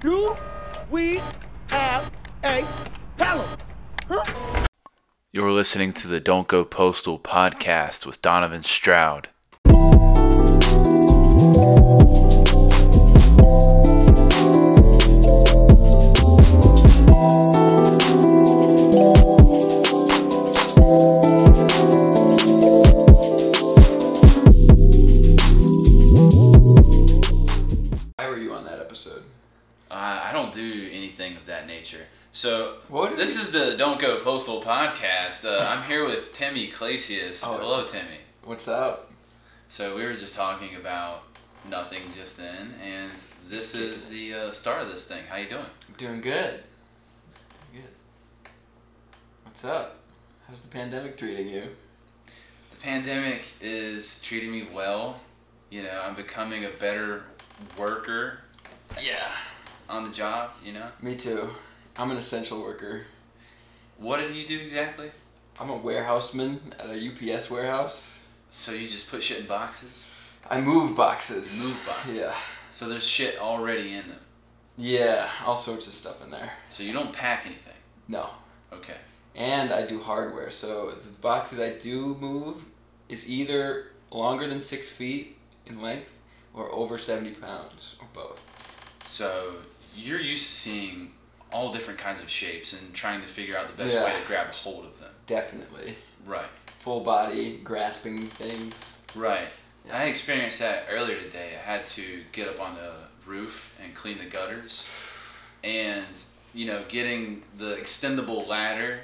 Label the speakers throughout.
Speaker 1: Do we have a problem? Huh?
Speaker 2: You're listening to the Don't Go Postal podcast with Donovan Stroud.
Speaker 3: Why were you on that episode?
Speaker 2: Uh, I don't do anything of that nature. So
Speaker 3: What did
Speaker 2: this
Speaker 3: we-
Speaker 2: is the Don't Go Postal podcast. Uh, I'm here with Timmy Clasius.
Speaker 3: Oh,
Speaker 2: Hello, Timmy.
Speaker 3: What's up?
Speaker 2: So we were just talking about nothing just then, and this is the uh, start of this thing. How you doing?
Speaker 3: I'm doing good. Doing good. What's up? How's the pandemic treating you?
Speaker 2: The pandemic is treating me well. You know, I'm becoming a better worker. Yeah, on the job. You know,
Speaker 3: Me too. I'm an essential worker.
Speaker 2: what did you do exactly?
Speaker 3: I'm a warehouseman at a UPS warehouse.
Speaker 2: So you just put shit in boxes.
Speaker 3: I move boxes.
Speaker 2: Move boxes.
Speaker 3: Yeah.
Speaker 2: So there's shit already in them.
Speaker 3: Yeah, all sorts of stuff in there.
Speaker 2: So you don't pack anything.
Speaker 3: No.
Speaker 2: Okay.
Speaker 3: And I do hardware, so the boxes I do move is either longer than six feet in length or over 70 pounds, or both.
Speaker 2: So you're used to seeing all different kinds of shapes and trying to figure out the best
Speaker 3: Yeah.
Speaker 2: way to grab hold of them.
Speaker 3: Definitely.
Speaker 2: Right.
Speaker 3: Full body, grasping things.
Speaker 2: Right. I experienced that earlier today. I had to get up on the roof and clean the gutters. And, you know, getting the extendable ladder,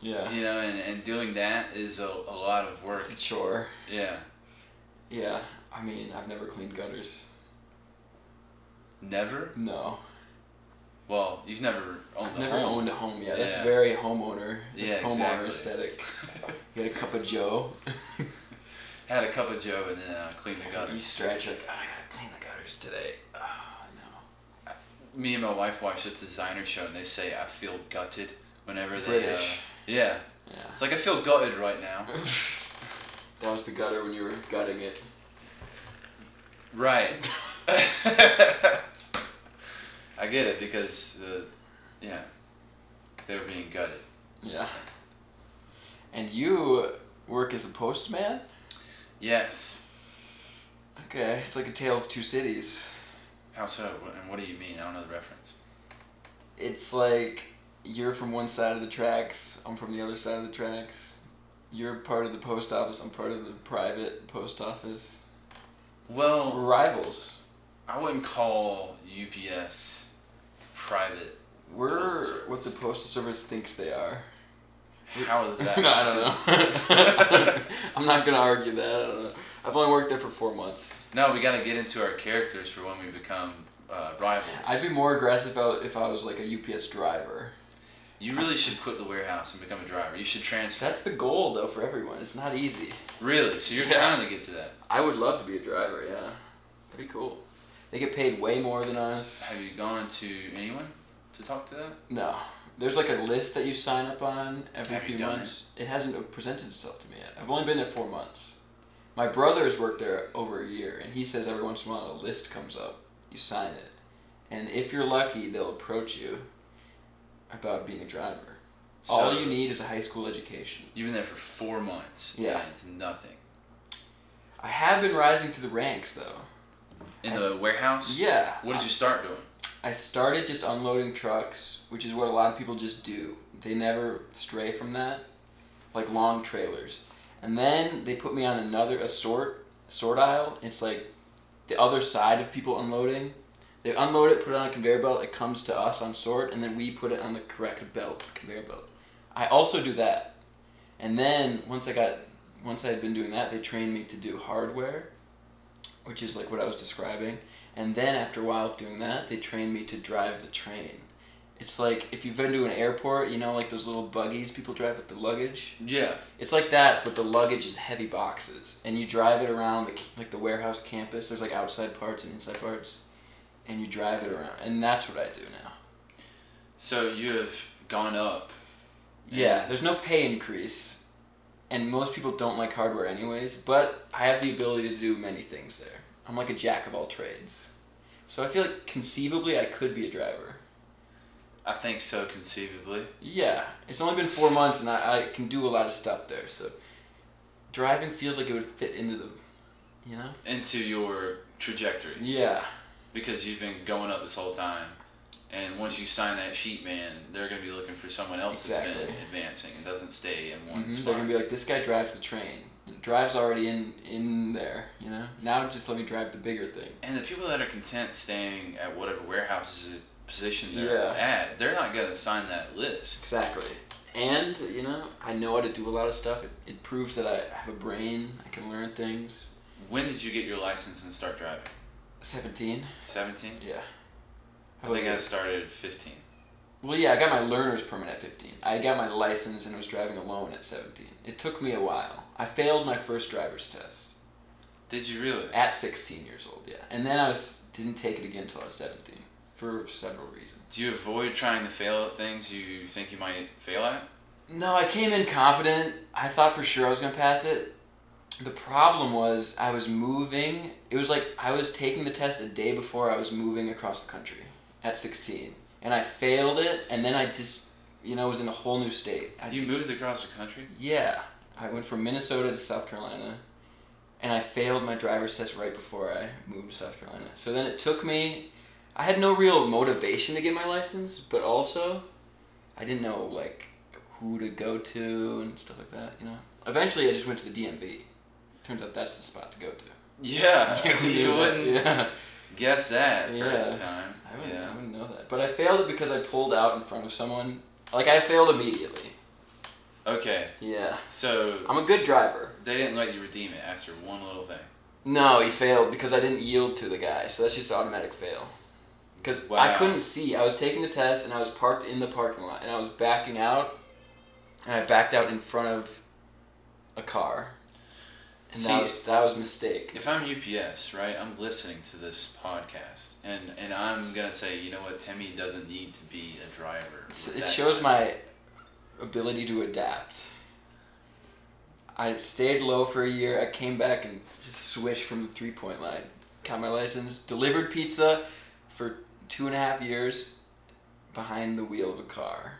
Speaker 3: Yeah.
Speaker 2: you know, and, and doing that is a, a lot of work.
Speaker 3: Sure.
Speaker 2: Yeah.
Speaker 3: Yeah. I mean, I've never cleaned gutters.
Speaker 2: Never?
Speaker 3: No.
Speaker 2: Well, you've never owned
Speaker 3: I've
Speaker 2: a
Speaker 3: never
Speaker 2: Oh, home.
Speaker 3: owned a home yet. That's
Speaker 2: Yeah.
Speaker 3: very homeowner. That's
Speaker 2: Yeah,
Speaker 3: homeowner
Speaker 2: exactly.
Speaker 3: aesthetic. Get a cup of joe.
Speaker 2: Had a cup of Joe and then uh, cleaned the
Speaker 3: you
Speaker 2: gutters.
Speaker 3: stretch like, "Oh, I gotta clean the gutters today. Oh, no.
Speaker 2: Me and my wife watch this designer show and they say, I feel gutted whenever they. Uh,
Speaker 3: British.
Speaker 2: yeah.
Speaker 3: Yeah.
Speaker 2: It's like, I feel gutted right now.
Speaker 3: that was the gutter when you were gutting it.
Speaker 2: Right. I get it because, uh, yeah, they were being gutted.
Speaker 3: Yeah. And you work as a postman?
Speaker 2: Yes.
Speaker 3: Okay, it's like a tale of two cities.
Speaker 2: How so? Wh- And what do you mean? I don't know the reference.
Speaker 3: It's like you're from one side of the tracks, I'm from the other side of the tracks. You're part of the post office, I'm part of the private post office. We're
Speaker 2: Well,
Speaker 3: rivals.
Speaker 2: I wouldn't call UPS private. Postal
Speaker 3: We're
Speaker 2: Service.
Speaker 3: what the postal service thinks they are.
Speaker 2: How is that?
Speaker 3: I don't know. I'm not gonna argue that. I don't know. I've only worked there for four months.
Speaker 2: no, we got to get into our characters for when we become uh, rivals.
Speaker 3: I'd be more aggressive if I, if I was like a UPS driver.
Speaker 2: you really should quit the warehouse and become a driver. You should transfer.
Speaker 3: That's the goal though for everyone. It's not easy.
Speaker 2: Really? So you're
Speaker 3: Yeah.
Speaker 2: trying to get to that.
Speaker 3: I would love to be a driver. Yeah, that'd be cool. They get paid way more than us.
Speaker 2: Have you gone to anyone to talk to that?
Speaker 3: No, there's like a list that you sign up on every
Speaker 2: Have you
Speaker 3: few
Speaker 2: done
Speaker 3: months. It? hasn't presented itself to me yet. I've only been there four months. My brother has worked there over a year, and he says every once in a while a list comes up. You sign it, and if you're lucky, they'll approach you about being a driver. All
Speaker 2: So-
Speaker 3: you need is a high school education.
Speaker 2: You've been there for four months.
Speaker 3: Yeah.
Speaker 2: and It's nothing.
Speaker 3: I have been rising to the ranks though.
Speaker 2: In
Speaker 3: I
Speaker 2: the
Speaker 3: s-
Speaker 2: warehouse?
Speaker 3: Yeah.
Speaker 2: What did you start doing?
Speaker 3: I started just unloading trucks, which is what a lot of people just do. They never stray from that, like long trailers. And then they put me on another a sort sort aisle. It's like the other side of people unloading. They unload it, put it on a conveyor belt. It comes to us on sort, and then we put it on the correct belt conveyor belt. I also do that. And then once I got once I had been doing that, they trained me to do hardware, which is like what I was describing. And then after a while of doing that, they trained me to drive the train. It's like if you've been to an airport, you know, like those little buggies people drive with the luggage.
Speaker 2: Yeah.
Speaker 3: It's like that, but the luggage is heavy boxes, and you drive it around the c- like the warehouse campus. There's like outside parts and inside parts, and you drive it around, and that's what I do now.
Speaker 2: So you have gone up.
Speaker 3: Yeah, there's no pay increase, and most people don't like hardware anyways, but I have the ability to do many things there. I'm like a jack of all trades. So I feel like conceivably I could be a driver.
Speaker 2: I think so, conceivably.
Speaker 3: Yeah, it's only been four months and I, I can do a lot of stuff there. So driving feels like it would fit into the, you know?
Speaker 2: Into your trajectory.
Speaker 3: Yeah.
Speaker 2: Because you've been going up this whole time. And once you sign that sheet, man, they're going to be looking for someone else that's been
Speaker 3: Exactly.
Speaker 2: advancing and doesn't stay in one
Speaker 3: Mhm, They're
Speaker 2: spot.
Speaker 3: gonna be like, this guy drives the train. And drives already in in there, you know. Now just let me drive the bigger thing.
Speaker 2: And the people that are content staying at whatever warehouses position they're
Speaker 3: Yeah.
Speaker 2: at, they're not gonna sign that list.
Speaker 3: Exactly. And you know, I know how to do a lot of stuff. It, it proves that I have a brain. I can learn things.
Speaker 2: When did you get your license and start driving?
Speaker 3: Seventeen.
Speaker 2: Seventeen.
Speaker 3: Yeah.
Speaker 2: I think
Speaker 3: you?
Speaker 2: I started at fifteen.
Speaker 3: Well, yeah, I got my learner's permit at 15. I got my license and was driving alone at 17. It took me a while. I failed my first driver's test
Speaker 2: Did you really?
Speaker 3: at 16 years old, yeah. And then I was, didn't take it again until I was 17 for several reasons.
Speaker 2: Do you avoid trying to fail at things you think you might fail at?
Speaker 3: No, I came in confident. I thought for sure I was going to pass it. The problem was I was moving. It was like I was taking the test a day before I was moving across the country at 16. And I failed it, and then I just, you know, was in a whole new state. I
Speaker 2: You moved across the country.
Speaker 3: Yeah, I went from Minnesota to South Carolina, and I failed my driver's test right before I moved to South Carolina. So then it took me. I had no real motivation to get my license, but also, I didn't know like who to go to and stuff like that. You know. Eventually, I just went to the DMV. Turns out that's the spot to go to.
Speaker 2: Yeah. you
Speaker 3: Yeah.
Speaker 2: wouldn't
Speaker 3: Yeah.
Speaker 2: guess that
Speaker 3: Yeah.
Speaker 2: first time.
Speaker 3: I wouldn't,
Speaker 2: yeah.
Speaker 3: I wouldn't know that. But I failed it because I pulled out in front of someone. Like I failed immediately.
Speaker 2: Okay.
Speaker 3: Yeah.
Speaker 2: So
Speaker 3: I'm a good driver.
Speaker 2: they didn't let you redeem it after one little thing.
Speaker 3: No, he failed because I didn't yield to the guy, so that's just automatic fail. Because I
Speaker 2: Wow.
Speaker 3: couldn't see. I was taking the test and I was parked in the parking lot and I was backing out, and I backed out in front of a car. And
Speaker 2: See-
Speaker 3: that was that was a mistake.
Speaker 2: If I'm UPS, right, I'm listening to this podcast, and and I'm gonna say, you know what, Timmy doesn't need to be a driver.
Speaker 3: It's-
Speaker 2: with
Speaker 3: It
Speaker 2: that
Speaker 3: shows
Speaker 2: guy."
Speaker 3: my ability to adapt. I stayed low for a year. I came back and just swished from the three point line. Got my license. Delivered pizza for two and a half years behind the wheel of a car.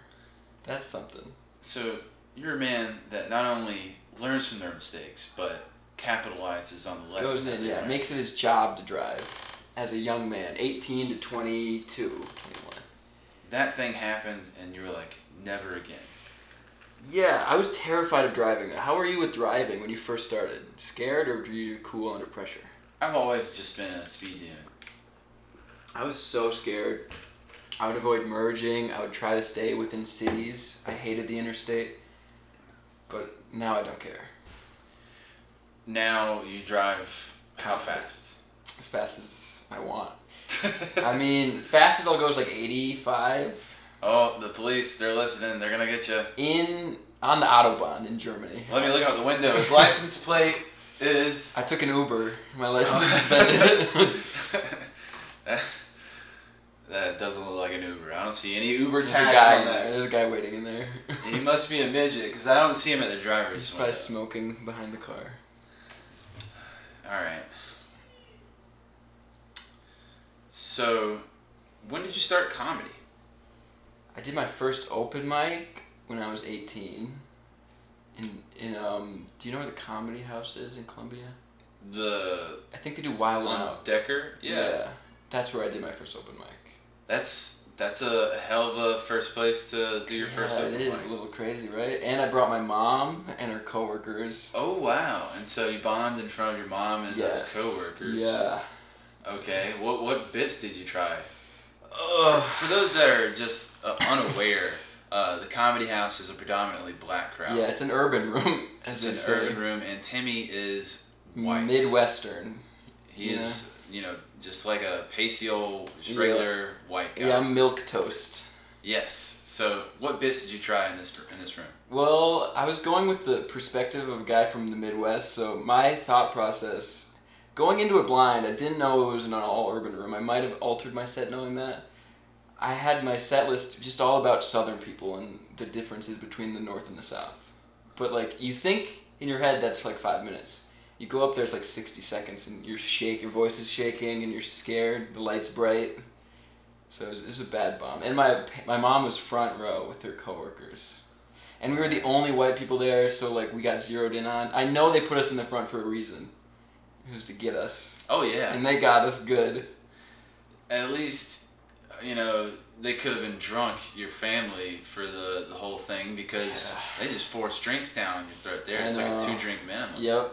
Speaker 3: That's something.
Speaker 2: So you're a man that not only learns from their mistakes, but capitalizes on the lessons.
Speaker 3: Goes in,
Speaker 2: that they
Speaker 3: yeah.
Speaker 2: learn.
Speaker 3: Makes it his job to drive as a young man, 18 to 22, 21.
Speaker 2: that thing happens, and you're like, never again.
Speaker 3: Yeah, I was terrified of driving. How were you with driving when you first started? Scared or were you cool under pressure?
Speaker 2: I've always just been a speed demon.
Speaker 3: I was so scared. I would avoid merging. I would try to stay within cities. I hated the interstate. But now I don't care.
Speaker 2: Now you drive how fast?
Speaker 3: As fast as I want. I mean, fastest I'll go is like 85
Speaker 2: oh, the police—they're listening. They're gonna get you.
Speaker 3: in on the autobahn in Germany.
Speaker 2: Let me look out the window. His license plate is.
Speaker 3: I took an Uber. My license is suspended.
Speaker 2: that, that doesn't look like an Uber. I don't see any Uber
Speaker 3: There's a
Speaker 2: tags
Speaker 3: guy
Speaker 2: on
Speaker 3: in there.
Speaker 2: that.
Speaker 3: There's a guy waiting in there.
Speaker 2: He must be a midget because I don't see him at the
Speaker 3: He's
Speaker 2: driver's
Speaker 3: probably
Speaker 2: window.
Speaker 3: smoking behind the car.
Speaker 2: All right. So, when did you start comedy?
Speaker 3: I did my first open mic when I was 18. In, in um, do you know where the Comedy House is in Columbia?
Speaker 2: The
Speaker 3: I think they do Wild and
Speaker 2: on
Speaker 3: Out.
Speaker 2: Decker. Oh, Yeah,
Speaker 3: that's where I did my first open mic.
Speaker 2: that's that's a hell of a first place to do your first
Speaker 3: yeah,
Speaker 2: open
Speaker 3: it is
Speaker 2: mic.
Speaker 3: a little crazy, right? And I brought my mom and her coworkers.
Speaker 2: Oh wow! And so you bombed in front of your mom and
Speaker 3: yes.
Speaker 2: those coworkers.
Speaker 3: Yeah.
Speaker 2: Okay. What what bits did you try?
Speaker 3: Ugh.
Speaker 2: For those that are just uh, unaware, uh, the Comedy House is a predominantly black crowd.
Speaker 3: Yeah, it's an urban room. As
Speaker 2: It's
Speaker 3: they
Speaker 2: an
Speaker 3: say.
Speaker 2: urban room, and Timmy is white.
Speaker 3: Midwestern.
Speaker 2: He
Speaker 3: yeah.
Speaker 2: is, you know, just like a pasty old, just
Speaker 3: Yeah.
Speaker 2: regular white guy.
Speaker 3: Yeah. I'm milk toast.
Speaker 2: Yes. So, what bits did you try in this in this room?
Speaker 3: Well, I was going with the perspective of a guy from the Midwest, so my thought process going into it blind, I didn't know it was an all urban room. I might have altered my set knowing that. I had my set list just all about Southern people and the differences between the North and the South. But like you think in your head that's like five minutes, You go up there, it's like 60 seconds, and you're shake, your voice is shaking, and you're scared. The light's bright, so it was, it was a bad bomb. And my my mom was front row with her coworkers, and we were the only white people there, so like we got zeroed in on. I know they put us in the front for a reason. It was to get us,
Speaker 2: Oh yeah.
Speaker 3: and they got us good.
Speaker 2: At least, you know, they could have been drunk your family for the, the whole thing because they just forced drinks down your throat there.
Speaker 3: I
Speaker 2: It's like a
Speaker 3: know.
Speaker 2: two drink minimum.
Speaker 3: Yep.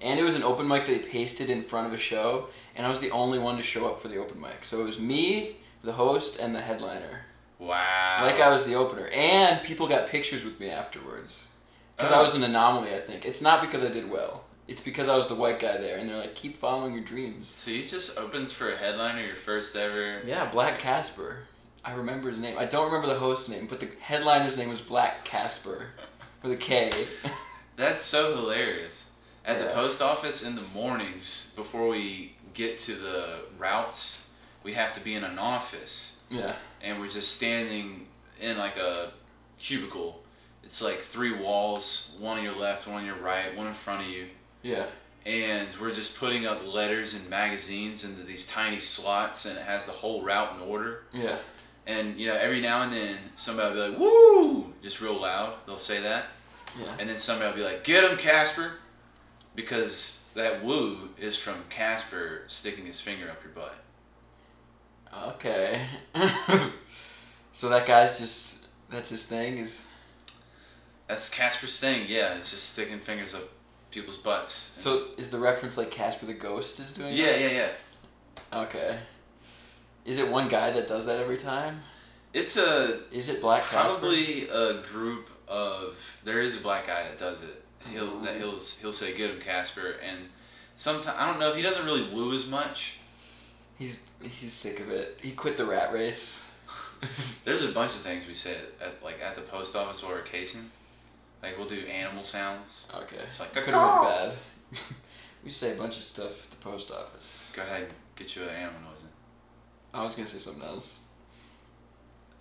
Speaker 3: And it was an open mic they pasted in front of a show, and I was the only one to show up for the open mic. So it was me, the host, and the headliner.
Speaker 2: Wow.
Speaker 3: Like I was the opener, and people got pictures with me afterwards. Because I
Speaker 2: Oh.
Speaker 3: was an anomaly, I think. It's not because I did well. It's because I was the white guy there, and they're like, "Keep following your dreams."
Speaker 2: So you just opened for a headliner, your first ever.
Speaker 3: Yeah, Black Casper. I remember his name. I don't remember the host's name, but the headliner's name was Black Casper with a K.
Speaker 2: That's so hilarious. At the
Speaker 3: Yeah.
Speaker 2: post office in the mornings, before we get to the routes, we have to be in an office,
Speaker 3: yeah.
Speaker 2: and we're just standing in like a cubicle. It's like three walls, one on your left, one on your right, one in front of you,
Speaker 3: Yeah.
Speaker 2: and we're just putting up letters and magazines into these tiny slots, and it has the whole route in order.
Speaker 3: Yeah.
Speaker 2: And you know, every now and then somebody will be like, "Woo!" just real loud. They'll say that.
Speaker 3: Yeah.
Speaker 2: And then somebody will be like, "Get him, Casper," because that "woo" is from Casper sticking his finger up your butt.
Speaker 3: Okay. so that guy's just that's his thing is
Speaker 2: That's Casper's thing. Yeah, it's just sticking fingers up people's butts.
Speaker 3: so is the reference like Casper the Ghost is doing?
Speaker 2: yeah, yeah, yeah.
Speaker 3: Okay. Is it one guy that does that every time?
Speaker 2: It's a
Speaker 3: Is it Black Casper?
Speaker 2: probably a group of. There is a black guy that does it. He'll
Speaker 3: Oh.
Speaker 2: that he'll he'll say, "Get him, Casper," and sometimes I don't know if he doesn't really woo as much.
Speaker 3: He's he's sick of it. He quit the rat race.
Speaker 2: There's a bunch of things we said at like at the post office while we're casing. Like we'll do animal sounds.
Speaker 3: Okay.
Speaker 2: It's like
Speaker 3: Could have
Speaker 2: go
Speaker 3: been bad. we say a bunch of stuff at the post office.
Speaker 2: ahead, get you an animal noise. in.
Speaker 3: I was gonna say something else.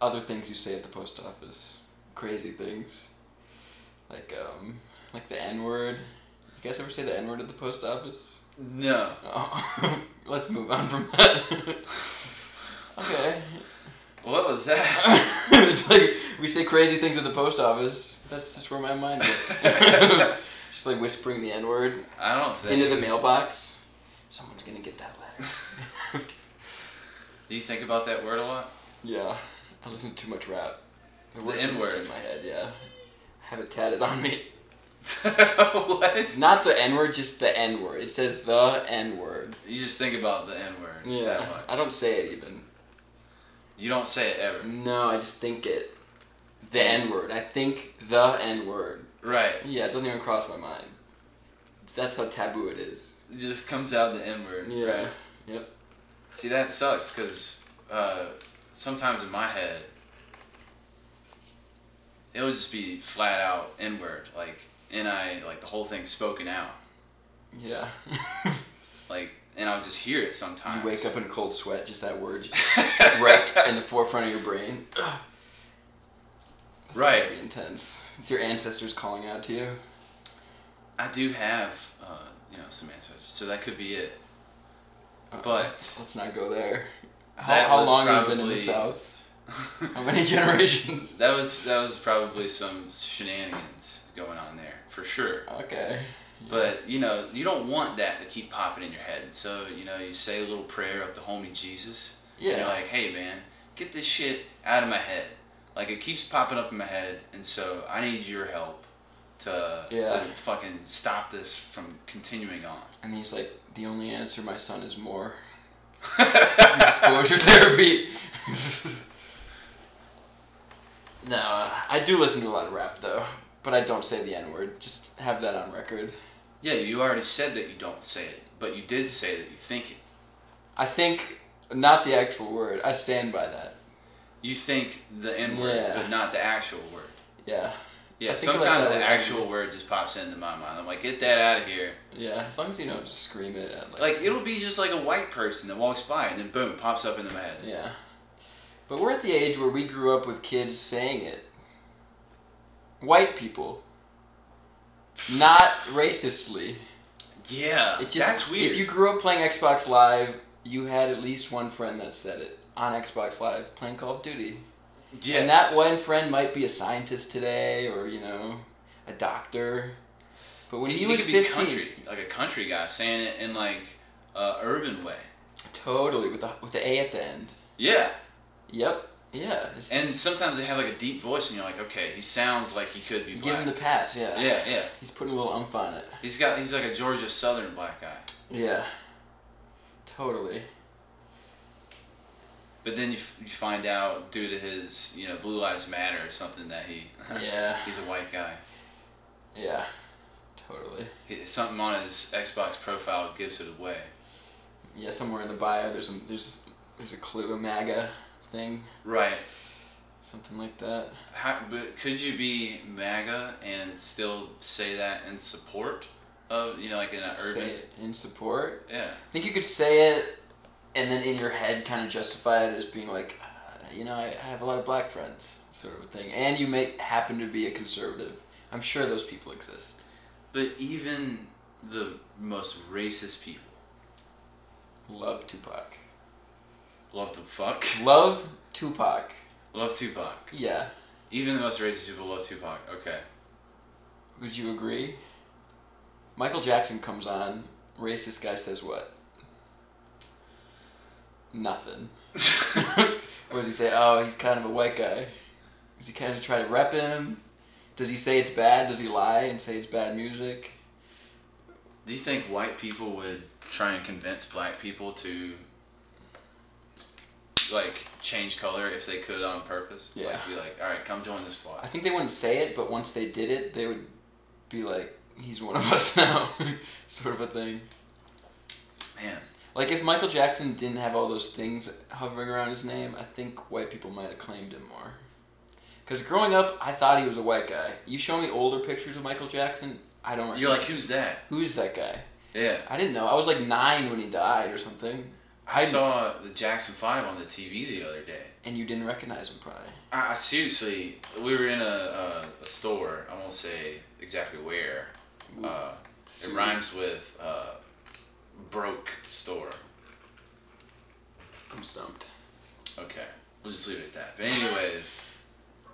Speaker 3: Other things you say at the post office. Crazy things. Like um like the N word. You guys ever say the N word at the post office?
Speaker 2: No.
Speaker 3: Oh, let's move on from that. okay.
Speaker 2: What was that?
Speaker 3: it's like we say crazy things at the post office. That's just where my mind went. just like whispering the N word
Speaker 2: I don't think.
Speaker 3: into the mailbox. Someone's gonna get that letter.
Speaker 2: Do you think about that word a lot?
Speaker 3: Yeah, I listen to too much rap. It
Speaker 2: The
Speaker 3: works just
Speaker 2: N-word.
Speaker 3: in my head. Yeah, I have it tatted on me.
Speaker 2: what?
Speaker 3: It's not the N word, just the N word. It says the N word.
Speaker 2: You just think about the N word that
Speaker 3: Yeah,
Speaker 2: much.
Speaker 3: I don't say it even.
Speaker 2: You don't say it ever.
Speaker 3: No, I just think it. The N word. I think the N word.
Speaker 2: Right.
Speaker 3: Yeah, it doesn't even cross my mind. That's how taboo it is.
Speaker 2: It just comes out the N word.
Speaker 3: Yeah.
Speaker 2: Right? See, that sucks because uh, sometimes in my head, it would just be flat out N word, like and I like the whole thing spoken out,
Speaker 3: Yeah.
Speaker 2: like and I would just hear it sometimes.
Speaker 3: you wake up in a cold sweat, just that word, just
Speaker 2: up
Speaker 3: right in the forefront of your brain. That's
Speaker 2: Right.
Speaker 3: Pretty intense. It's your ancestors calling out to you.
Speaker 2: I do have uh, you know some ancestors, so that could be it.
Speaker 3: Uh-oh.
Speaker 2: But
Speaker 3: Let's not go there.
Speaker 2: That
Speaker 3: How, how
Speaker 2: was
Speaker 3: long have you been in the
Speaker 2: probably-
Speaker 3: South? How many generations?
Speaker 2: that was that was probably some shenanigans going on there for sure.
Speaker 3: Okay.
Speaker 2: But you know, you don't want that to keep popping in your head. So you know, you say a little prayer up to homie Jesus. And you're
Speaker 3: Yeah.
Speaker 2: like, hey man, get this shit out of my head. Like it keeps popping up in my head, and so I need your help to to
Speaker 3: Yeah.
Speaker 2: fucking stop this from continuing on.
Speaker 3: And he's like, the only answer, my son, is more. exposure therapy. no, I do listen to a lot of rap though, but I don't say the N word. Just have that on record.
Speaker 2: yeah, you already said that you don't say it, but you did say that you think it.
Speaker 3: I think not the actual word. I stand by that.
Speaker 2: You think the N word,
Speaker 3: Yeah.
Speaker 2: but not the actual word.
Speaker 3: Yeah,
Speaker 2: Yeah,
Speaker 3: I think I like
Speaker 2: sometimes
Speaker 3: that
Speaker 2: the
Speaker 3: word.
Speaker 2: actual word just pops into my mind. I'm like, get that out of here.
Speaker 3: yeah. As long as you don't just scream it at like.
Speaker 2: Like it'll be just like a white person that walks by and then boom pops up into my head.
Speaker 3: yeah. But we're at the age where we grew up with kids saying it. White people. Not racistly.
Speaker 2: Yeah,
Speaker 3: It just,
Speaker 2: that's weird.
Speaker 3: If you grew up playing Xbox Live, you had at least one friend that said it on Xbox Live playing Call of Duty.
Speaker 2: yes.
Speaker 3: And that one friend might be a scientist today, or you know, a doctor. But when he, was
Speaker 2: could be
Speaker 3: fifteen,
Speaker 2: country, like a country guy saying it in like a urban way.
Speaker 3: totally with the with the A at the end.
Speaker 2: Yeah,
Speaker 3: Yep. Yeah. it's
Speaker 2: and
Speaker 3: just-
Speaker 2: sometimes they have like a deep voice, and you're like, okay, he sounds like he could be
Speaker 3: give him
Speaker 2: black.
Speaker 3: the pass. Yeah.
Speaker 2: yeah, yeah.
Speaker 3: He's putting a little umph on it.
Speaker 2: He's got he's like a Georgia Southern black guy.
Speaker 3: Yeah. Totally.
Speaker 2: But then you, f- you find out due to his you know Blue Lives Matter or something that he
Speaker 3: Yeah.
Speaker 2: he's a white guy.
Speaker 3: Yeah. Totally.
Speaker 2: He, something on his Xbox profile gives it away.
Speaker 3: Yeah. Somewhere in the bio, there's a there's there's a clue, a MAGA thing,
Speaker 2: Right.
Speaker 3: something like that.
Speaker 2: How, but could you be MAGA and still say that in support of you know like in an urban?
Speaker 3: Say it in support.
Speaker 2: Yeah.
Speaker 3: I think you could say it, and then in your head, kind of justify it as being like, uh, you know, I, I have a lot of black friends, sort of a thing. And you may happen to be a conservative. I'm sure those people exist.
Speaker 2: But even the most racist people
Speaker 3: Love Tupac.
Speaker 2: love the fuck.
Speaker 3: Love Tupac.
Speaker 2: Love Tupac.
Speaker 3: Yeah.
Speaker 2: Even the most racist people love Tupac. Okay.
Speaker 3: Would you agree? Michael Jackson comes on. Racist guy says what? Nothing. What does he say? Oh, he's kind of a white guy. Does he kind of try to rep him? Does he say it's bad? Does he lie and say it's bad music?
Speaker 2: Do you think white people would try and convince black people to like change color if they could on purpose?
Speaker 3: Yeah.
Speaker 2: Like, be like, all right, come join the
Speaker 3: I
Speaker 2: squad.
Speaker 3: think they wouldn't say it, but once they did it, they would be like, he's one of us now, sort of a thing.
Speaker 2: Man,
Speaker 3: Like, if Michael Jackson didn't have all those things hovering around his name, I think white people might have claimed him more. Because growing up, I thought he was a white guy. You show me older pictures of Michael Jackson, I don't
Speaker 2: you're like,
Speaker 3: recognize-
Speaker 2: who's that?
Speaker 3: who's that guy?
Speaker 2: Yeah.
Speaker 3: I didn't know. I was like nine when he died or something,
Speaker 2: I,
Speaker 3: I-
Speaker 2: saw the Jackson Five on the TV the other day.
Speaker 3: and you didn't recognize him probably.
Speaker 2: I, I seriously, we were in a, a, a store. I won't say exactly where. Uh, it rhymes with uh, broke store.
Speaker 3: I'm stumped.
Speaker 2: Okay, we'll just leave it at that. But anyways,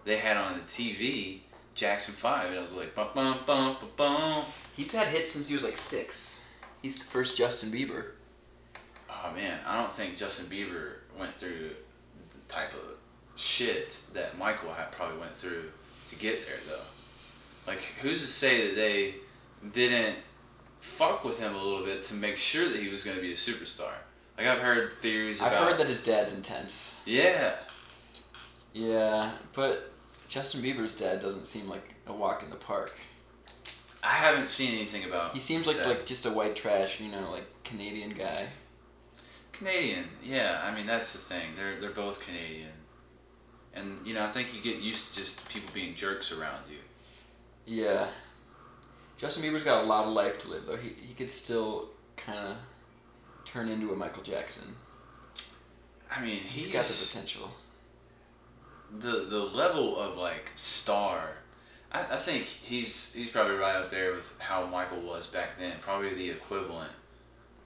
Speaker 2: they had on the TV Jackson Five, and I was like, bum bum bum bum bum.
Speaker 3: He's had hits since he was like six. He's the first Justin Bieber.
Speaker 2: Oh man, I don't think Justin Bieber went through the type of shit that Michael had probably went through to get there though. Like, who's to say that they didn't fuck with him a little bit to make sure that he was going to be a superstar? Like I've heard theories
Speaker 3: I've
Speaker 2: about.
Speaker 3: heard that his dad's intense.
Speaker 2: Yeah,
Speaker 3: Yeah, but Justin Bieber's dad doesn't seem like a walk in the park.
Speaker 2: I haven't seen anything about.
Speaker 3: He seems like
Speaker 2: that.
Speaker 3: like just a white trash, you know, like Canadian guy.
Speaker 2: Canadian, yeah. I mean, that's the thing. They're they're both Canadian, and you know, I think you get used to just people being jerks around you.
Speaker 3: Yeah. Justin Bieber's got a lot of life to live though. He he could still kind of turn into a Michael Jackson.
Speaker 2: I mean, he's,
Speaker 3: He's got the potential.
Speaker 2: the the level of like star. I, I think he's he's probably right up there with how Michael was back then. Probably the equivalent,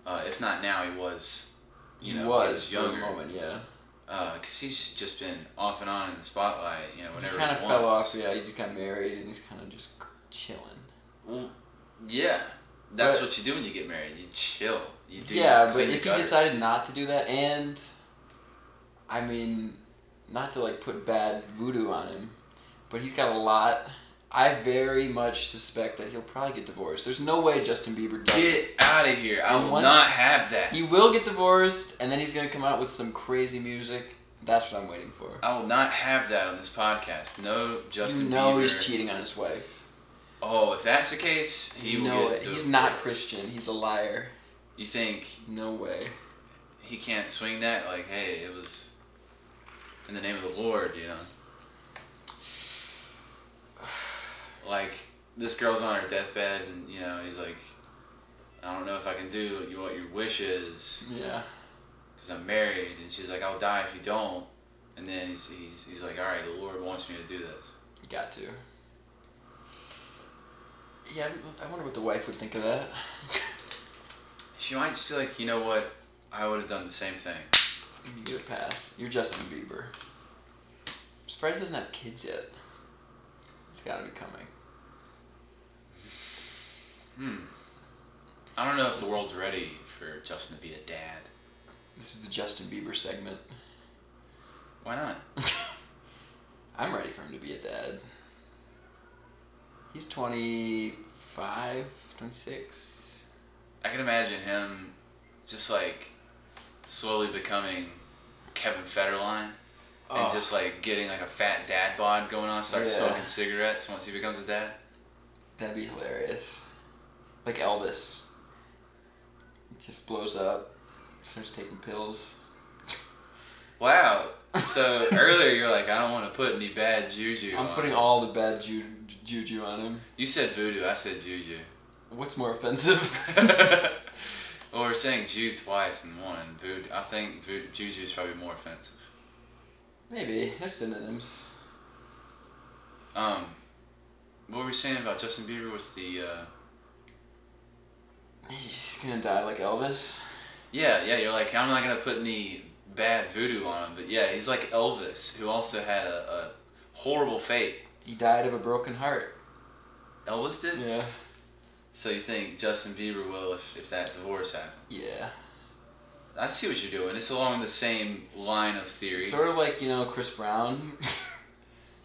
Speaker 2: uh, if not now, he was. You know,
Speaker 3: he
Speaker 2: when
Speaker 3: was,
Speaker 2: he was younger.
Speaker 3: for a moment, yeah.
Speaker 2: Because he's just been off and on in the spotlight. You know, whenever
Speaker 3: he kind of
Speaker 2: he
Speaker 3: fell off.
Speaker 2: wants.
Speaker 3: Yeah, he just got married and he's kind of just chilling.
Speaker 2: Well, yeah, that's
Speaker 3: But-
Speaker 2: what you do when you get married. You chill. You do.
Speaker 3: yeah, but
Speaker 2: clean the
Speaker 3: if he
Speaker 2: gutters.
Speaker 3: decided not to do that, and I mean, not to like put bad voodoo on him, but he's got a lot. I very much suspect that he'll probably get divorced. There's no way Justin Bieber does.
Speaker 2: Get out of here. I
Speaker 3: And
Speaker 2: will
Speaker 3: once-
Speaker 2: not have that.
Speaker 3: He will get divorced, and then he's gonna come out with some crazy music. That's what I'm waiting for.
Speaker 2: I will not have that on this podcast. No Justin
Speaker 3: you know
Speaker 2: Bieber.
Speaker 3: he's cheating on his wife.
Speaker 2: Oh, if that's the case, he
Speaker 3: you
Speaker 2: will
Speaker 3: know
Speaker 2: get
Speaker 3: it. He's not
Speaker 2: divorced.
Speaker 3: Christian. He's a liar.
Speaker 2: You think
Speaker 3: No way.
Speaker 2: he can't swing that? Like, hey, it was in the name of the Lord, you know? Like, this girl's on her deathbed, and, you know, he's like, I don't know if I can do what you- what your wish is.
Speaker 3: Yeah.
Speaker 2: because I'm married. And she's like, I'll die if you don't. And then he's, he's, he's like, all right, the Lord wants me to do this.
Speaker 3: Got to. Yeah, I I wonder what the wife would think of that.
Speaker 2: She might just be like, you know what? I would have done the same thing.
Speaker 3: You get a pass. You're Justin Bieber. I'm surprised he doesn't have kids yet. It's gotta be coming.
Speaker 2: Hmm. I don't know if the world's ready for Justin to be a dad.
Speaker 3: This is the Justin Bieber segment.
Speaker 2: Why not?
Speaker 3: I'm ready for him to be a dad. He's 25, 26.
Speaker 2: I can imagine him just like slowly becoming Kevin Federline and just like getting like a fat dad bod going on, start
Speaker 3: Oh. Yeah.
Speaker 2: smoking cigarettes once he becomes a dad.
Speaker 3: That'd be hilarious. Like Elvis. Just blows up, starts taking pills.
Speaker 2: Wow. So earlier you're like, I don't want to put any bad juju.
Speaker 3: I'm
Speaker 2: on
Speaker 3: putting
Speaker 2: him."
Speaker 3: all the bad ju- juju on him.
Speaker 2: You said voodoo. I said juju.
Speaker 3: What's more offensive?
Speaker 2: well, we're saying Jew twice in one. Voodoo. I think vo- juju is probably more offensive.
Speaker 3: Maybe. They're synonyms.
Speaker 2: Um, what were we saying about Justin Bieber with the? Uh,
Speaker 3: He's gonna die like Elvis.
Speaker 2: yeah, yeah. You're like, I'm not gonna put any bad voodoo on him, but yeah, he's like Elvis, who also had a, a horrible fate.
Speaker 3: He died of a broken heart.
Speaker 2: Elvis did.
Speaker 3: Yeah.
Speaker 2: So you think Justin Bieber will if, if that divorce happens?
Speaker 3: Yeah.
Speaker 2: I see what you're doing. It's along the same line of theory.
Speaker 3: Sort of like, you know, Chris Brown.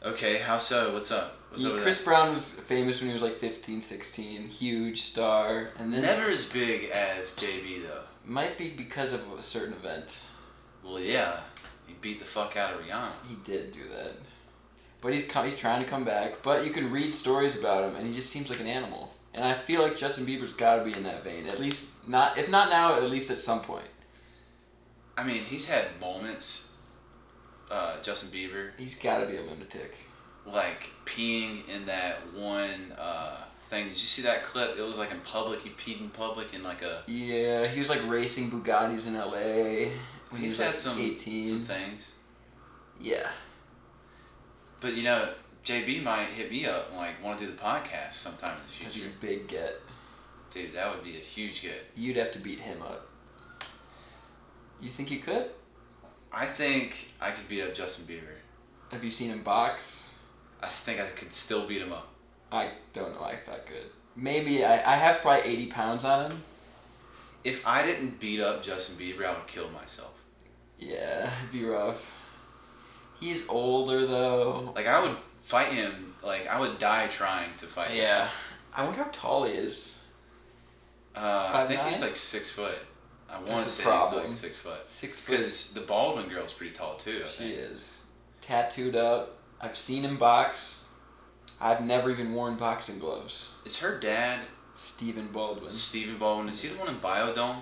Speaker 2: Okay, how so? What's up? What's
Speaker 3: He-
Speaker 2: up with
Speaker 3: Chris Brown was famous when he was like 15, 16. Huge star. And
Speaker 2: that?
Speaker 3: then
Speaker 2: Never as big as JB though.
Speaker 3: might be because of a certain event.
Speaker 2: Well, yeah, he beat the fuck out of Rihanna.
Speaker 3: He did do that. But he's co- he's trying to come back. But you can read stories about him, and he just seems like an animal. And I feel like Justin Bieber's got to be in that vein. At least not if not now, at least at some point.
Speaker 2: I mean, he's had moments. Uh, Justin Bieber,
Speaker 3: He's got to be a lunatic.
Speaker 2: like peeing in that one uh, thing. Did you see that clip? It was like in public. He peed in public in like a.
Speaker 3: Yeah, he was like racing Bugattis in L.A. when he
Speaker 2: He's
Speaker 3: was
Speaker 2: had
Speaker 3: like
Speaker 2: some
Speaker 3: 18.
Speaker 2: some things,
Speaker 3: yeah,
Speaker 2: but you know, JB might hit me up and like want to do the podcast sometime in the
Speaker 3: that'd be
Speaker 2: future.
Speaker 3: a big get.
Speaker 2: Dude, that would be a huge get.
Speaker 3: You'd have to beat him up. You think you could?
Speaker 2: I think I could beat up Justin Bieber.
Speaker 3: Have you seen him box?
Speaker 2: I think I could still beat him up.
Speaker 3: I don't know. I thought good. Maybe I, I have probably 80 pounds on him.
Speaker 2: If I didn't beat up Justin Bieber, I would kill myself.
Speaker 3: Yeah, it'd be rough. He's older though.
Speaker 2: Like I would fight him. Like I would die trying to fight. him.
Speaker 3: Yeah. I wonder how tall he is.
Speaker 2: Uh, I
Speaker 3: Five
Speaker 2: think he's
Speaker 3: nine?
Speaker 2: like six foot. I want to
Speaker 3: the
Speaker 2: say he's
Speaker 3: problem.
Speaker 2: like six foot.
Speaker 3: Six foot.
Speaker 2: Because the Baldwin girl's pretty tall too. I
Speaker 3: She
Speaker 2: think.
Speaker 3: is. Tattooed up. I've seen him box. I've never even worn boxing gloves.
Speaker 2: Is her dad
Speaker 3: Stephen Baldwin.
Speaker 2: Stephen Baldwin? Is he the one in Biodome?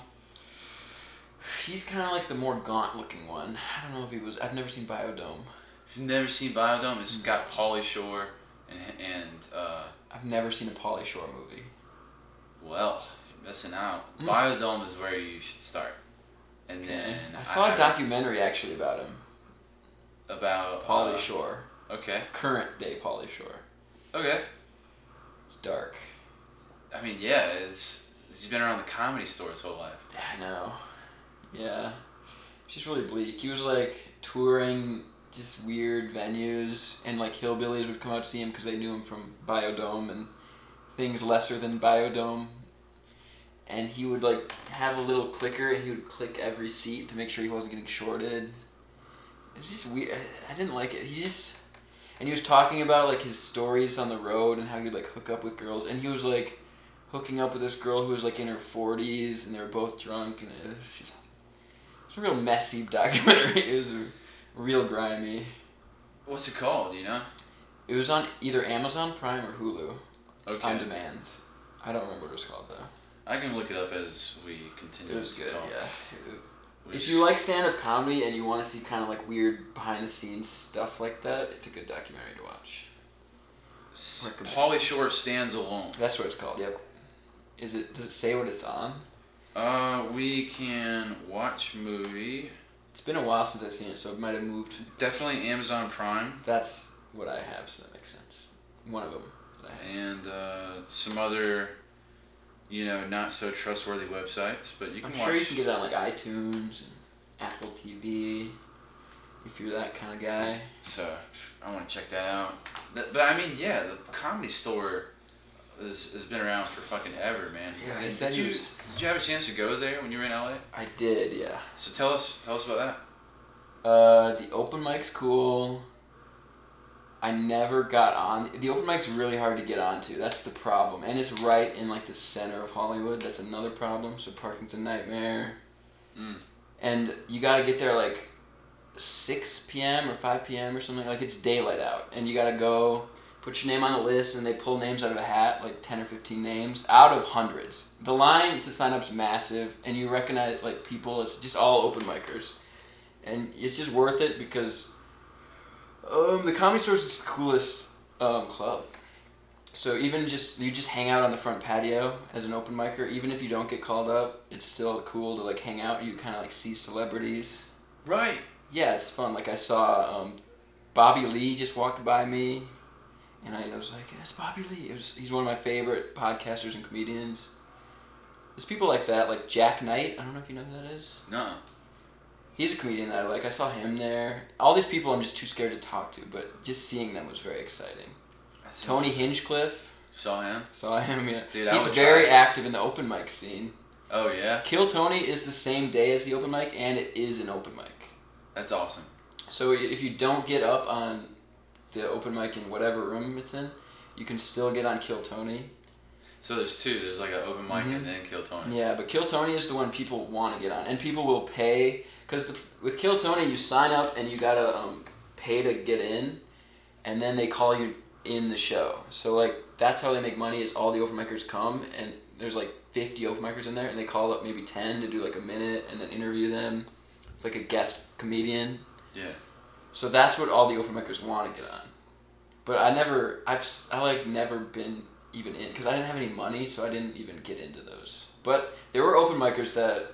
Speaker 3: He's kind of like the more gaunt looking one. I don't know if he was. I've never seen Biodome.
Speaker 2: If you've never seen Biodome,
Speaker 3: Hmm.
Speaker 2: it's got Pauly Shore and and uh,
Speaker 3: I've never seen a Polly Shore movie.
Speaker 2: well, you're missing out.
Speaker 3: Mm.
Speaker 2: Biodome is where you should start. And then
Speaker 3: I saw a
Speaker 2: a
Speaker 3: documentary actually about him.
Speaker 2: about
Speaker 3: Polly
Speaker 2: uh,
Speaker 3: Shore.
Speaker 2: Okay,
Speaker 3: Current day Polly Shore.
Speaker 2: okay.
Speaker 3: It's dark.
Speaker 2: I mean, yeah, it's he's been around the comedy store his whole life.
Speaker 3: Yeah, I know. Yeah. She's really bleak. He was like touring just weird venues, and like hillbillies would come out to see him because they knew him from Biodome and things lesser than Biodome. And he would like have a little clicker, and he would click every seat to make sure he wasn't getting shorted. It was just weird. I, I didn't like it. He just and he was talking about like his stories on the road and how he'd like hook up with girls, and he was like hooking up with this girl who was like in her 40s and they were both drunk and it was just it was a real messy documentary it was real grimy
Speaker 2: What's it called? You know?
Speaker 3: it was on either amazon prime or hulu
Speaker 2: Okay.
Speaker 3: on demand i don't remember what it was called though
Speaker 2: I can look it up as we continue.
Speaker 3: it was
Speaker 2: to
Speaker 3: good
Speaker 2: talk,
Speaker 3: yeah
Speaker 2: which-
Speaker 3: if you like stand-up comedy and you want to see kind of like weird behind the scenes stuff like that it's a good documentary to watch
Speaker 2: S-
Speaker 3: recommend-
Speaker 2: Pauly Shore stands alone.
Speaker 3: that's what it's called yep is it does it say what it's on
Speaker 2: Uh, we can watch movie.
Speaker 3: it's been a while since i've seen it so it might have moved
Speaker 2: Definitely Amazon Prime
Speaker 3: that's what i have so that makes sense one of them that i have
Speaker 2: and uh, some other you know, not so trustworthy websites, but you can
Speaker 3: I'm
Speaker 2: watch.
Speaker 3: sure you can get it on like iTunes and Apple TV if you're that kind of guy.
Speaker 2: So I want to check that out. But, but I mean, yeah, the Comedy Store is, has been around for fucking ever, man.
Speaker 3: Yeah, he
Speaker 2: Did-
Speaker 3: said
Speaker 2: did
Speaker 3: he
Speaker 2: you
Speaker 3: was-
Speaker 2: did you have a chance to go there when you were in LA?
Speaker 3: I did, yeah.
Speaker 2: So tell us tell us about that.
Speaker 3: Uh, the open mic's cool. I never got on. The open mic's really hard to get onto. That's the problem, and it's right in like the center of Hollywood. That's another problem. So parking's a nightmare.
Speaker 2: Mm.
Speaker 3: And you gotta get there like six p.m. or five p.m. or something. Like it's daylight out, and you gotta go put your name on a list, and they pull names out of a hat, like ten or fifteen names out of hundreds. The line to sign up's massive, and you recognize like people. It's just all open micers and it's just worth it because um, the comedy store is the coolest um, club. So even just you just hang out on the front patio as an open micer, even if you don't get called up, it's still cool to like hang out. You kind of like see celebrities.
Speaker 2: Right.
Speaker 3: Yeah, it's fun. Like I saw um, Bobby Lee just walked by me, and I was like, "That's Bobby Lee." It was, he's one of my favorite podcasters and comedians. There's people like that, like Jack Knight. I don't know if you know who that is.
Speaker 2: No.
Speaker 3: He's a comedian that I like. I saw him there. All these people I'm just too scared to talk to, but just seeing them was very exciting.
Speaker 2: That's
Speaker 3: Tony Hinchcliffe,
Speaker 2: saw him.
Speaker 3: saw him. Yeah,
Speaker 2: Dude, I
Speaker 3: he's
Speaker 2: would
Speaker 3: very
Speaker 2: try.
Speaker 3: active in the open mic scene.
Speaker 2: Oh yeah,
Speaker 3: Kill Tony is the same day as the open mic, and it is an open mic.
Speaker 2: that's awesome.
Speaker 3: So i- if you don't get up on the open mic in whatever room it's in, you can still get on Kill Tony.
Speaker 2: So there's two. There's like an open mic
Speaker 3: Mhm.
Speaker 2: and then Kill Tony.
Speaker 3: Yeah, but Kill Tony is the one people want to get on, and people will pay because with Kill Tony you sign up and you gotta um, pay to get in, and then they call you in the show. So like that's how they make money is all the open micers come and there's like 50 open micers in there and they call up maybe 10 to do like a minute and then interview them, It's like a guest comedian.
Speaker 2: Yeah.
Speaker 3: So that's what all the open micers want to get on, but I never I've s- I like never been even in because I didn't have any money, so I didn't even get into those. But there were open micers that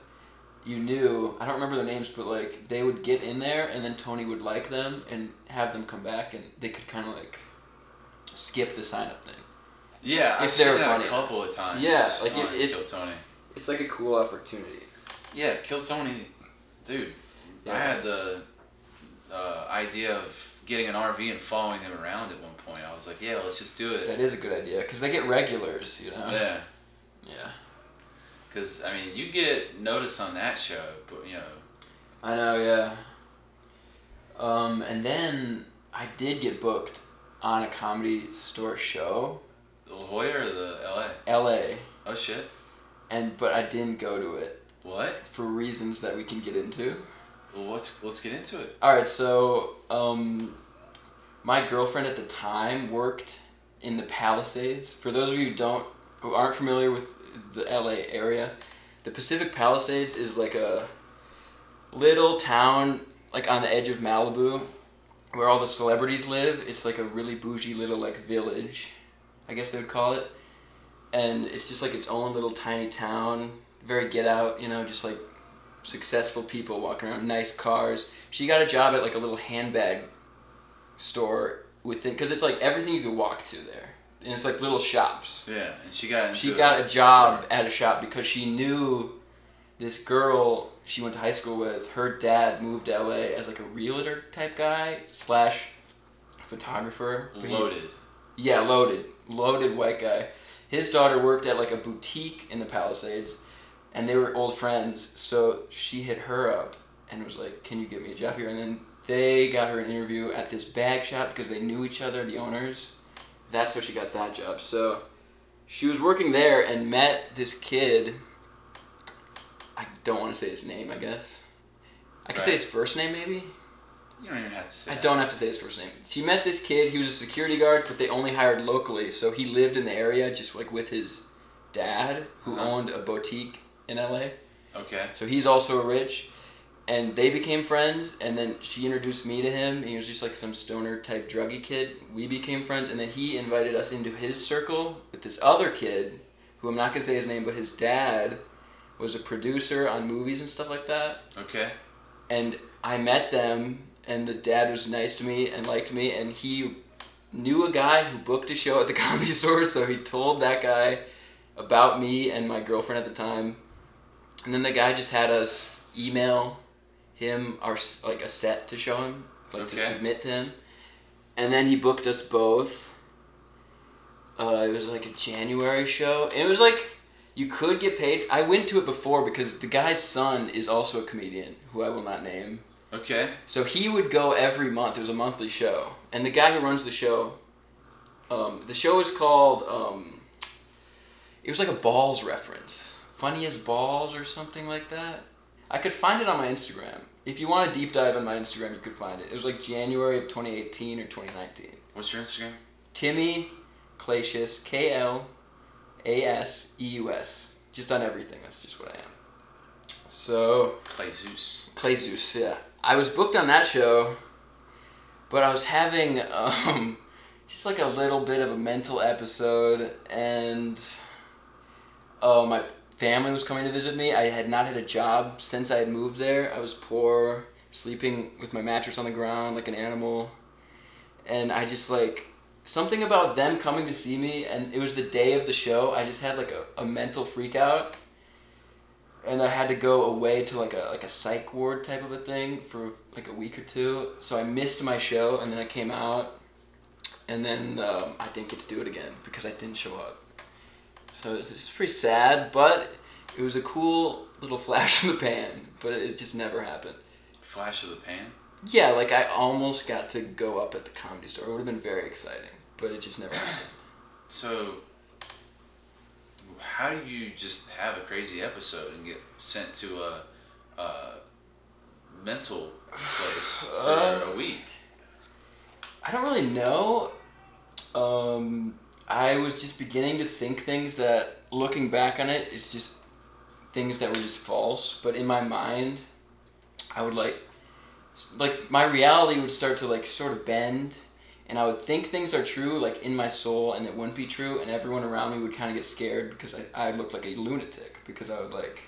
Speaker 3: you knew. I don't remember their names, but like they would get in there, and then Tony would like them and have them come back, and they could kind of like skip the sign up thing.
Speaker 2: Yeah, I've
Speaker 3: If they're
Speaker 2: seen that
Speaker 3: funny.
Speaker 2: a couple of times.
Speaker 3: Yeah, like, it-
Speaker 2: on
Speaker 3: it's-
Speaker 2: Kill Tony.
Speaker 3: It's like a cool opportunity.
Speaker 2: Yeah, Kill Tony, dude. I
Speaker 3: Yeah.
Speaker 2: had the uh, idea of getting an RV and following them around at one point. I was like, yeah, let's just do it.
Speaker 3: That is a good idea because they get regulars, you know.
Speaker 2: Yeah,
Speaker 3: Yeah.
Speaker 2: because I mean, you get notice on that show, but you know,
Speaker 3: I know, yeah. Um, and then I did get booked on a comedy store show,
Speaker 2: the La Jolla or the LA.
Speaker 3: L.A.
Speaker 2: Oh shit.
Speaker 3: And but I didn't go to it
Speaker 2: What?
Speaker 3: for reasons that we can get into.
Speaker 2: Well, let's let's get into it.
Speaker 3: All right, so um, my girlfriend at the time worked in the Palisades. For those of you who don't who aren't familiar with the LA area, the Pacific Palisades is like a little town like on the edge of Malibu where all the celebrities live. It's like a really bougie little like village, I guess they would call it. And it's just like its own little tiny town, very get out, you know, just like successful people walking around, nice cars she got a job at like a little handbag store within because it's like everything you could walk to there and it's like little shops
Speaker 2: Yeah, and she got into
Speaker 3: she
Speaker 2: it.
Speaker 3: got a job at a shop because she knew this girl she went to high school with her dad moved to la as like a realtor type guy slash photographer But he-
Speaker 2: Loaded.
Speaker 3: yeah, loaded, loaded white guy. His daughter worked at like a boutique in the Palisades, and they were old friends. So she hit her up and was like, "Can you get me a job here?" And then they got her an interview at this bag shop because they knew each other, the owners. That's how she got that job. So she was working there and met this kid. I don't want to say his name. I guess I could say
Speaker 2: Right.
Speaker 3: his first name maybe.
Speaker 2: You don't even have to say.
Speaker 3: I
Speaker 2: that.
Speaker 3: don't have to say his first name. He met this kid. He was a security guard, but they only hired locally, so he lived in the area, just like with his dad, who
Speaker 2: Uh-huh.
Speaker 3: owned a boutique in LA.
Speaker 2: Okay.
Speaker 3: So he's also rich, and they became friends. And then she introduced me to him. He was just like some stoner type druggy kid. We became friends, and then he invited us into his circle with this other kid, who I'm not gonna say his name, but his dad was a producer on movies and stuff like that
Speaker 2: Okay.
Speaker 3: and I met them, and the dad was nice to me and liked me, and he knew a guy who booked a show at the comedy store, so he told that guy, about me and my girlfriend at the time, and then the guy just had us email him our s- like a set to show him, like to
Speaker 2: Okay.
Speaker 3: submit to him, and then he booked us both. Uh, it was like a January show, and it was like you could get paid. I went to it before because the guy's son is also a comedian who I will not name.
Speaker 2: Okay.
Speaker 3: So he would go every month. It was a monthly show, and the guy who runs the show, um, the show is called. Um, it was like a balls reference, funny as balls or something like that. I could find it on my Instagram. If you want a deep dive on my Instagram, you could find it. It was like January of 2018 or 2019.
Speaker 2: What's your Instagram?
Speaker 3: Timmy Clasius, K L A S E U S. Just on everything. That's just what I am. So.
Speaker 2: Clay Zeus.
Speaker 3: Clay Zeus, yeah. I was booked on that show, but I was having um, just like a little bit of a mental episode, and uh, my family was coming to visit me. I had not had a job since I had moved there. I was poor, sleeping with my mattress on the ground like an animal, and I just like something about them coming to see me, and it was the day of the show. I just had like a, a mental freak out and I had to go away to like a like a psych ward type of a thing for like a week or two. So I missed my show, and then I came out, and then um, I didn't get to do it again because I didn't show up. So it's it's pretty sad, but it was a cool little flash in the pan. But it just never happened.
Speaker 2: Flash of the Pan.
Speaker 3: Yeah, like I almost got to go up at the comedy store. It would have been very exciting, but it just never happened.
Speaker 2: So, how do you just have a crazy episode and get sent to a, a mental place for
Speaker 3: Uh,
Speaker 2: a week?
Speaker 3: I don't really know. Um, I was just beginning to think things that, looking back on it, it's just things that were just false. But in my mind, I would like, like my reality would start to like sort of bend, and I would think things are true, like in my soul, and it wouldn't be true, and everyone around me would kind of get scared because I, I looked like a lunatic because I would like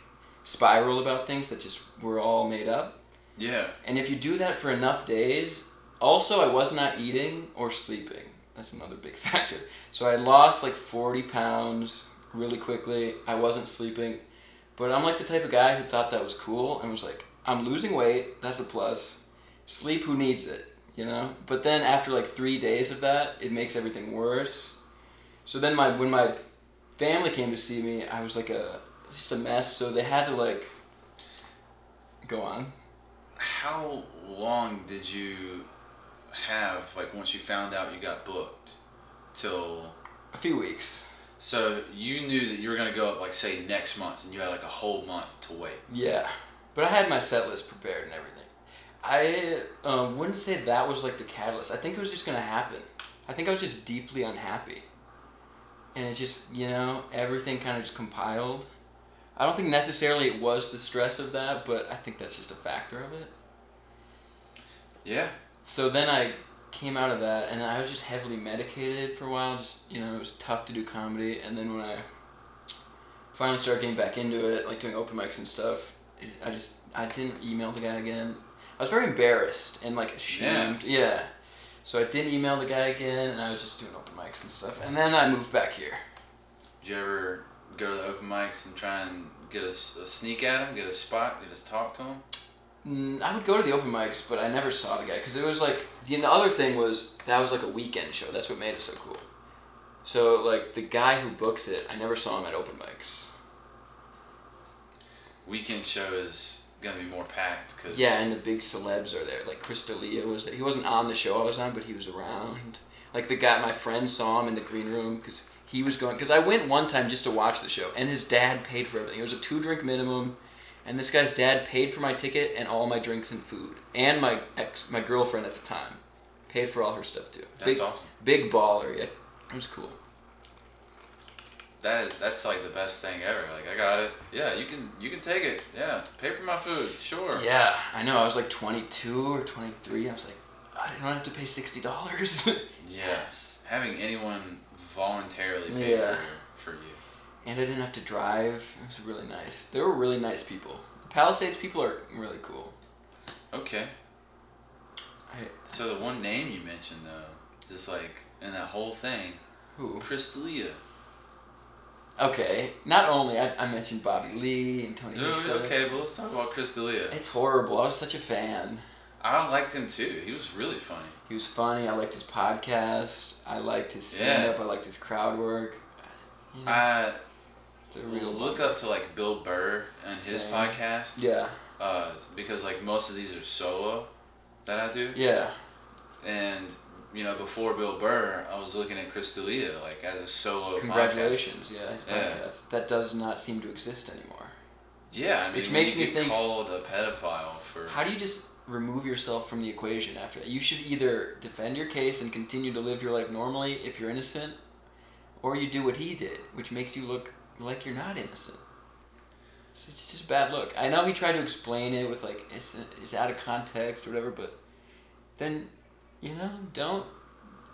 Speaker 3: spiral about things that just were all made up.
Speaker 2: Yeah.
Speaker 3: And if you do that for enough days, also I was not eating or sleeping. That's another big factor. So I lost like 40 pounds really quickly. I wasn't sleeping. But I'm like the type of guy who thought that was cool and was like, I'm losing weight. That's a plus. Sleep, who needs it? You know? But then after like three days of that, it makes everything worse. So then my when my family came to see me, I was like a just a mess. So they had to like go on.
Speaker 2: How long did you have like once you found out you got booked till?
Speaker 3: A few weeks.
Speaker 2: So you knew that you were gonna go up like say next month, and you had like a whole month to wait.
Speaker 3: Yeah, but I had my set list prepared and everything. I um, wouldn't say that was like the catalyst. I think it was just gonna happen. I think I was just deeply unhappy, and it just you know everything kind of just compiled. I don't think necessarily it was the stress of that, but I think that's just a factor of it.
Speaker 2: Yeah.
Speaker 3: So then I came out of that, and I was just heavily medicated for a while. Just you know, it was tough to do comedy. And then when I finally started getting back into it, like doing open mics and stuff, it, I just I didn't email the guy again. I was very embarrassed and like ashamed. Yeah. So I didn't email the guy again, and I was just doing open mics and stuff. And then I moved back here.
Speaker 2: Did you ever go to the open mics and try and get a, s- a sneak at them, get a spot, just talk to them?
Speaker 3: Mm, I would go to the open mics, but I never saw the guy because it was like the, and the other thing was that was like a weekend show. That's what made it so cool. So like the guy who books it, I never saw him at open mics.
Speaker 2: Weekend show is gonna be more packed because
Speaker 3: Yeah, and the big celebs are there. Like Chris D'Elia was there. He wasn't on the show I was on, but he was around. Like the guy, my friend saw him in the green room because he was going. Because I went one time just to watch the show, and his dad paid for everything. It was a two drink minimum, and this guy's dad paid for my ticket and all my drinks and food, and my ex, my girlfriend at the time, paid for all her stuff too.
Speaker 2: that's
Speaker 3: big,
Speaker 2: awesome.
Speaker 3: big baller. Yeah, it was cool.
Speaker 2: That is, that's like the best thing ever. Like I got it. Yeah, you can you can take it. Yeah, pay for my food. Sure.
Speaker 3: Yeah, I know. I was like 22 or 23. I was like, I don't have to pay sixty dollars.
Speaker 2: Yes. Having anyone voluntarily pay
Speaker 3: Yeah.
Speaker 2: for your, for you.
Speaker 3: and I didn't have to drive. It was really nice. They were really nice people. The Palisades people are really cool.
Speaker 2: Okay.
Speaker 3: I-
Speaker 2: So the one name you mentioned though, just like in that whole thing,
Speaker 3: Who?
Speaker 2: Chris D'Elia.
Speaker 3: Okay, not only I, I mentioned Bobby Lee and Tony
Speaker 2: No,
Speaker 3: Hinchcliffe.
Speaker 2: Oh, okay, but let's talk about Chris D'Elia.
Speaker 3: It's horrible. I was such a fan.
Speaker 2: I liked him too. He was really funny.
Speaker 3: He was funny. I liked his podcast. I liked his stand up. I liked his crowd work. You know,
Speaker 2: I
Speaker 3: it's a Mm-hmm. real
Speaker 2: look up to like Bill Burr and his
Speaker 3: Same.
Speaker 2: podcast.
Speaker 3: Yeah,
Speaker 2: Uh, because like most of these are solo that I do.
Speaker 3: yeah,
Speaker 2: And you know, before Bill Burr, I was looking at Chris D'Elia like as a solo. podcast.
Speaker 3: congratulations. Yeah, his
Speaker 2: Yeah.
Speaker 3: podcast that does not seem to exist anymore.
Speaker 2: Yeah, I mean,
Speaker 3: Which
Speaker 2: when
Speaker 3: makes
Speaker 2: you
Speaker 3: me
Speaker 2: get
Speaker 3: think-
Speaker 2: called a pedophile for.
Speaker 3: How do you just remove yourself from the equation after that? You should either defend your case and continue to live your life normally if you're innocent, or you do what he did, which makes you look like you're not innocent. So It's just a bad look. I know he tried to explain it with like it's it's out of context or whatever, but then you know don't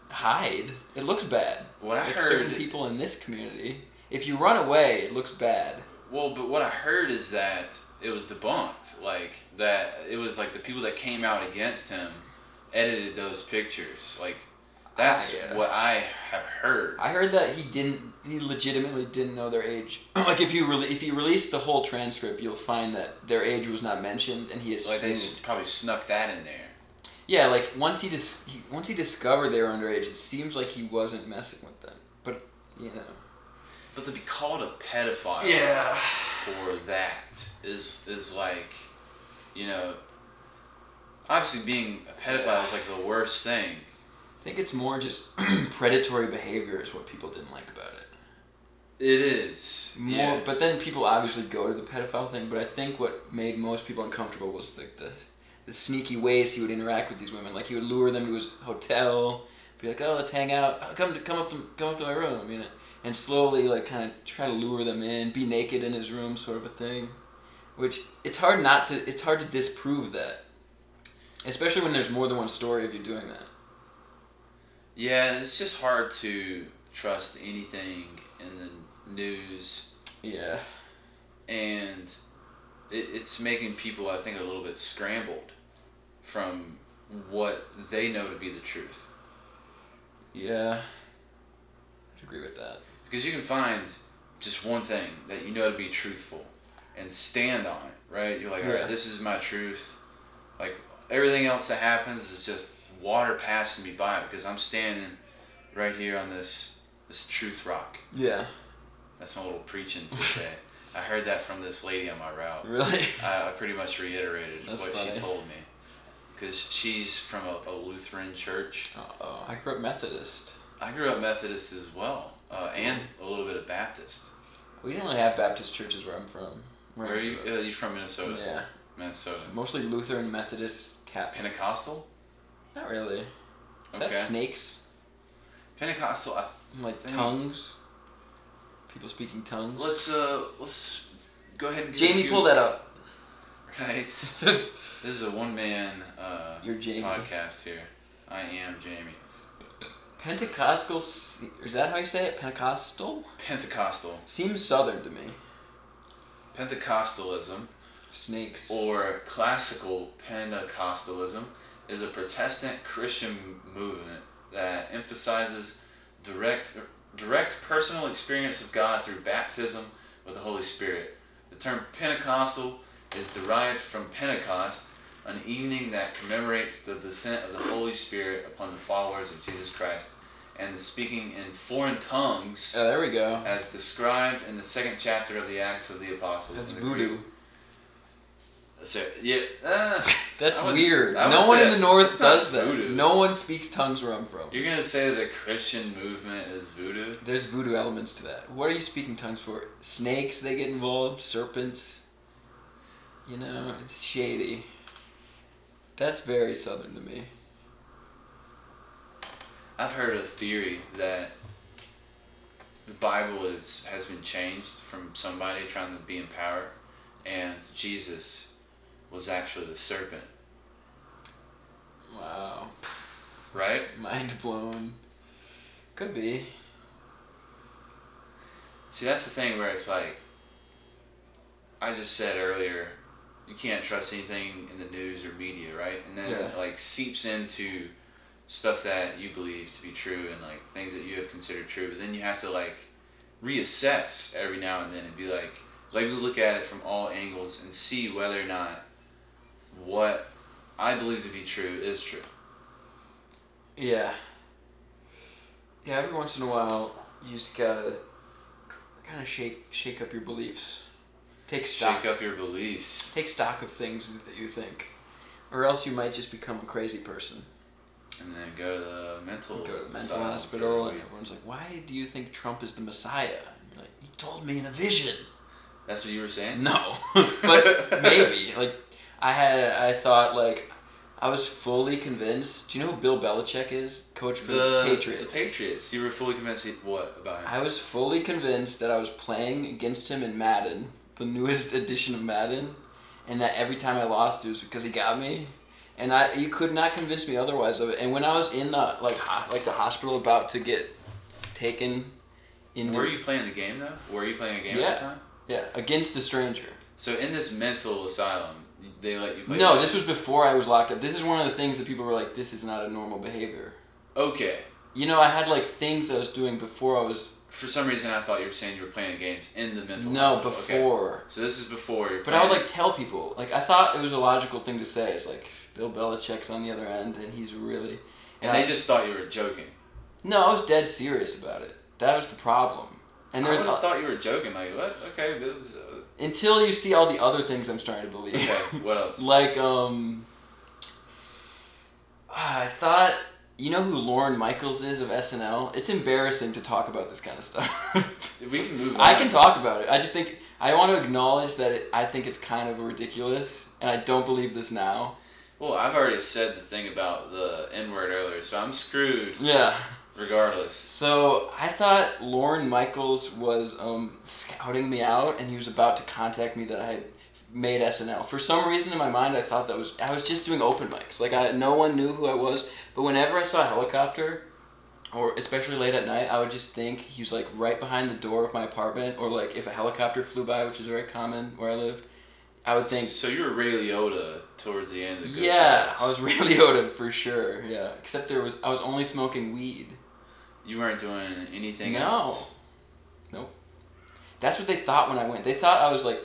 Speaker 3: hide. It looks bad.
Speaker 2: what I
Speaker 3: Like
Speaker 2: heard.
Speaker 3: certain people in this community, if you run away, it looks bad.
Speaker 2: Well, but what I heard is that it was debunked. Like that, it was like the people that came out against him edited those pictures. Like that's
Speaker 3: Ah, yeah.
Speaker 2: what I have heard.
Speaker 3: I heard that he didn't. He legitimately didn't know their age. like if you rele if you release the whole transcript, you'll find that their age was not mentioned, and he
Speaker 2: Like
Speaker 3: assumed.
Speaker 2: they s- probably snuck that in there.
Speaker 3: yeah, like once he dis- he, once he discovered they were underage, it seems like he wasn't messing with them. But you know.
Speaker 2: But to be called a pedophile
Speaker 3: Yeah.
Speaker 2: for that is is like, you know, obviously being a pedophile is like the worst thing.
Speaker 3: I think it's more just predatory behavior is what people didn't like about it.
Speaker 2: It is.
Speaker 3: More,
Speaker 2: yeah.
Speaker 3: but then people obviously go to the pedophile thing. But I think what made most people uncomfortable was like the, the sneaky ways he would interact with these women. Like he would lure them to his hotel, be like, "Oh, let's hang out. Oh, come to come up to come up to my room," you know, and slowly like kind of try to lure them in, be naked in his room, sort of a thing. Which it's hard not to it's hard to disprove that, especially when there's more than one story of you doing that.
Speaker 2: Yeah, it's just hard to trust anything in the news,
Speaker 3: Yeah.
Speaker 2: and it, it's making people, I think, a little bit scrambled from what they know to be the truth.
Speaker 3: Yeah. I'd agree with that.
Speaker 2: Because you can find just one thing that you know to be truthful and stand on it, right? You're like, all
Speaker 3: Yeah.
Speaker 2: right, this is my truth. Like, everything else that happens is just water passing me by because I'm standing right here on this this truth rock.
Speaker 3: Yeah.
Speaker 2: That's my little preaching for today. I heard that from this lady on my route.
Speaker 3: Really.
Speaker 2: I I pretty much reiterated
Speaker 3: That's
Speaker 2: what
Speaker 3: funny.
Speaker 2: she told me. Because she's from a, a Lutheran church.
Speaker 3: Uh-oh. I grew up Methodist.
Speaker 2: I grew up Methodist as well, uh,
Speaker 3: That's cool.
Speaker 2: and a little bit of Baptist.
Speaker 3: We didn't really have Baptist churches where I'm from.
Speaker 2: Where
Speaker 3: I
Speaker 2: are you?
Speaker 3: grew
Speaker 2: Uh, you're from Minnesota.
Speaker 3: up. Yeah,
Speaker 2: Minnesota.
Speaker 3: mostly Lutheran, Methodist, Catholic.
Speaker 2: Pentecostal?
Speaker 3: Not really. Is
Speaker 2: Okay.
Speaker 3: that snakes?
Speaker 2: Pentecostal. I,
Speaker 3: Like
Speaker 2: Think-
Speaker 3: tongues? People speaking tongues?
Speaker 2: let's uh, let's go ahead and.
Speaker 3: Jamie, pull that up.
Speaker 2: Right. This is a one man uh,
Speaker 3: You're Jamie.
Speaker 2: podcast here. I am Jamie.
Speaker 3: Pentecostal. se- Is that how you say it? Pentecostal?
Speaker 2: Pentecostal.
Speaker 3: Seems southern to me.
Speaker 2: Pentecostalism
Speaker 3: Snakes.
Speaker 2: or classical Pentecostalism is a Protestant Christian movement that emphasizes direct direct personal experience of God through baptism with the Holy Spirit. The term Pentecostal is derived from Pentecost, an evening that commemorates the descent of the Holy Spirit upon the followers of Jesus Christ and the speaking in foreign tongues
Speaker 3: Oh, there we go.
Speaker 2: as described in the second chapter of the Acts of the Apostles.
Speaker 3: That's
Speaker 2: In the Greek-
Speaker 3: voodoo.
Speaker 2: so yeah, uh,
Speaker 3: That's
Speaker 2: I wouldn't-
Speaker 3: weird.
Speaker 2: I wouldn't
Speaker 3: No one
Speaker 2: say
Speaker 3: in the
Speaker 2: that's-
Speaker 3: north
Speaker 2: that's not
Speaker 3: does that.
Speaker 2: voodoo.
Speaker 3: No one speaks tongues where I'm from.
Speaker 2: you're gonna say that the Christian movement is voodoo?
Speaker 3: There's voodoo elements to that. What are you speaking tongues for? Snakes, they get involved, serpents. You know, it's shady. That's very southern to me.
Speaker 2: I've heard a theory that the Bible is has been changed from somebody trying to be in power, and Jesus was actually the serpent,
Speaker 3: Wow.
Speaker 2: right?
Speaker 3: Mind blown. Could be.
Speaker 2: See, that's the thing where it's like, I just said earlier, you can't trust anything in the news or media, right? And then
Speaker 3: Yeah.
Speaker 2: it like seeps into stuff that you believe to be true and like things that you have considered true, but then you have to like reassess every now and then and be like, like we look at it from all angles and see whether or not what I believe to be true is true.
Speaker 3: Yeah. Yeah, every once in a while, you just gotta kind of shake shake up your beliefs. Take stock.
Speaker 2: Shake up your beliefs.
Speaker 3: Take stock of things that you think, or else you might just become a crazy person.
Speaker 2: And then go to the mental,
Speaker 3: You go to a mental
Speaker 2: side
Speaker 3: hospital,
Speaker 2: for a
Speaker 3: and
Speaker 2: week.
Speaker 3: everyone's like, "Why do you think Trump is the Messiah?" And you're like, "He told me in a vision."
Speaker 2: That's what you were saying?
Speaker 3: No, but maybe like I had I thought like I was fully convinced. Do you know who Bill Belichick is? Coach for the,
Speaker 2: The
Speaker 3: Patriots.
Speaker 2: The Patriots. You were fully convinced he- what about him?
Speaker 3: I was fully convinced that I was playing against him in Madden, the newest edition of Madden, and that every time I lost it was because he got me. And I, you could not convince me otherwise of it. And when I was in the like, ho- like the hospital about to get taken, in
Speaker 2: were you playing the game though? Were you playing a game at
Speaker 3: Yeah.
Speaker 2: the time?
Speaker 3: yeah against a stranger.
Speaker 2: So in this mental asylum, they let you play.
Speaker 3: no,
Speaker 2: the
Speaker 3: this
Speaker 2: game.
Speaker 3: was before I was locked up. This is one of the things that people were like, "This is not a normal behavior."
Speaker 2: okay.
Speaker 3: You know, I had like things that I was doing before I was
Speaker 2: For some reason, I thought you were saying you were playing games in the mental.
Speaker 3: no
Speaker 2: hospital. Okay.
Speaker 3: before.
Speaker 2: So this is before you're.
Speaker 3: But I would like tell people, like I thought it was a logical thing to say. It's like Bill Belichick's on the other end, and he's really.
Speaker 2: and
Speaker 3: I-
Speaker 2: they just thought you were joking.
Speaker 3: No, I was dead serious about it. That was the problem. And
Speaker 2: And I
Speaker 3: there's
Speaker 2: would have thought you were joking. Like what? Okay, but this- uh,
Speaker 3: until you see all the other things I'm starting to believe.
Speaker 2: okay. What else?
Speaker 3: like um, ah, I thought you know who Lauren Michaels is of SNL. It's embarrassing to talk about this kind of stuff.
Speaker 2: we can move. On.
Speaker 3: I can talk about it. I just think I want to acknowledge that it, I think it's kind of ridiculous, and I don't believe this now.
Speaker 2: Well, I've already said the thing about the N word earlier, so I'm screwed
Speaker 3: Yeah.
Speaker 2: regardless.
Speaker 3: So I thought Lauren Michaels was um, scouting me out, and he was about to contact me that I had made SNL. For some reason in my mind, I thought that was I was just doing open mics. Like I, no one knew who I was. But whenever I saw a helicopter, or especially late at night, I would just think he was like right behind the door of my apartment, or like if a helicopter flew by, which is very common where I lived, I would think.
Speaker 2: So you were Ray Liotta towards the end of the.
Speaker 3: Yeah,
Speaker 2: Goodfellas.
Speaker 3: I was Ray Liotta for sure. Yeah, except there was I was only smoking weed.
Speaker 2: You weren't doing anything
Speaker 3: no.
Speaker 2: else.
Speaker 3: Nope. That's what they thought when I went. They thought I was like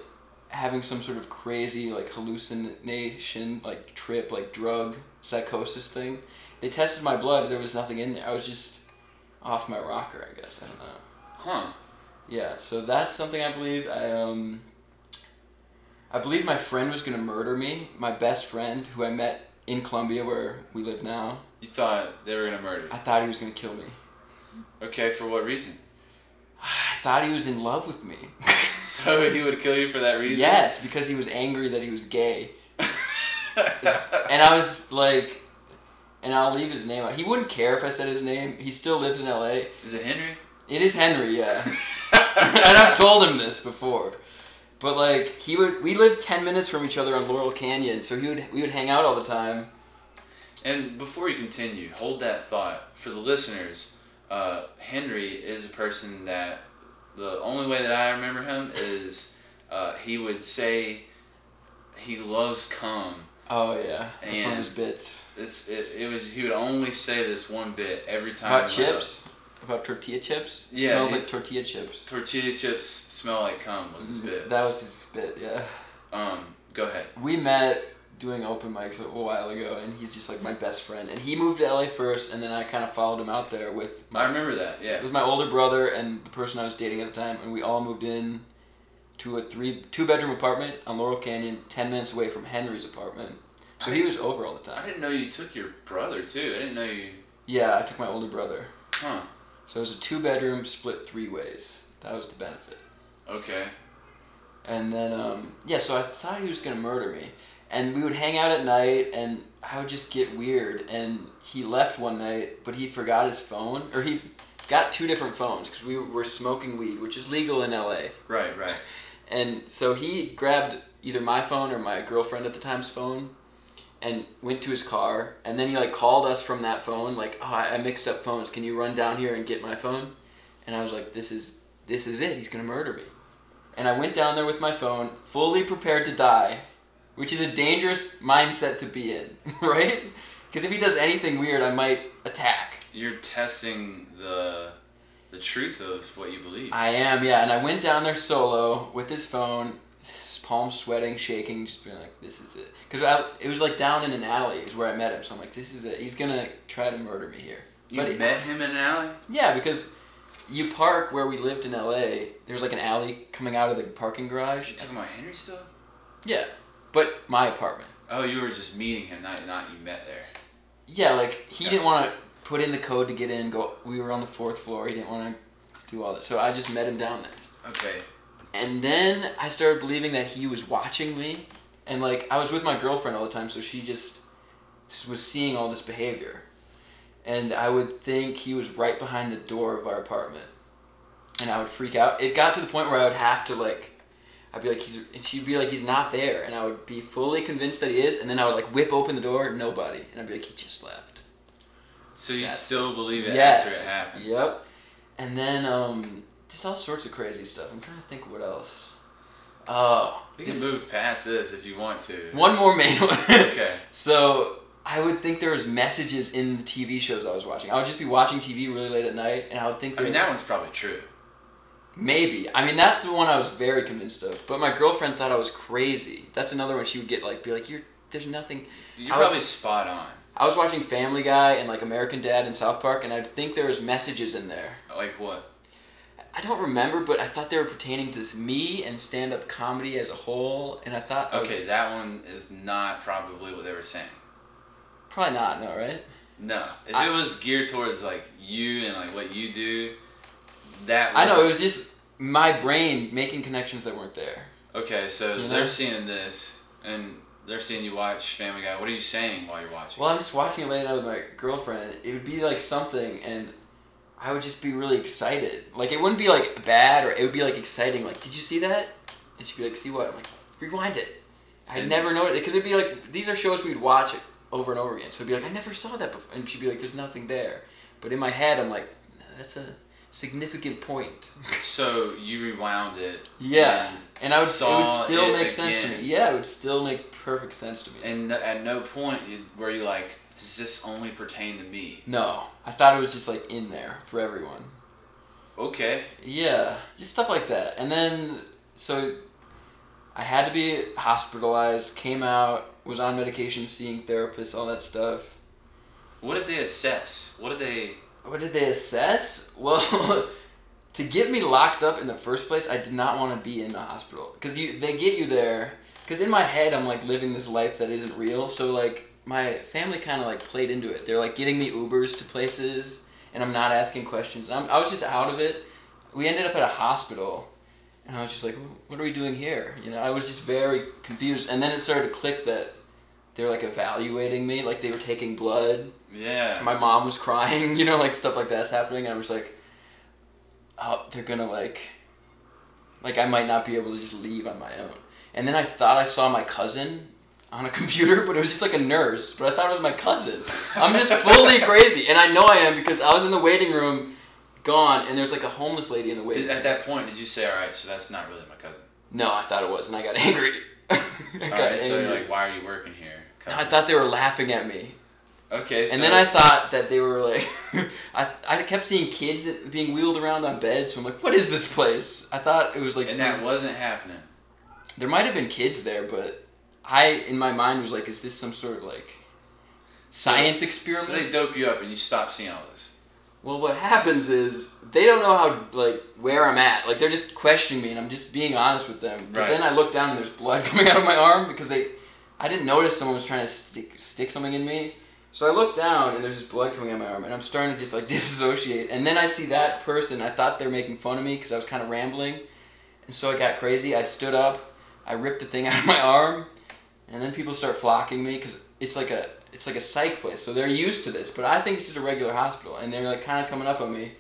Speaker 3: having some sort of crazy like hallucination, like trip, like drug psychosis thing. They tested my blood. There was nothing in there. I was just off my rocker, I guess. I don't know.
Speaker 2: Huh.
Speaker 3: Yeah. So that's something I believe. I um. I believe my friend was gonna murder me. My best friend, who I met in Colombia, where we live now.
Speaker 2: You thought they were gonna murder
Speaker 3: I
Speaker 2: you.
Speaker 3: thought he was gonna kill me.
Speaker 2: Okay, for what reason?
Speaker 3: I thought he was in love with me.
Speaker 2: So he would kill you for that reason?
Speaker 3: Yes, because he was angry that he was gay. And I was like, and I'll leave his name out. He wouldn't care if I said his name. He still lives in LA.
Speaker 2: Is it Henry?
Speaker 3: It is Henry, yeah. and I've told him this before. But like he would we lived 10 minutes from each other on Laurel Canyon, so he would we would hang out all the time.
Speaker 2: And before you continue, hold that thought. For the listeners, uh, Henry is a person that the only way that I remember him is uh, he would say he loves cum.
Speaker 3: Oh yeah. That's one of his
Speaker 2: And-
Speaker 3: bits.
Speaker 2: It's, it, it was he would only say this one bit every time.
Speaker 3: About
Speaker 2: we went up.
Speaker 3: chips? About tortilla chips?
Speaker 2: Yeah,
Speaker 3: Smells
Speaker 2: he-
Speaker 3: like tortilla chips.
Speaker 2: Tortilla chips smell like cum was his bit.
Speaker 3: That was his bit, yeah.
Speaker 2: Um, go ahead.
Speaker 3: we met doing open mics a while ago, and he's just like my best friend. And he moved to LA first, and then I kind of followed him out there with
Speaker 2: I remember that. Yeah.
Speaker 3: with my older brother and the person I was dating at the time, and we all moved in to a three two bedroom apartment on Laurel Canyon, ten minutes away from Henry's apartment. So he was over all the
Speaker 2: I
Speaker 3: time.
Speaker 2: didn't know you took your brother too. I didn't know you.
Speaker 3: Yeah, I took my older brother.
Speaker 2: Huh.
Speaker 3: So it was a two bedroom split three ways. That was the benefit.
Speaker 2: Okay.
Speaker 3: And then, um, yeah, so I thought he was going to murder me. And we would hang out at night, and I would just get weird. And he left one night, but he forgot his phone, or he got two different phones because we were smoking weed, which is legal in LA.
Speaker 2: Right. Right.
Speaker 3: And so he grabbed either my phone or my girlfriend at the time's phone and went to his car. And then he like called us from that phone, like, oh, I I mixed up phones. Can you run down here and get my phone? And I was like, this is this is it. He's gonna murder me. And I went down there with my phone, fully prepared to die, which is a dangerous mindset to be in, right? Because if he does anything weird, I might attack.
Speaker 2: You're testing the the truth of what you believe.
Speaker 3: I am, yeah. And I went down there solo with his phone, his palm sweating, shaking, just being like, "This is it." Because it was like down in an alley is where I met him. So I'm like, "This is it. He's gonna try to murder me here."
Speaker 2: you
Speaker 3: but it-
Speaker 2: met him in an alley.
Speaker 3: Yeah, because you park where we lived in L.A. There's like an alley coming out of the parking
Speaker 2: You
Speaker 3: garage.
Speaker 2: talking about Henry still?
Speaker 3: Yeah, but my apartment.
Speaker 2: Oh, you were just meeting him, not not you met there.
Speaker 3: Yeah, like he
Speaker 2: Gotcha.
Speaker 3: didn't want to put in the code to get in. Go. We were on the fourth floor. He didn't want to do all that. So I just met him down there.
Speaker 2: Okay.
Speaker 3: And then I started believing that he was watching me, and like I was with my girlfriend all the time, so she just, just was seeing all this behavior, and I would think he was right behind the door of our apartment, and I would freak out. It got to the point where I would have to like, I'd be like he's, and she'd be like he's not there, and I would be fully convinced that he is, and then I would like whip open the door, nobody, and I'd be like he just left.
Speaker 2: So you
Speaker 3: That's-
Speaker 2: still believe it after it happened?
Speaker 3: Yep. And then um, just all sorts of crazy stuff. I'm trying to think what else. Oh,
Speaker 2: We can
Speaker 3: this-
Speaker 2: move past this if you want to.
Speaker 3: one more main one.
Speaker 2: Okay.
Speaker 3: So I would think there was messages in the TV shows I was watching. I would just be watching TV really late at night, and I would think
Speaker 2: I
Speaker 3: there
Speaker 2: mean that one's probably true.
Speaker 3: maybe. I mean, that's the one I was very convinced of. But my girlfriend thought I was crazy. That's another one she would get like, be like, "You're there's nothing."
Speaker 2: You're
Speaker 3: I would-
Speaker 2: probably spot on.
Speaker 3: I was watching Family Guy and like American Dad and South Park, and I'd think there was messages in there.
Speaker 2: Like what?
Speaker 3: I don't remember, but I thought they were pertaining to me and stand up comedy as a whole, and I thought
Speaker 2: Okay, that one is not probably what they were saying.
Speaker 3: probably not, no, right?
Speaker 2: No, if
Speaker 3: I-
Speaker 2: it was geared towards like you and like what you do, that was,
Speaker 3: I know it was just my brain making connections that weren't there.
Speaker 2: Okay, so
Speaker 3: You know?
Speaker 2: they're seeing this and they're seeing you watch Family Guy. What are you saying while you're watching?
Speaker 3: Well, I'm just watching it late night with my girlfriend. It would be like something, and I would just be really excited. Like it wouldn't be like bad, or it would be like exciting. Like, did you see that? And she'd be like, "See what?" I'm like, "Rewind it." I
Speaker 2: And-
Speaker 3: never noticed because it'd be like these are shows we'd watch over and over again. So it'd be like, "I never saw that before," and she'd be like, "There's nothing there." But in my head, I'm like, "That's a significant point."
Speaker 2: So you rewound it.
Speaker 3: Yeah,
Speaker 2: And,
Speaker 3: and I would it would
Speaker 2: Saw
Speaker 3: still
Speaker 2: it
Speaker 3: make sense to me.
Speaker 2: again.
Speaker 3: Yeah, it would still make perfect sense to me.
Speaker 2: and at no point you- were you like, does this only pertain to me?
Speaker 3: no, I thought it was just like in there for everyone.
Speaker 2: Okay.
Speaker 3: Yeah, just stuff like that. And then, so I had to be hospitalized, came out, was on medication, seeing therapists, all that stuff.
Speaker 2: What did they assess? What did they?
Speaker 3: What did they assess? Well, to get me locked up in the first place, I did not want to be in the hospital. Because you, they get you there. Because in my head, I'm like living this life that isn't real. So, like, my family kind of like played into it. They're like getting me Ubers to places, and I'm not asking questions. And I'm, I was just out of it. We ended up at a hospital, and I was just like, what are we doing here? You know, I was just very confused. And then it started to click that they were like evaluating me, like they were taking blood
Speaker 2: Yeah.
Speaker 3: my mom was crying, you know, like stuff like that's happening. And I was like, oh, they're gonna like, like I might not be able to just leave on my own. And then I thought I saw my cousin on a computer, but it was just like a nurse. But I thought it was my cousin. I'm just fully crazy, and I know I am because I was in the waiting room, gone, and there's like a homeless lady in the waiting.
Speaker 2: Did,
Speaker 3: room.
Speaker 2: at that point, did you say, all right, so that's not really my cousin?
Speaker 3: No, I thought it was, and I got angry. I
Speaker 2: All
Speaker 3: got
Speaker 2: right, so you're
Speaker 3: angry.
Speaker 2: like, why are you working here?
Speaker 3: No, I thought they were laughing at me.
Speaker 2: Okay, so
Speaker 3: And then I thought that they were like, I, I kept seeing kids being wheeled around on beds, so I'm like, what is this place? I thought it was like,
Speaker 2: and
Speaker 3: some-
Speaker 2: that wasn't happening.
Speaker 3: there might have been kids there, but I, in my mind, was like, is this some sort of like science experiment?
Speaker 2: So they dope you up and you stop seeing all this.
Speaker 3: Well, what happens is they don't know how like where I'm at. Like they're just questioning me, and I'm just being honest with them. But
Speaker 2: Right.
Speaker 3: then I look down and there's blood coming out of my arm because they, I didn't notice someone was trying to stick stick something in me. So I look down and there's just blood coming out of my arm, and I'm starting to just like disassociate. And then I see that person. I thought they were making fun of me because I was kind of rambling, and so I got crazy. I stood up, I ripped the thing out of my arm, and then people start flocking me because it's like a it's like a psych place, so they're used to this. But I think it's just a regular hospital, and they're like kind of coming up on me,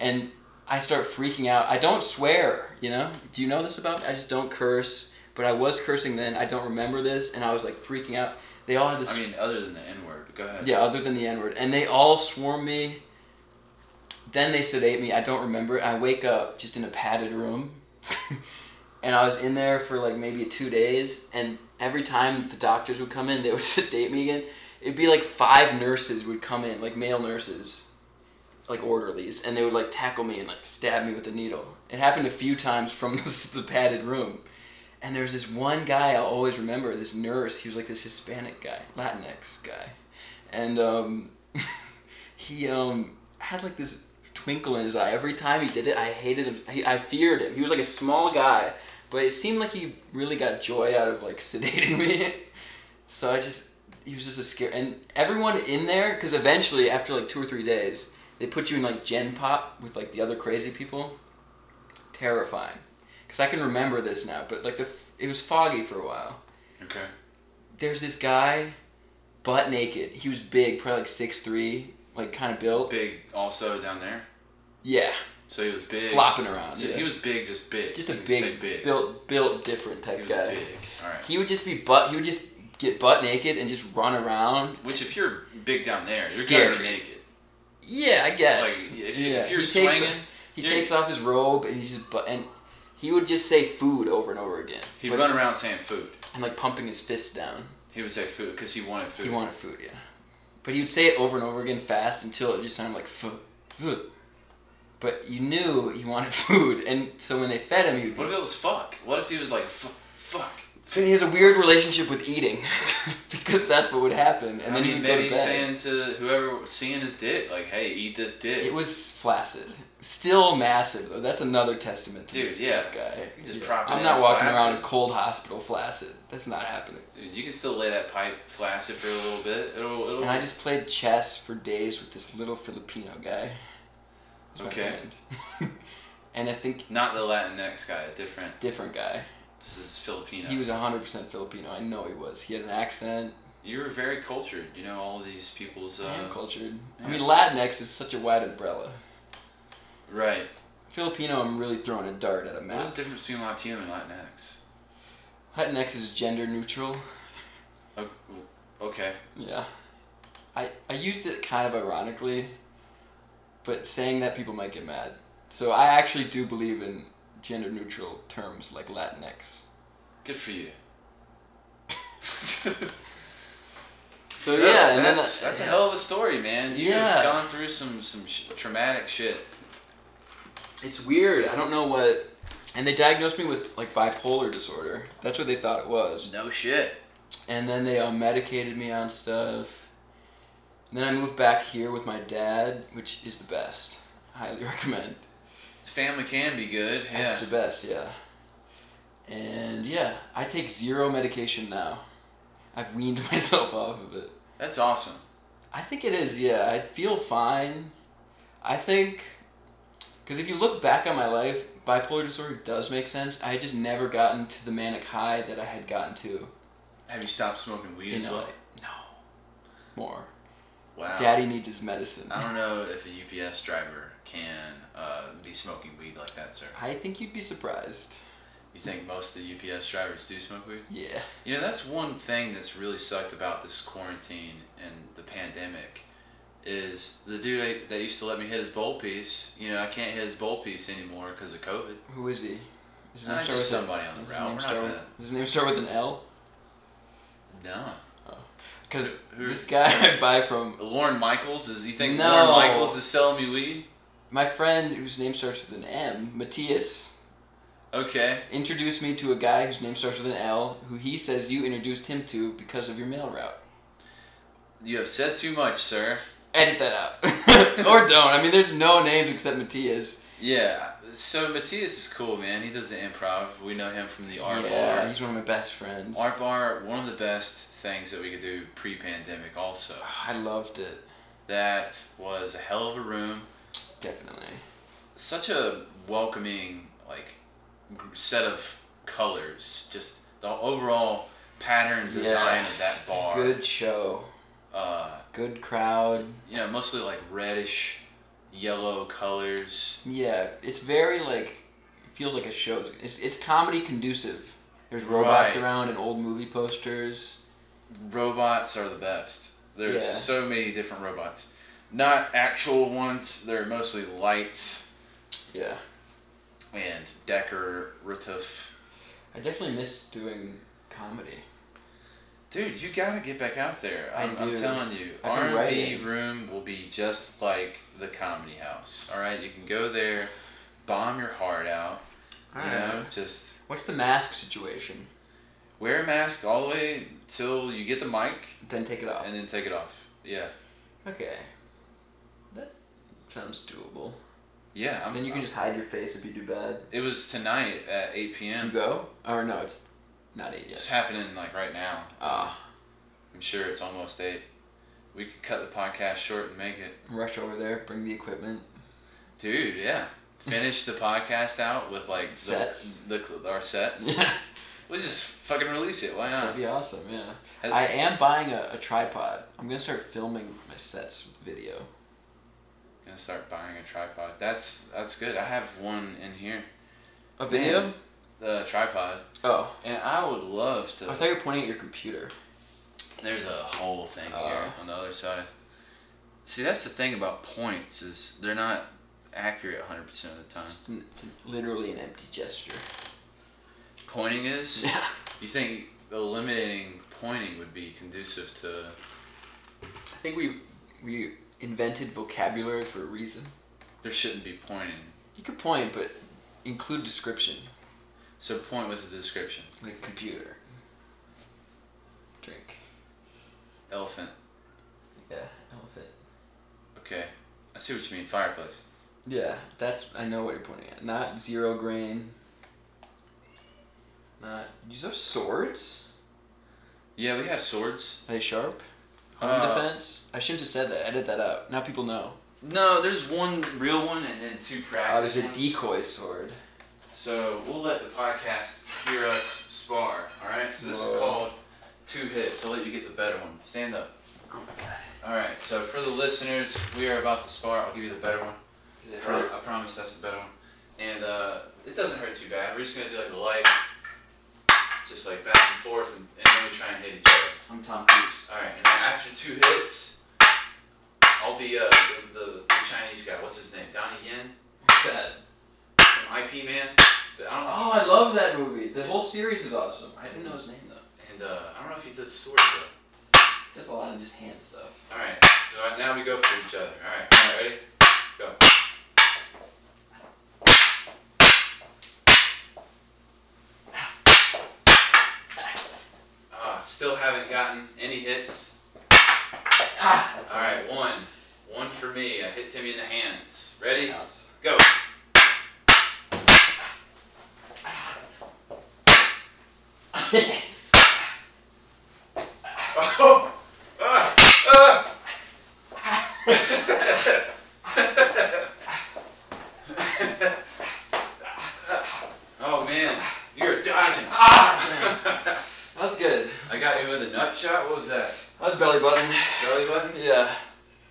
Speaker 3: and I start freaking out. I don't swear, you know. Do you know this about me? I just don't curse, but I was cursing then. I don't remember this, and I was like freaking out. They all had this,
Speaker 2: I mean, other than the N word, but go ahead.
Speaker 3: yeah, other than the N word, and they all swarm me. Then they sedate me. I don't remember. it. I wake up just in a padded room, and I was in there for like maybe two days. And every time the doctors would come in, they would sedate me again. It'd be like five nurses would come in, like male nurses, like orderlies, and they would like tackle me and like stab me with a needle. It happened a few times from this, the padded room. And there was this one guy I'll always remember. This nurse, he was like this Hispanic guy, Latinx guy, and um, he um, had like this twinkle in his eye every time he did it. I hated him. He, I feared him. He was like a small guy, but it seemed like he really got joy out of like sedating me. so I just he was just a scare. And everyone in there, because eventually after like two or three days, they put you in like Gen Pop with like the other crazy people. Terrifying, because I can remember this now. But like the f- it was foggy for a while.
Speaker 2: Okay.
Speaker 3: There's this guy, butt naked. He was big, probably like six three, like kind of built.
Speaker 2: Big also down there.
Speaker 3: Yeah,
Speaker 2: So he was big.
Speaker 3: flopping around.
Speaker 2: So
Speaker 3: yeah.
Speaker 2: he was big, just big.
Speaker 3: just a
Speaker 2: You
Speaker 3: big,
Speaker 2: could say big.
Speaker 3: built, built different
Speaker 2: He
Speaker 3: type
Speaker 2: was
Speaker 3: guy.
Speaker 2: big. All right.
Speaker 3: He would just be butt. He would just get butt naked and just run around.
Speaker 2: Which if you're big down there, you're gonna
Speaker 3: Scary.
Speaker 2: be naked.
Speaker 3: Yeah, I guess.
Speaker 2: Like if, you,
Speaker 3: yeah.
Speaker 2: if you're
Speaker 3: he
Speaker 2: swinging,
Speaker 3: takes, he
Speaker 2: you're-
Speaker 3: takes off his robe and he's just butt and he would just say food over and over again.
Speaker 2: he'd
Speaker 3: But-
Speaker 2: run around saying food.
Speaker 3: and like pumping his fists down.
Speaker 2: He would say food because he wanted food.
Speaker 3: He wanted food, yeah. But he would say it over and over again fast until it just sounded like food. But you knew he wanted food, and so when they fed him, he would.
Speaker 2: what if it was fuck? What if he was like fuck, fuck?
Speaker 3: So he has a weird relationship with eating, because that's what would happen, and
Speaker 2: I
Speaker 3: then he
Speaker 2: mean,
Speaker 3: would go
Speaker 2: maybe
Speaker 3: to
Speaker 2: he's saying
Speaker 3: bed.
Speaker 2: to whoever seeing his dick, like, hey, eat this dick.
Speaker 3: It was flaccid. Still massive though. That's another testament to
Speaker 2: Dude,
Speaker 3: this,
Speaker 2: yeah.
Speaker 3: this guy.
Speaker 2: He's just
Speaker 3: Yeah.
Speaker 2: propping
Speaker 3: I'm
Speaker 2: it
Speaker 3: not
Speaker 2: up
Speaker 3: walking
Speaker 2: flaccid.
Speaker 3: around a cold hospital flaccid. That's not happening.
Speaker 2: Dude, you can still lay that pipe flaccid for a little bit. It'll, it'll.
Speaker 3: And I just played chess for days with this little Filipino guy. He's my
Speaker 2: Okay.
Speaker 3: friend. and I think
Speaker 2: Not the Latinx guy, a different.
Speaker 3: different guy.
Speaker 2: This is Filipino.
Speaker 3: He was 100% Filipino. I know he was. He had an accent.
Speaker 2: you were very cultured. You know all these people's.
Speaker 3: I am
Speaker 2: Uh,
Speaker 3: cultured. I
Speaker 2: yeah.
Speaker 3: mean, Latinx is such a wide umbrella.
Speaker 2: right.
Speaker 3: Filipino, I'm really throwing a dart at a map.
Speaker 2: What's the difference between Latino and Latinx?
Speaker 3: Latinx is gender neutral.
Speaker 2: O- Okay.
Speaker 3: Yeah. I I used it kind of ironically, but saying that people might get mad. So I actually do believe in gender neutral terms like Latinx.
Speaker 2: Good for you.
Speaker 3: So, yeah, and then
Speaker 2: that's
Speaker 3: I-
Speaker 2: that's a hell of a story, man. You
Speaker 3: Yeah.
Speaker 2: have gone through some some sh- traumatic shit.
Speaker 3: It's weird. I don't know what and they diagnosed me with like bipolar disorder. That's what they thought it was.
Speaker 2: No shit.
Speaker 3: And then they uh, medicated me on stuff. And then I moved back here with my dad, which is the best. Highly recommend.
Speaker 2: Family can be good.
Speaker 3: That's
Speaker 2: Yeah.
Speaker 3: the best, yeah. And yeah, I take zero medication now. I've weaned myself off of it.
Speaker 2: That's awesome.
Speaker 3: I think it is, yeah. I feel fine. I think, because if you look back on my life, bipolar disorder does make sense. I had just never gotten to the manic high that I had gotten to
Speaker 2: Have you stopped smoking weed
Speaker 3: in
Speaker 2: as
Speaker 3: LA.
Speaker 2: well?
Speaker 3: No. More.
Speaker 2: Wow.
Speaker 3: Daddy needs his medicine.
Speaker 2: I don't know if a UPS driver can uh, be smoking weed like that, sir.
Speaker 3: I think you'd be surprised.
Speaker 2: You think most of the UPS drivers do smoke weed?
Speaker 3: Yeah.
Speaker 2: You know, that's one thing that's really sucked about this quarantine and the pandemic is the dude I, that used to let me hit his bowl piece. You know, I can't hit his bowl piece anymore because of COVID.
Speaker 3: Who is he? Does his
Speaker 2: Nah,
Speaker 3: name start
Speaker 2: just
Speaker 3: with a-
Speaker 2: somebody on
Speaker 3: does
Speaker 2: the
Speaker 3: his
Speaker 2: route.
Speaker 3: name
Speaker 2: We're not
Speaker 3: start with-
Speaker 2: gonna.
Speaker 3: Does his name start with an L?
Speaker 2: No.
Speaker 3: Because
Speaker 2: Who-
Speaker 3: this guy I buy from,
Speaker 2: Lauren Michaels is. You think
Speaker 3: No.
Speaker 2: Lauren Michaels is selling me weed?
Speaker 3: my friend whose name starts with an M, Matthias,
Speaker 2: Okay.
Speaker 3: introduced me to a guy whose name starts with an L, who he says you introduced him to because of your mail route.
Speaker 2: You have said too much, sir.
Speaker 3: Edit that out. or don't. I mean, there's no names except Matthias.
Speaker 2: Yeah. So Matthias is cool, man. He does the improv. We know him from the art
Speaker 3: yeah,
Speaker 2: bar.
Speaker 3: he's one of my best friends.
Speaker 2: Art bar, one of the best things that we could do pre-pandemic. Also,
Speaker 3: I loved it,
Speaker 2: that was a hell of a room.
Speaker 3: definitely.
Speaker 2: Such a welcoming like gr- set of colors. Just the overall pattern design
Speaker 3: Yeah,
Speaker 2: of that
Speaker 3: It's a
Speaker 2: bar.
Speaker 3: good show.
Speaker 2: Uh,
Speaker 3: Good crowd.
Speaker 2: s- you know, mostly like reddish, yellow colors.
Speaker 3: Yeah, it's very like feels like a show. It's it's comedy conducive. There's robots
Speaker 2: Right.
Speaker 3: around and old movie posters.
Speaker 2: Robots are the best. There's
Speaker 3: Yeah.
Speaker 2: so many different robots. Not actual ones. They're mostly lights
Speaker 3: Yeah,
Speaker 2: and decorative.
Speaker 3: I definitely miss doing comedy.
Speaker 2: Dude, you gotta get back out there.
Speaker 3: I
Speaker 2: I'm, I'm
Speaker 3: do.
Speaker 2: telling you,
Speaker 3: I've been
Speaker 2: R and B
Speaker 3: writing.
Speaker 2: room will be just like the comedy house. All right, you can go there, bomb your heart out. You know, just
Speaker 3: What's the mask situation?
Speaker 2: wear a mask all the way till you get the mic,
Speaker 3: Then take it off.
Speaker 2: and then take it off. Yeah,
Speaker 3: Okay. That sounds doable.
Speaker 2: yeah. I'm,
Speaker 3: then you can just hide your face if you do bad.
Speaker 2: It was tonight at 8
Speaker 3: Did you
Speaker 2: p.m.
Speaker 3: go? Or no, it's not eight
Speaker 2: It's
Speaker 3: yet.
Speaker 2: happening like right now.
Speaker 3: Ah,
Speaker 2: I'm sure it's almost eight. We could cut the podcast short and make it.
Speaker 3: rush over there, bring the equipment.
Speaker 2: Dude, yeah. Finish the podcast out with like the,
Speaker 3: Sets.
Speaker 2: The, our sets.
Speaker 3: Yeah,
Speaker 2: We'll just fucking release it. Why
Speaker 3: that'd
Speaker 2: not?
Speaker 3: be awesome. Yeah.
Speaker 2: I-
Speaker 3: I am buying a, a tripod. I'm gonna start filming my sets with video.
Speaker 2: gonna start buying a tripod. That's that's good. I have one in here,
Speaker 3: A
Speaker 2: video?
Speaker 3: video?
Speaker 2: the tripod,
Speaker 3: Oh,
Speaker 2: and I would love to.
Speaker 3: I thought you were pointing at your computer.
Speaker 2: There's a whole thing here
Speaker 3: Oh.
Speaker 2: on the other side. See, that's the thing about points is they're not accurate 100 percent of the
Speaker 3: It's
Speaker 2: time.
Speaker 3: just an, it's literally an empty gesture.
Speaker 2: Pointing is.
Speaker 3: Yeah.
Speaker 2: You think eliminating pointing would be conducive to?
Speaker 3: I think we we invented vocabulary for a reason.
Speaker 2: There shouldn't be pointing.
Speaker 3: You could point, but include description
Speaker 2: So point with a description.
Speaker 3: like computer. Drink.
Speaker 2: Elephant.
Speaker 3: Yeah. Elephant.
Speaker 2: Okay. I see what you mean. Fireplace.
Speaker 3: Yeah, that's I know what you're pointing at. Not zero grain. Not these are swords.
Speaker 2: Yeah, we have swords.
Speaker 3: Are they sharp? Home
Speaker 2: Uh,
Speaker 3: defense. I shouldn't have said that. Edit that out. Now people know.
Speaker 2: No, there's one real one and then two
Speaker 3: Oh,
Speaker 2: practice.
Speaker 3: there's a
Speaker 2: ones.
Speaker 3: decoy sword.
Speaker 2: So we'll let the podcast hear us spar. All right. So this is
Speaker 3: Whoa.
Speaker 2: called two hits. I'll let you get the better one. Stand up. All right. So for the listeners, we are about to spar. I'll give you the better one. I pro- I promise that's the better one. And uh, it doesn't hurt too bad. We're just gonna do like a light, just like back and forth, and, and then we try and hit each other.
Speaker 3: I'm Tom Cruise.
Speaker 2: All right. And then after two hits, I'll be uh, the, the, the Chinese guy. What's his name? Donnie Yen
Speaker 3: What's that?
Speaker 2: from IP Man. But I don't
Speaker 3: Oh, I love that movie. The whole series is awesome. I didn't know his name though.
Speaker 2: And uh, I don't know if he does swords though.
Speaker 3: He does a lot of just hand stuff.
Speaker 2: All right. So uh, now we go for each other. All right. All right. Ready? Go. Ah, still haven't gotten any hits.
Speaker 3: Ah, that's
Speaker 2: All right, one. One for me. I hit Timmy in the hands. Ready?
Speaker 3: Counts.
Speaker 2: Go. Oh! Ah! Ah! oh man, you're dodging. Ah!
Speaker 3: That was good.
Speaker 2: I got you with a nut shot. What was that?
Speaker 3: That was belly button.
Speaker 2: Belly button?
Speaker 3: Yeah,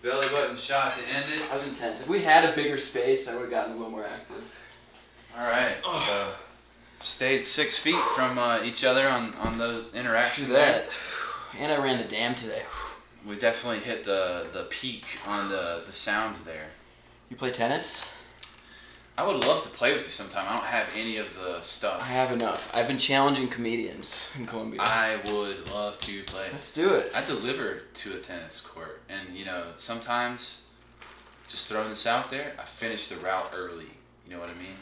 Speaker 2: Belly button shot to end it.
Speaker 3: that was intense. If we had a bigger space, I would have gotten a little more active.
Speaker 2: All right. So stayed six feet from uh, each other on on the
Speaker 3: Do
Speaker 2: interaction
Speaker 3: that. And I ran the dam today.
Speaker 2: We definitely hit the the peak on the the sound there.
Speaker 3: You play tennis?
Speaker 2: I would love to play with you sometime. I don't have any of the stuff.
Speaker 3: I have enough. I've been challenging comedians in Colombia.
Speaker 2: I would love to play.
Speaker 3: Let's do it.
Speaker 2: I deliver to a tennis court, and you know sometimes, just throwing this out there, I finish the route early. You know what I mean?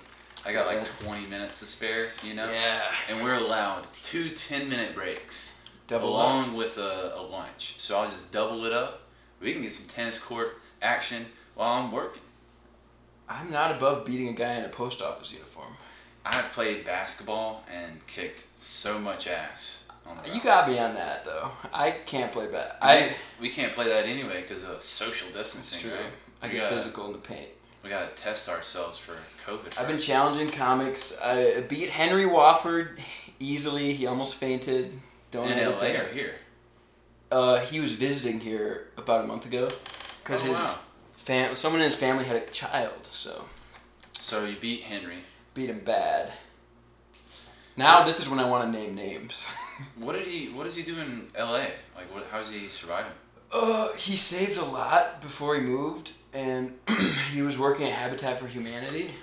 Speaker 2: I got like
Speaker 3: Yeah.
Speaker 2: 20 minutes to spare. You know.
Speaker 3: Yeah.
Speaker 2: And we're allowed two 10 minute breaks.
Speaker 3: Double long.
Speaker 2: along with a, a lunch. So I'll just double it up. We can get some tennis court action while I'm working.
Speaker 3: I'm not above beating a guy in a post office uniform.
Speaker 2: I've played basketball and kicked so much ass. On the
Speaker 3: You
Speaker 2: route.
Speaker 3: got me on that though. I can't play bad. I.
Speaker 2: we can't play that anyway because of social
Speaker 3: It's
Speaker 2: distancing,
Speaker 3: true.
Speaker 2: right?
Speaker 3: I
Speaker 2: We
Speaker 3: get
Speaker 2: gotta-
Speaker 3: physical in the paint.
Speaker 2: We gotta test ourselves for COVID.
Speaker 3: I've been
Speaker 2: first.
Speaker 3: challenging comics. I beat Henry Wofford easily. He almost fainted. Don't
Speaker 2: in
Speaker 3: edit
Speaker 2: LA
Speaker 3: that.
Speaker 2: or here.
Speaker 3: Uh, he was visiting here about a month ago, because
Speaker 2: Oh,
Speaker 3: his
Speaker 2: wow.
Speaker 3: fam- someone in his family had a child, so
Speaker 2: So you beat Henry.
Speaker 3: beat him bad. Now this is when I want to name names.
Speaker 2: What did he? What does he do in LA? Like, what, how's he surviving?
Speaker 3: uh, he saved a lot before he moved, and he was working at Habitat for Humanity.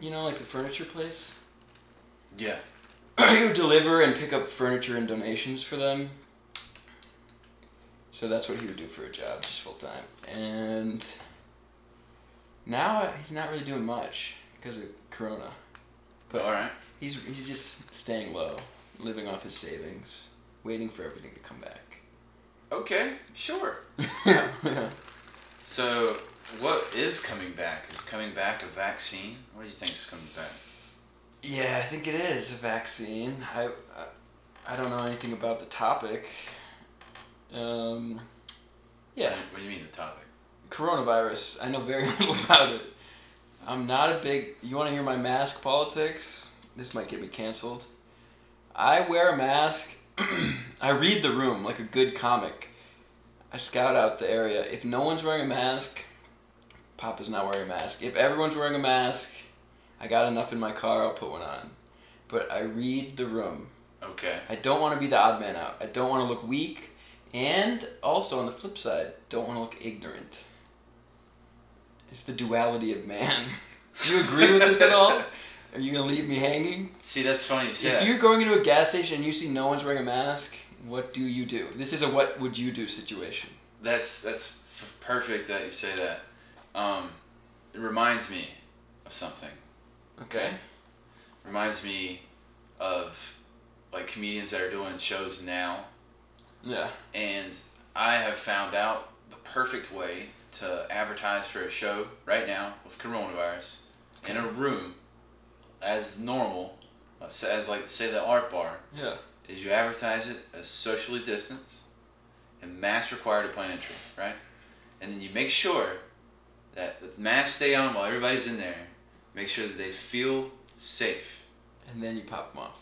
Speaker 3: You know, like the furniture place.
Speaker 2: Yeah.
Speaker 3: he would deliver and pick up furniture and donations for them. So that's what he would do for a job, just full time. And now he's not really doing much because of Corona. But
Speaker 2: All right.
Speaker 3: he's he's just staying low, living off his savings, waiting for everything to come
Speaker 2: Okay. Sure.
Speaker 3: back.
Speaker 2: So what is coming back? Is coming back a vaccine? What do you think is coming back?
Speaker 3: yeah, I think it is a vaccine. I I- I don't know anything about the topic. Um, yeah.
Speaker 2: What do you mean the topic?
Speaker 3: coronavirus. I know very little about it. I'm not a big. You want to hear my mask politics? This might get me canceled. I wear a mask. I read the room like a good comic. I scout out the area. If no one's wearing a mask, Papa's not wearing a mask. If everyone's wearing a mask, I got enough in my car, I'll put one on. But I read the room.
Speaker 2: Okay.
Speaker 3: I don't want to be the odd man out. I don't want to look weak. And also, on the flip side, don't want to look ignorant. It's the duality of man. Do you agree with this at all? Are you going to leave me hanging?
Speaker 2: See, that's funny you say
Speaker 3: If
Speaker 2: that.
Speaker 3: you're going into a gas station and you see no one's wearing a mask, what do you do? This is a what would you do situation.
Speaker 2: That's that's f- perfect that you say that. Um, it reminds me of something.
Speaker 3: Okay.
Speaker 2: Reminds me of like comedians that are doing shows now,
Speaker 3: Yeah.
Speaker 2: and I have found out the perfect way to advertise for a show right now with coronavirus in a room as normal, uh, s- as like say the art bar,
Speaker 3: Yeah.
Speaker 2: is you advertise it as socially distanced and mask required upon entry, right? And then you make sure that the masks stay on while everybody's in there. Make sure that they feel safe.
Speaker 3: And then you pop them off.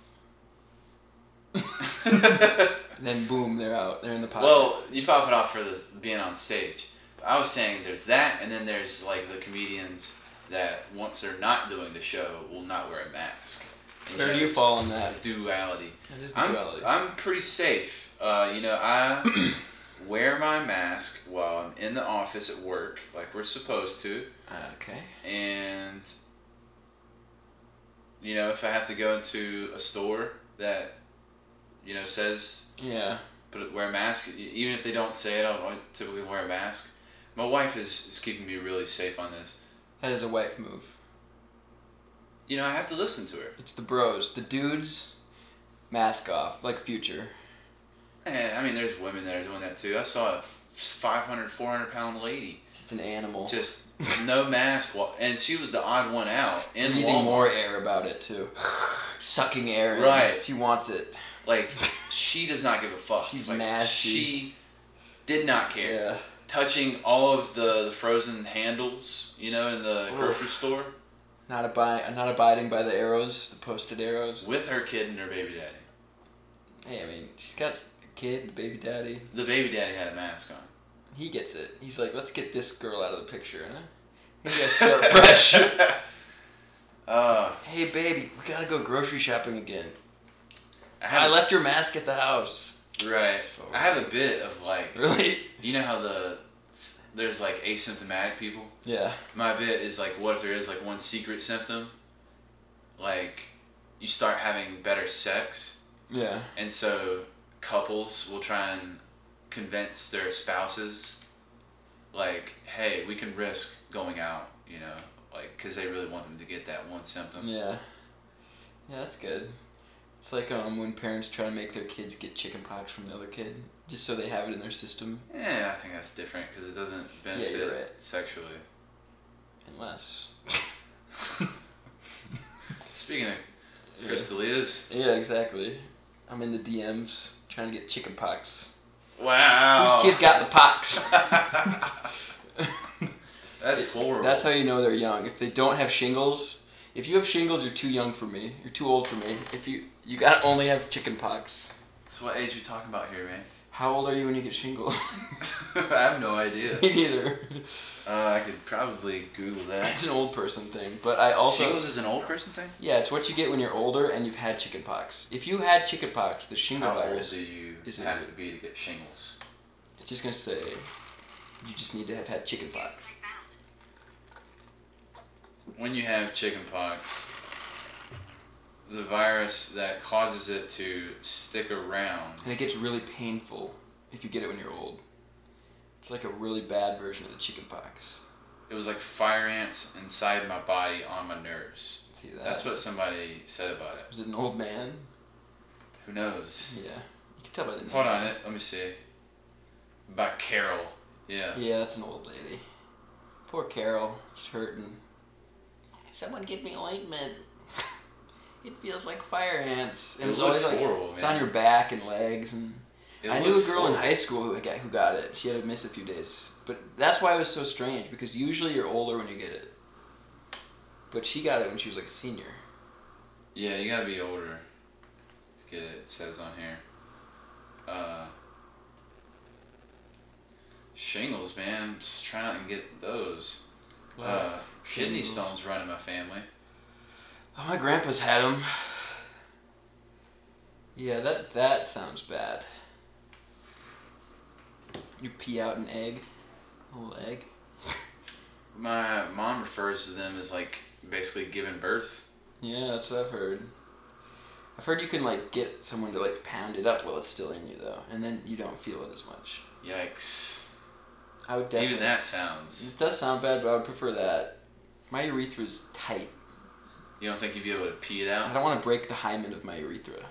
Speaker 2: well,
Speaker 3: And then boom, they're out. They're in the pocket.
Speaker 2: you pop it off for the, being on stage. But I was saying there's that, and then there's like the comedians that once they're not doing the show will not wear a mask. And,
Speaker 3: Where do you
Speaker 2: it's-
Speaker 3: fall in
Speaker 2: it's
Speaker 3: that?
Speaker 2: the duality.
Speaker 3: that is the
Speaker 2: I'm,
Speaker 3: duality.
Speaker 2: I'm pretty safe. Uh, you know, I wear my mask while I'm in the office at work, like we're supposed to.
Speaker 3: okay.
Speaker 2: And, you know, if I have to go into a store that, you know, says
Speaker 3: Yeah.
Speaker 2: put wear a mask, e- even if they don't say it, I'll I'll typically wear a mask. My wife is, is keeping me really safe on this.
Speaker 3: That is a wife move.
Speaker 2: You know, I have to listen to her.
Speaker 3: It's the bros, the dudes, mask off, like Future.
Speaker 2: And, Eh, I mean, there's women that are doing that too. I saw a 500, 400 pound lady
Speaker 3: It's an animal.
Speaker 2: just no mask, wa- and she was the odd one out in
Speaker 3: Breathing
Speaker 2: Walmart.
Speaker 3: more air about it too. Sucking air. in.
Speaker 2: Right.
Speaker 3: She wants it.
Speaker 2: Like she does not give a fuck.
Speaker 3: She's
Speaker 2: like,
Speaker 3: nasty.
Speaker 2: She did not care.
Speaker 3: Yeah.
Speaker 2: Touching all of the, the frozen handles, you know, in the
Speaker 3: Oof.
Speaker 2: grocery store
Speaker 3: Not abi- not abiding by the arrows, the posted arrows.
Speaker 2: with her kid and her baby daddy.
Speaker 3: Hey, I mean, she's got a kid, a baby daddy.
Speaker 2: The baby daddy had a mask on.
Speaker 3: He gets it. He's like, let's get this girl out of the picture, huh? Maybe I start fresh.
Speaker 2: Uh,
Speaker 3: hey, baby, we gotta go grocery shopping again.
Speaker 2: I, have
Speaker 3: I
Speaker 2: a-
Speaker 3: left your mask at the house.
Speaker 2: Right. I have a bit of like,
Speaker 3: Really?
Speaker 2: you know how the there's like asymptomatic people.
Speaker 3: Yeah.
Speaker 2: My bit is like, what if there is like one secret symptom? Like, you start having better sex,
Speaker 3: Yeah.
Speaker 2: and so couples will try and convince their spouses, like, hey, we can risk going out, you know, like, because they really want them to get that one symptom.
Speaker 3: Yeah. Yeah, that's good. It's like um, when parents try to make their kids get chickenpox from the other kid, just so they have it in their system.
Speaker 2: Yeah, Eh, I think that's different because it doesn't benefit
Speaker 3: you're right.
Speaker 2: sexually.
Speaker 3: Unless.
Speaker 2: Speaking of Crystalitas,
Speaker 3: Yeah, exactly. I'm in the DMs trying to get chickenpox.
Speaker 2: wow.
Speaker 3: Whose kid got the pox?
Speaker 2: That's horrible.
Speaker 3: That's how you know they're young. If they don't have shingles, if you have shingles, you're too young for me. You're too old for me. If you you got only have chickenpox.
Speaker 2: So what age we talking about here, man?
Speaker 3: How old are you when you get shingles?
Speaker 2: I have no idea.
Speaker 3: me neither.
Speaker 2: Uh, I could probably Google
Speaker 3: That's
Speaker 2: that.
Speaker 3: an old person thing. But I also
Speaker 2: shingles is an old person thing.
Speaker 3: Yeah, it's what you get when you're older and you've had chickenpox. If you had chickenpox, the shingle
Speaker 2: How old
Speaker 3: virus,
Speaker 2: do you
Speaker 3: is it-
Speaker 2: have to be to get shingles?
Speaker 3: it's just gonna say you just need to have had chickenpox.
Speaker 2: When you have chickenpox, the virus that causes it to stick around.
Speaker 3: And it gets really painful if you get it when you're old. It's like a really bad version of the chicken pox.
Speaker 2: It was like fire ants inside my body on my nerves.
Speaker 3: See that?
Speaker 2: That's what somebody said about it.
Speaker 3: Was it an old man?
Speaker 2: Who knows?
Speaker 3: Yeah. You can tell by the name.
Speaker 2: Hold on, let let me see. By Carol. Yeah.
Speaker 3: Yeah, that's an old lady. Poor Carol. She's hurting. Someone give me ointment. It feels like fire ants.
Speaker 2: It
Speaker 3: it's
Speaker 2: looks
Speaker 3: always like-
Speaker 2: horrible, man.
Speaker 3: It's on your back and legs and.
Speaker 2: It
Speaker 3: I knew a
Speaker 2: looks
Speaker 3: girl in
Speaker 2: horrible.
Speaker 3: high school who got, who got it. She had to miss a few days, but that's why it was so strange because usually you're older when you get it. But she got it when she was like a senior.
Speaker 2: Yeah, you gotta be older to get it. It says on here. Uh, shingles, man. Just try not and get those. Uh, kidney
Speaker 3: shingles.
Speaker 2: stones run in my family.
Speaker 3: Oh, my grandpa's had them. Yeah, that that sounds bad. You pee out an egg, a little egg.
Speaker 2: My mom refers to them as like basically giving birth.
Speaker 3: Yeah, that's what I've heard. I've heard you can like get someone to like pound it up while it's still in you though, and then you don't feel it as much.
Speaker 2: Yikes.
Speaker 3: I would definitely. Mm-hmm.
Speaker 2: Even that sounds.
Speaker 3: It does sound bad, but I would prefer that. My urethra is tight.
Speaker 2: You don't think you'd be able to pee it
Speaker 3: I
Speaker 2: out?
Speaker 3: don't want to break the hymen of my urethra.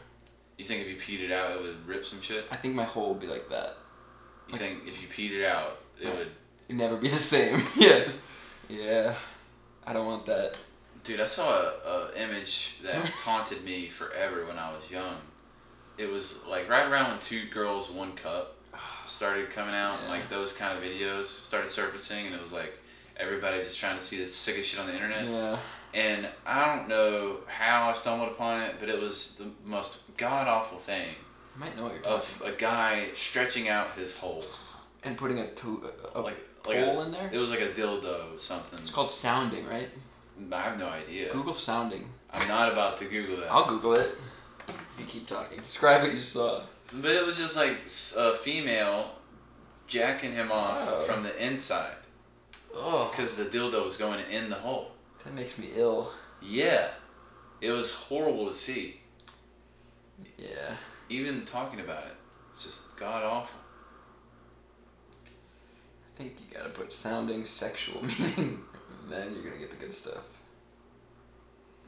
Speaker 2: You think if you peed it out, it would rip some shit?
Speaker 3: I think my hole would be like that.
Speaker 2: You think if you peed it out, it
Speaker 3: Right.
Speaker 2: would.
Speaker 3: It'd never be the same. yeah. Yeah. I don't want that.
Speaker 2: Dude, I saw a, a image that taunted me forever when I was young. It was like right around when two girls, one cup started coming out, and like
Speaker 3: Yeah.
Speaker 2: those kind of videos started surfacing, and it was like everybody just trying to see the sickest shit on the internet.
Speaker 3: Yeah.
Speaker 2: And I don't know how I stumbled upon it, but it was the most god awful thing
Speaker 3: I might know what you're talking
Speaker 2: of a guy stretching out his hole,
Speaker 3: And putting a, to- a, a
Speaker 2: like like a,
Speaker 3: pole in there?
Speaker 2: it was like a dildo something.
Speaker 3: It's called sounding, right?
Speaker 2: I have no idea.
Speaker 3: Google sounding.
Speaker 2: I'm not about to Google that.
Speaker 3: I'll Google it. You keep talking. Describe what you saw.
Speaker 2: But it was just like s- a female jacking him off
Speaker 3: Oh.
Speaker 2: from the inside
Speaker 3: Oh,
Speaker 2: because the dildo was going in the hole.
Speaker 3: that makes me ill.
Speaker 2: Yeah, it was horrible to see.
Speaker 3: Yeah.
Speaker 2: Even talking about it, it's just god awful.
Speaker 3: I think you gotta put sounding sexual meaning. then you're gonna get the good stuff.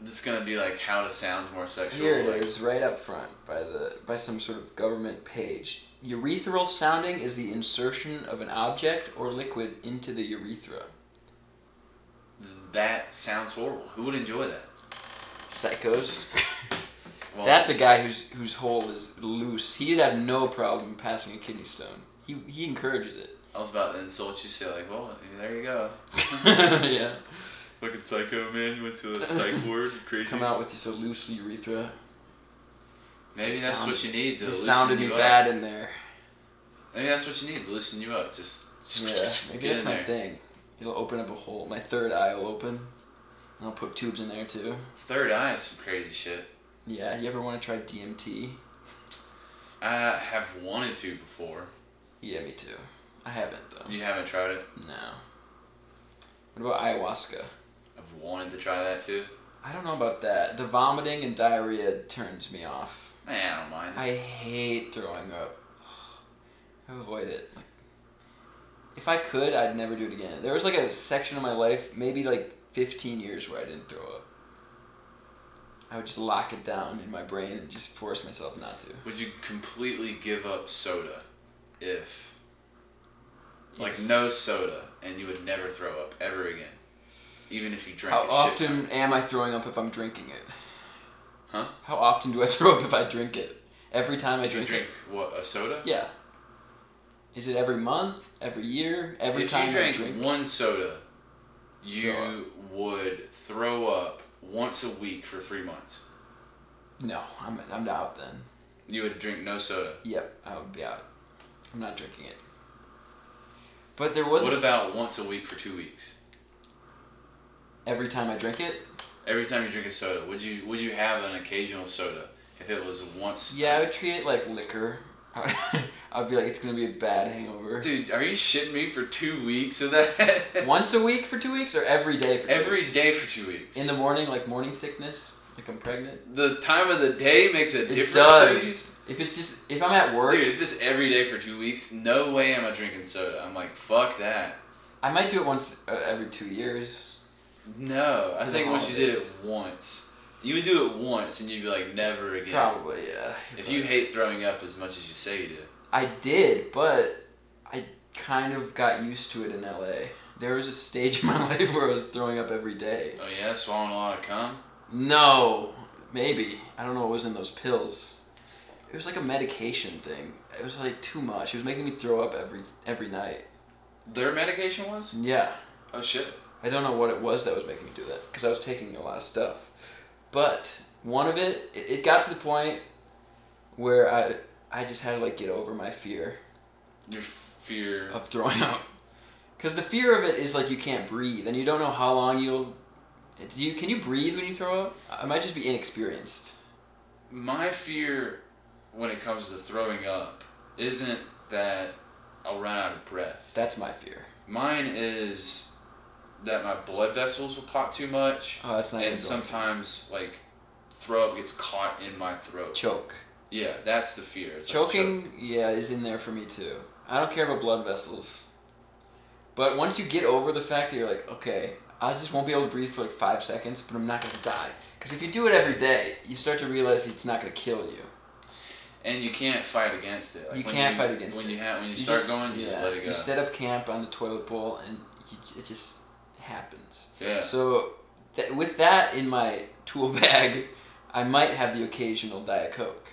Speaker 2: It's gonna be like how to sound more sexual.
Speaker 3: Here
Speaker 2: like,
Speaker 3: it is, right up front, by the by some sort of government page. Urethral sounding is the insertion of an object or liquid into the urethra.
Speaker 2: That sounds horrible. Who would enjoy that?
Speaker 3: Psychos.
Speaker 2: Well,
Speaker 3: That's a guy whose whose hole is loose. He'd have no problem passing a kidney stone. He he encourages it.
Speaker 2: I was about to insult you, say like, well, there you go.
Speaker 3: yeah.
Speaker 2: Fucking psycho man, you went to the psych ward, crazy.
Speaker 3: Come out with just a loose urethra.
Speaker 2: Maybe
Speaker 3: It
Speaker 2: that's what
Speaker 3: sounded-
Speaker 2: you need to
Speaker 3: It
Speaker 2: loosen
Speaker 3: sounded me
Speaker 2: you up.
Speaker 3: bad in there.
Speaker 2: Maybe that's what you need to loosen you up. Just
Speaker 3: Yeah, maybe
Speaker 2: get
Speaker 3: that's
Speaker 2: in
Speaker 3: my
Speaker 2: there.
Speaker 3: thing. It'll open up a hole. My third eye will open. And I'll put tubes in there too.
Speaker 2: Third eye is some crazy shit.
Speaker 3: Yeah, you ever want to try DMT?
Speaker 2: I have wanted to before.
Speaker 3: Yeah, me too. I haven't though.
Speaker 2: You haven't tried it.
Speaker 3: No. What about ayahuasca?
Speaker 2: I've wanted to try that too.
Speaker 3: I don't know about that. The vomiting and diarrhea turns me off.
Speaker 2: Man, I don't mind.
Speaker 3: I hate throwing up. I avoid it. Like, if I could, I'd never do it again. There was like a section of my life, maybe like 15 years, where I didn't throw up. I would just lock it down in my brain and just force myself not to.
Speaker 2: Would you completely give up soda if, like, no soda and you would never throw up ever again? Even if you drank
Speaker 3: How
Speaker 2: a shit ton?
Speaker 3: often am I throwing up if I'm drinking it?
Speaker 2: Huh?
Speaker 3: How often do I throw up if I drink it? Every time I
Speaker 2: If you
Speaker 3: drink,
Speaker 2: drink, what, a soda?
Speaker 3: it. Yeah. Is it every month? Every year? Every
Speaker 2: if
Speaker 3: time
Speaker 2: you drank
Speaker 3: I drink?
Speaker 2: one soda, you
Speaker 3: Throw up.
Speaker 2: would throw up once a week for three months.
Speaker 3: No, I'm I'm out then.
Speaker 2: You would drink no soda.
Speaker 3: Yep, I would be out. I'm not drinking it. But there was
Speaker 2: what about once a week for two weeks?
Speaker 3: every time I drink it.
Speaker 2: Every time you drink a soda, would you would you have an occasional soda if it was once?
Speaker 3: Yeah, I would treat it like liquor. I would be like, it's gonna be a bad hangover.
Speaker 2: Dude, are you shitting me for two weeks of that?
Speaker 3: Once a week for two weeks, or every day for two
Speaker 2: Every
Speaker 3: weeks?
Speaker 2: day for two weeks.
Speaker 3: in the morning, like morning sickness, like I'm pregnant.
Speaker 2: the time of the day makes a
Speaker 3: It
Speaker 2: difference. to
Speaker 3: does. If it's just if I'm at work,
Speaker 2: Dude, if this every day for two weeks, no way am I drinking soda. I'm like, fuck that.
Speaker 3: I might do it once uh, every two years.
Speaker 2: No, I
Speaker 3: For the
Speaker 2: think once you did it
Speaker 3: holidays.
Speaker 2: once, you would do it once and you'd be like, never again.
Speaker 3: Probably, yeah.
Speaker 2: If you
Speaker 3: But-
Speaker 2: hate throwing up as much as you say you do,
Speaker 3: I did, but I kind of got used to it in LA. There was a stage in my life where I was throwing up every day.
Speaker 2: oh yeah, swallowing a lot of cum.
Speaker 3: No, maybe I don't know what was in those pills. It was like a medication thing. It was like too much. It was making me throw up every every night.
Speaker 2: Their medication was?
Speaker 3: Yeah.
Speaker 2: Oh shit.
Speaker 3: I don't know what it was that was making me do that because I was taking a lot of stuff. But one of it, it, it got to the point where I I just had to like get over my fear
Speaker 2: Your fear.
Speaker 3: of throwing up. Because the fear of it is like you can't breathe and you don't know how long you'll. Do you can you breathe when you throw up? I might just be inexperienced.
Speaker 2: My fear when it comes to throwing up isn't that I'll run out of breath.
Speaker 3: That's my fear.
Speaker 2: Mine is that my blood vessels will pop too much,
Speaker 3: Oh, that's not. even
Speaker 2: and
Speaker 3: going-
Speaker 2: sometimes like throw up gets caught in my throat.
Speaker 3: choke.
Speaker 2: Yeah, that's the fear. It's like choke.
Speaker 3: Choking, yeah, is in there for me too. I don't care about blood vessels. But once you get over the fact that you're like, okay, I just won't be able to breathe for like five seconds, but I'm not gonna die. Because if you do it every day, you start to realize it's not gonna kill you.
Speaker 2: and you can't fight against it. Like
Speaker 3: You
Speaker 2: when
Speaker 3: can't fight against
Speaker 2: when
Speaker 3: it.
Speaker 2: You ha- when you start
Speaker 3: just-
Speaker 2: going, you just let it go.
Speaker 3: You set up camp on the toilet bowl, and you, it just happens.
Speaker 2: yeah.
Speaker 3: So, that, with that in my tool bag, I might have the occasional Diet Coke.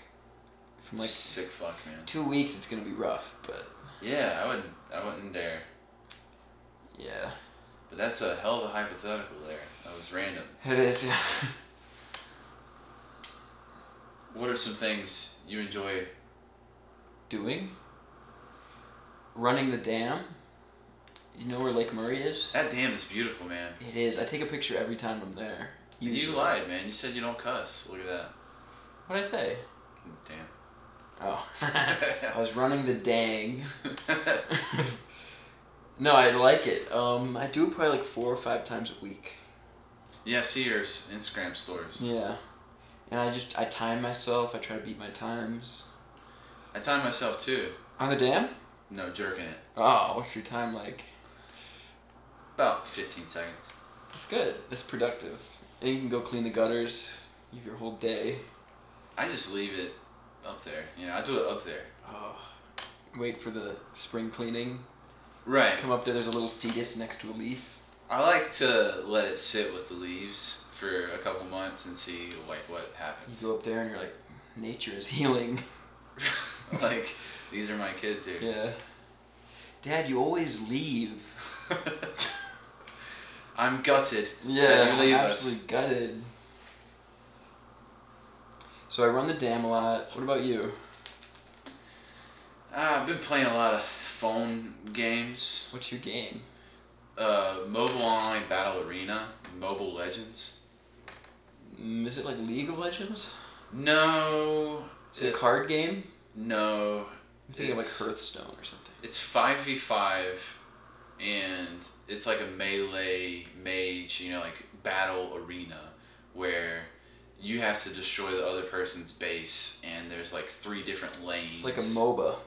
Speaker 3: From like
Speaker 2: sick fuck, man.
Speaker 3: two weeks, it's gonna be rough, but
Speaker 2: Yeah, I wouldn't. I wouldn't dare.
Speaker 3: yeah.
Speaker 2: But that's a hell of a hypothetical there. That was random.
Speaker 3: It is, yeah.
Speaker 2: What are some things you enjoy?
Speaker 3: Doing? Running the dam? You know where Lake Murray is?
Speaker 2: That damn is beautiful, man.
Speaker 3: It is. I take a picture every time I'm there.
Speaker 2: You
Speaker 3: usually.
Speaker 2: lied, man. You said you don't cuss. Look at that.
Speaker 3: What'd I say?
Speaker 2: Damn.
Speaker 3: Oh. I was running the dang.
Speaker 2: That's
Speaker 3: no, I like it. Um, I do it probably like four or five times a week.
Speaker 2: Yeah, see your s- Instagram stories.
Speaker 3: Yeah. And I just, I time myself. I try to beat my times.
Speaker 2: I timed myself too.
Speaker 3: On the dam?
Speaker 2: No, jerking it.
Speaker 3: Oh, what's your time like?
Speaker 2: About 15 seconds.
Speaker 3: It's good. It's productive. And you can go clean the gutters. You have your whole day.
Speaker 2: I just leave it up there. You know, I do it up there.
Speaker 3: Oh, wait for the spring cleaning.
Speaker 2: Right.
Speaker 3: Come up there, there's a little fetus next to a leaf.
Speaker 2: I like to let it sit with the leaves for a couple months and see like what
Speaker 3: You
Speaker 2: happens.
Speaker 3: go up there and you're like, nature is healing.
Speaker 2: like these are my kids here.
Speaker 3: Yeah. Dad, you always leave.
Speaker 2: I'm gutted.
Speaker 3: Yeah,
Speaker 2: you leave
Speaker 3: I'm
Speaker 2: us.
Speaker 3: absolutely gutted. So I run the dam a lot. What about you?
Speaker 2: Ah, I've been playing a lot of phone games.
Speaker 3: What's your game?
Speaker 2: Uh, mobile online battle arena, Mobile Legends.
Speaker 3: Mm, Is it like League of Legends?
Speaker 2: No,
Speaker 3: Is it a
Speaker 2: It-
Speaker 3: card game?
Speaker 2: no,
Speaker 3: I'm thinking of like
Speaker 2: it's-
Speaker 3: Hearthstone or something.
Speaker 2: it's five v five, and it's like a melee mage, you know, like battle arena, where you have to destroy the other person's base, and there's like three different lanes.
Speaker 3: It's like a MOBA.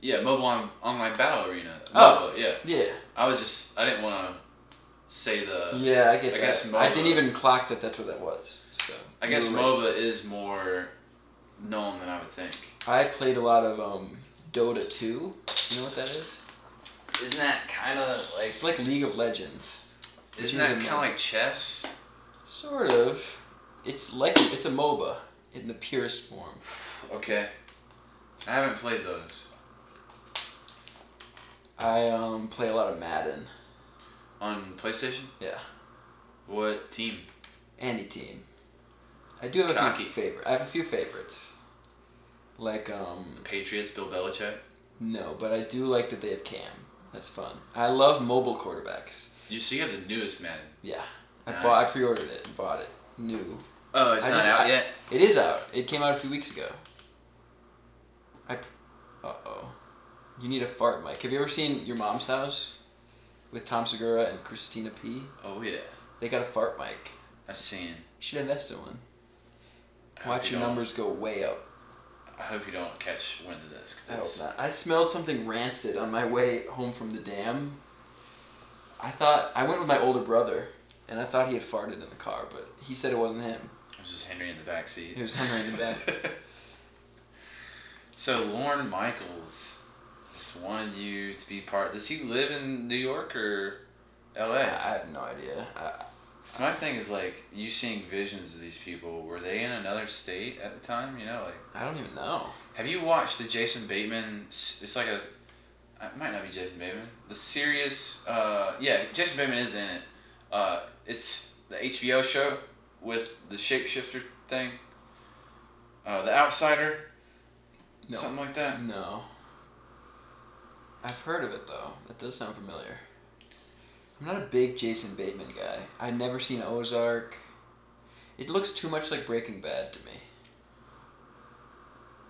Speaker 2: Yeah, mobile on, online battle arena.
Speaker 3: Oh.
Speaker 2: MOBA, yeah.
Speaker 3: Yeah.
Speaker 2: I was just I didn't want to say the.
Speaker 3: Yeah, I get
Speaker 2: I
Speaker 3: that.
Speaker 2: guess
Speaker 3: I didn't
Speaker 2: MOBA.
Speaker 3: even clock that that's what that was. So
Speaker 2: I guess
Speaker 3: you were right.
Speaker 2: MOBA is more known than I would think.
Speaker 3: I played a lot of um, Dota 2. You know what that is?
Speaker 2: Isn't that kind of like?
Speaker 3: It's like League of Legends. which
Speaker 2: Isn't
Speaker 3: is
Speaker 2: that
Speaker 3: a
Speaker 2: kind of
Speaker 3: MOBA.
Speaker 2: like chess?
Speaker 3: Sort of. It's like it's a MOBA in the purest form.
Speaker 2: Okay. I haven't played those
Speaker 3: I um, play a lot of Madden.
Speaker 2: on PlayStation.
Speaker 3: Yeah.
Speaker 2: What team?
Speaker 3: Any team. I do have a
Speaker 2: Cocky.
Speaker 3: few favorite. I have a few favorites. Like um,
Speaker 2: Patriots. Bill Belichick.
Speaker 3: no, but I do like that they have Cam. That's fun. I love mobile quarterbacks.
Speaker 2: You so you have the newest Madden.
Speaker 3: Yeah. I bought. I
Speaker 2: Nice.
Speaker 3: pre-ordered it and bought it new.
Speaker 2: Oh, it's
Speaker 3: I
Speaker 2: not
Speaker 3: just-
Speaker 2: out
Speaker 3: I-
Speaker 2: yet.
Speaker 3: It is out. It came out a few weeks ago. I. Uh oh. You need a fart, Mike. Have you ever seen Your Mom's House with Tom Segura and Christina P?
Speaker 2: Oh yeah,
Speaker 3: They got a fart mic. You
Speaker 2: I've seen.
Speaker 3: should invest in one.
Speaker 2: I hope
Speaker 3: Watch
Speaker 2: you
Speaker 3: your
Speaker 2: don't-
Speaker 3: numbers go way up.
Speaker 2: I I hope you don't catch wind of this. 'cause
Speaker 3: I hope
Speaker 2: it's-
Speaker 3: not. I smelled something rancid on my way home from the dam. I thought I went with my older brother, and I thought he had farted in the car, but he said it wasn't him.
Speaker 2: It was just Henry in the back seat.
Speaker 3: It was Henry in the
Speaker 2: back. so Lauren Michaels just wanted you to be part. Does he live in New York or
Speaker 3: I,
Speaker 2: L.A.?
Speaker 3: I have no idea. I,
Speaker 2: So my thing is like you seeing visions of these people. Were they in another state at the time? You know, like
Speaker 3: I don't even know.
Speaker 2: have you watched the Jason Bateman? s- It's like a, uh, it might not be Jason Bateman. The serious, uh, yeah, Jason Bateman is in it. Uh, it's the HBO show with the shapeshifter thing. Uh, the Outsider.
Speaker 3: No.
Speaker 2: Something like that.
Speaker 3: No. I've heard of it though. That does sound familiar. I'm not a big Jason Bateman guy. I've never seen Ozark. It looks too much like Breaking Bad to me.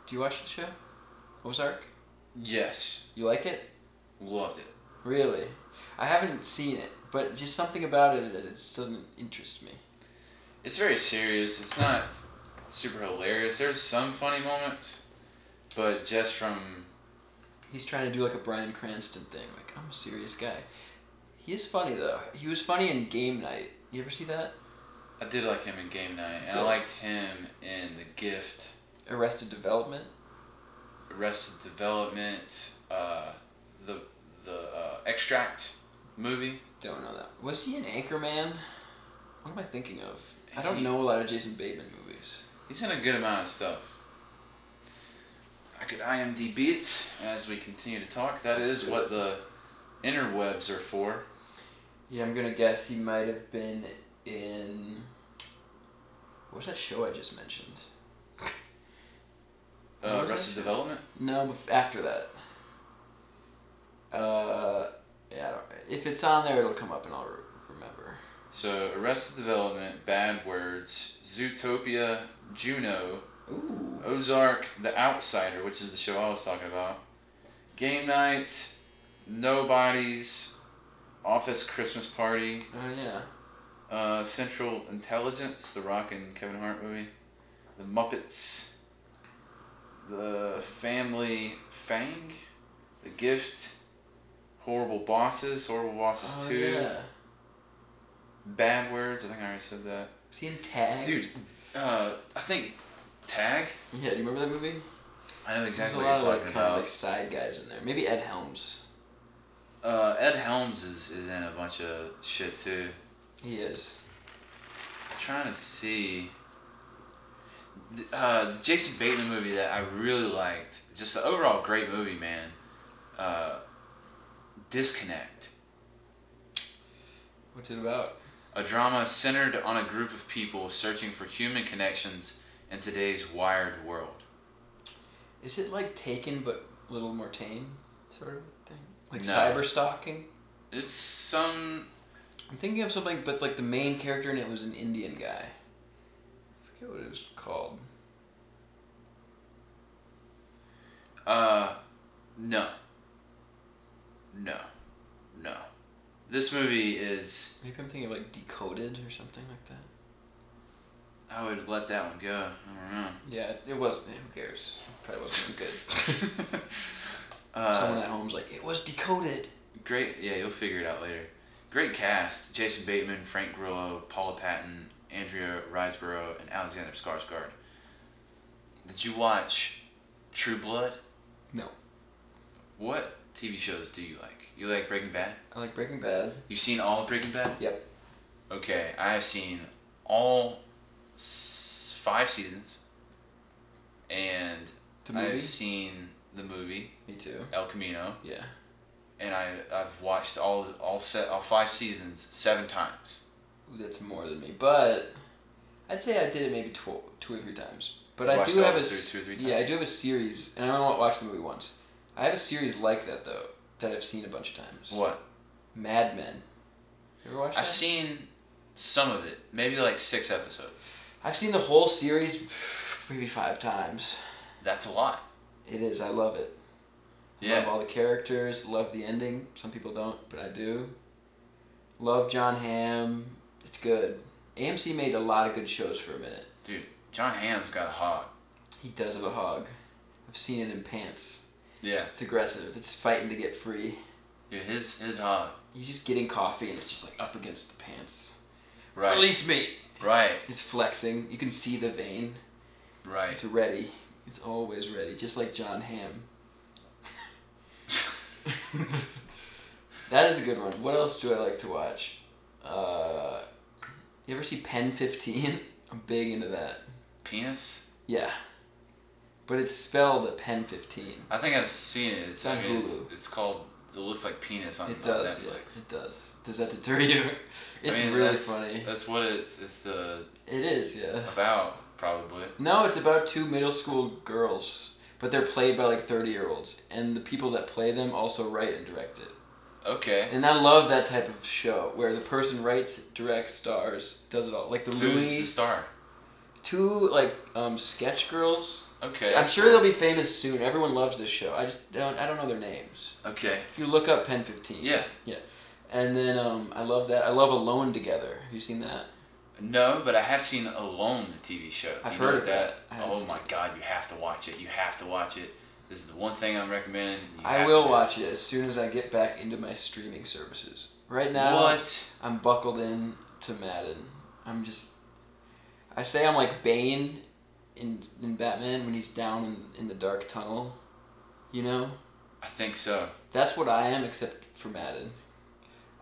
Speaker 3: Do you watch the show? Ozark?
Speaker 2: Yes,
Speaker 3: You like it?
Speaker 2: loved it.
Speaker 3: Really? I haven't seen it, but just something about it, it just doesn't interest me.
Speaker 2: It's very serious. It's not super hilarious. There's some funny moments, but just from
Speaker 3: He's trying to do like a Brian Cranston thing. Like, I'm a serious guy. He is funny though. He was funny in Game Night. You ever see that?
Speaker 2: I did like him in Game Night, and I
Speaker 3: Good.
Speaker 2: liked him in The Gift,
Speaker 3: Arrested Development?
Speaker 2: Arrested Development, uh, the the uh, Extract movie.
Speaker 3: Don't know that. Was he an Anchorman? What am I thinking of? I
Speaker 2: He-
Speaker 3: don't know a lot of Jason Bateman movies.
Speaker 2: He's in a good amount of stuff. I could IMDb it as we continue to talk. That
Speaker 3: Let's
Speaker 2: is
Speaker 3: do
Speaker 2: what
Speaker 3: it.
Speaker 2: the interwebs are for.
Speaker 3: Yeah, I'm gonna guess he might have been in. What was that show I just mentioned? What
Speaker 2: Uh,
Speaker 3: was
Speaker 2: Arrested
Speaker 3: that?
Speaker 2: Development.
Speaker 3: No, bef- after that. Uh, yeah. I don't, if it's on there, it'll come up and I'll re- remember.
Speaker 2: So Arrested Development, Bad Words, Zootopia, Juno,
Speaker 3: Ooh.
Speaker 2: Ozark, The Outsider, which is the show I was talking about, Game Night, Nobodies, Office Christmas Party,
Speaker 3: Oh yeah.
Speaker 2: uh, Central Intelligence, the Rock and Kevin Hart movie, The Muppets, The Family Fang, The Gift, Horrible Bosses, Horrible Bosses
Speaker 3: Oh
Speaker 2: 2,
Speaker 3: yeah.
Speaker 2: Bad Words, I think I already said that.
Speaker 3: Was he in Tag?
Speaker 2: Dude, uh, I think Tag?
Speaker 3: Yeah. Do you remember that movie?
Speaker 2: I know exactly what you're
Speaker 3: There's a lot
Speaker 2: talking
Speaker 3: of like, kind
Speaker 2: about.
Speaker 3: of like side guys in there. Maybe Ed Helms.
Speaker 2: Uh, Ed Helms is, is in a bunch of shit too.
Speaker 3: He is.
Speaker 2: trying to see. Th- Uh, the Jason Bateman movie that I really liked, just an overall great movie, man. Uh, Disconnect,
Speaker 3: What's it about?
Speaker 2: a drama centered on a group of people searching for human connections in today's wired world.
Speaker 3: Is it like Taken but a little more tame, sort of thing? Like
Speaker 2: No.
Speaker 3: cyber stalking?
Speaker 2: It's some.
Speaker 3: I'm thinking of something, but like the main character in it was an Indian guy. I forget what it was called.
Speaker 2: Uh, no. No. No. This movie is.
Speaker 3: Maybe I'm thinking of like Decoded or something like that.
Speaker 2: I would let that one go. I don't know.
Speaker 3: Yeah, it wasn't. Who cares? Probably wasn't good. Someone
Speaker 2: uh,
Speaker 3: at home's like, it was Decoded.
Speaker 2: great. Yeah, you'll figure it out later. Great cast: Jason Bateman, Frank Grillo, Paula Patton, Andrea Riseborough, and Alexander Skarsgård. Did you watch True Blood?
Speaker 3: No.
Speaker 2: What TV shows do you like? You like Breaking Bad?
Speaker 3: I like Breaking Bad.
Speaker 2: You've seen all of Breaking Bad?
Speaker 3: Yep.
Speaker 2: Okay, I have seen all s- five seasons, and
Speaker 3: The
Speaker 2: I've seen the movie
Speaker 3: Me too.
Speaker 2: El Camino.
Speaker 3: Yeah.
Speaker 2: and I I've watched all all set all five seasons seven times.
Speaker 3: Ooh, that's more than me, but I'd say I did it maybe tw- two or three times. But I
Speaker 2: Watched
Speaker 3: do
Speaker 2: all
Speaker 3: have a
Speaker 2: of it
Speaker 3: s-
Speaker 2: through two or three
Speaker 3: yeah, I
Speaker 2: times?
Speaker 3: do have a series, and I only watched the movie once. I have a series like that though that I've seen a bunch of times.
Speaker 2: What?
Speaker 3: Mad Men. You ever watched
Speaker 2: I've
Speaker 3: that?
Speaker 2: seen some of it, maybe like six episodes.
Speaker 3: I've seen the whole series maybe five times.
Speaker 2: That's a lot.
Speaker 3: It is. I love it.
Speaker 2: Yeah.
Speaker 3: Love all the characters. Love the ending. Some people don't, but I do. Love John Hamm. It's good. AMC made a lot of good shows for a minute.
Speaker 2: John Hamm's got a hog.
Speaker 3: He does have a hog. I've seen it in pants.
Speaker 2: Yeah.
Speaker 3: It's aggressive. It's fighting to get free.
Speaker 2: Dude, his his hog.
Speaker 3: He's just getting coffee and it's just like up against the pants.
Speaker 2: Right.
Speaker 3: Release me.
Speaker 2: Right.
Speaker 3: He's flexing. You can see the vein.
Speaker 2: Right.
Speaker 3: It's ready. It's always ready, just like John Hamm. that is a good one. What else do I like to watch? Uh, you ever see Pen 15? I'm big into that.
Speaker 2: Penis.
Speaker 3: Yeah. But it's spelled a Pen 15.
Speaker 2: I think I've seen it. It's,
Speaker 3: It's
Speaker 2: I
Speaker 3: on
Speaker 2: mean, it's,
Speaker 3: Hulu.
Speaker 2: it's called. It looks like penis on,
Speaker 3: It
Speaker 2: on
Speaker 3: does. yeah,
Speaker 2: Netflix.
Speaker 3: it does. Does that deter you? It's
Speaker 2: I mean,
Speaker 3: really
Speaker 2: that's-
Speaker 3: funny.
Speaker 2: That's what it's it's the
Speaker 3: It is, yeah.
Speaker 2: about probably.
Speaker 3: No, it's about two middle school girls, but they're played by like 30 year olds, and the people that play them also write and direct it.
Speaker 2: Okay.
Speaker 3: And I love that type of show where the person writes, directs, stars, does it all. Like the
Speaker 2: Who's the
Speaker 3: Louis,
Speaker 2: star?
Speaker 3: two like um, sketch girls.
Speaker 2: Okay.
Speaker 3: I'm sure they'll be famous soon. Everyone loves this show. I just don't. I don't know their names.
Speaker 2: Okay.
Speaker 3: If you look up Pen 15.
Speaker 2: Yeah.
Speaker 3: And then um, I love that. I love Alone Together. Have you seen that?
Speaker 2: No, but I have seen Alone, the TV show. Do
Speaker 3: I've
Speaker 2: you
Speaker 3: heard
Speaker 2: know
Speaker 3: of
Speaker 2: that.
Speaker 3: I haven't
Speaker 2: Oh
Speaker 3: seen
Speaker 2: my God! You have to watch it. You have to watch it. This is the one thing I'm recommending. You
Speaker 3: I
Speaker 2: have
Speaker 3: will
Speaker 2: to do
Speaker 3: watch it as soon as I get back into my streaming services. Right
Speaker 2: it.
Speaker 3: now,
Speaker 2: What?
Speaker 3: I'm buckled in to Madden. I'm just. I say I'm like Bane in in Batman when he's down in, in the dark tunnel. You know?
Speaker 2: I think so.
Speaker 3: That's what I am, except for Madden.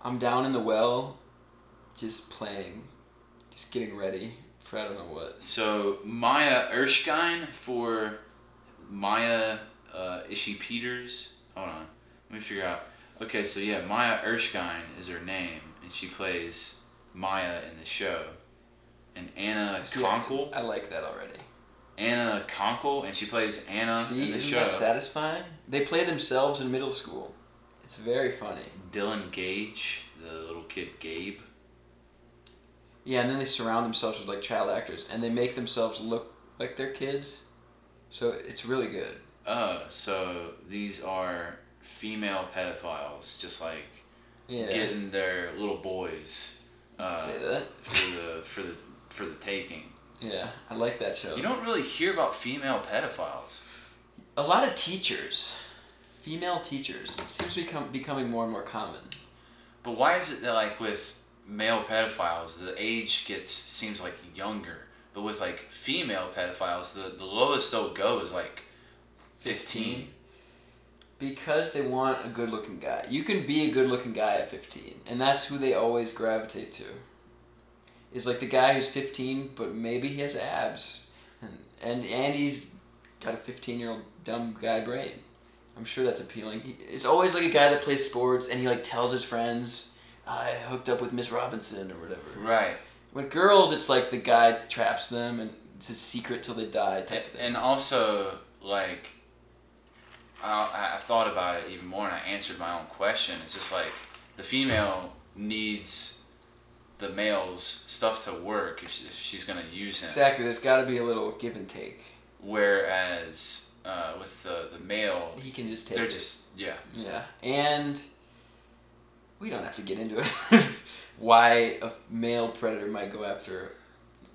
Speaker 3: I'm down in the well, just playing, just getting ready for I don't know what.
Speaker 2: So Maya Erskine for Maya uh, Ishi Peters. Hold on, let me figure out. Okay, so yeah, Maya Erskine is her name, and she plays Maya in the show. And Anna
Speaker 3: I see it.
Speaker 2: Conkle,
Speaker 3: I like that already.
Speaker 2: Anna Conkle, and she plays Anna
Speaker 3: See,
Speaker 2: in the
Speaker 3: isn't
Speaker 2: show.
Speaker 3: that satisfying? They play themselves in middle school. It's very funny.
Speaker 2: Dylan Gage, the little kid Gabe.
Speaker 3: Yeah, and then they surround themselves with like child actors, and they make themselves look like they're kids. So it's really good.
Speaker 2: Oh, so these are female pedophiles, just like
Speaker 3: Yeah,
Speaker 2: getting their little boys uh,
Speaker 3: say that.
Speaker 2: for the for the for the taking.
Speaker 3: Yeah, I like that show.
Speaker 2: You don't really hear about female pedophiles.
Speaker 3: a lot of teachers, female teachers, it seems to become becoming more and more common.
Speaker 2: But why is it that like with male pedophiles the age gets seems like younger, but with like female pedophiles the, the lowest they'll go is like 15.
Speaker 3: Because they want a good-looking guy. You can be a good-looking guy at 15, and that's who they always gravitate to. Is like the guy who's 15, but maybe he has abs, and and and he's got a 15-year-old dumb guy brain. I'm sure that's appealing. He, it's always like a guy that plays sports, and he like tells his friends, "I hooked up with Miss Robinson" or whatever.
Speaker 2: Right.
Speaker 3: With girls, it's like the guy traps them and it's a secret till they die type of thing.
Speaker 2: And also like I, I thought about it even more and I answered my own question. It's just like the female needs the male's stuff to work if, she- if she's going to use him.
Speaker 3: Exactly, there's got to be a little give and take.
Speaker 2: Whereas uh, with the, the male,
Speaker 3: He can just take.
Speaker 2: they're
Speaker 3: it.
Speaker 2: just, yeah.
Speaker 3: yeah, and we don't have to get into it. Why a male predator might go after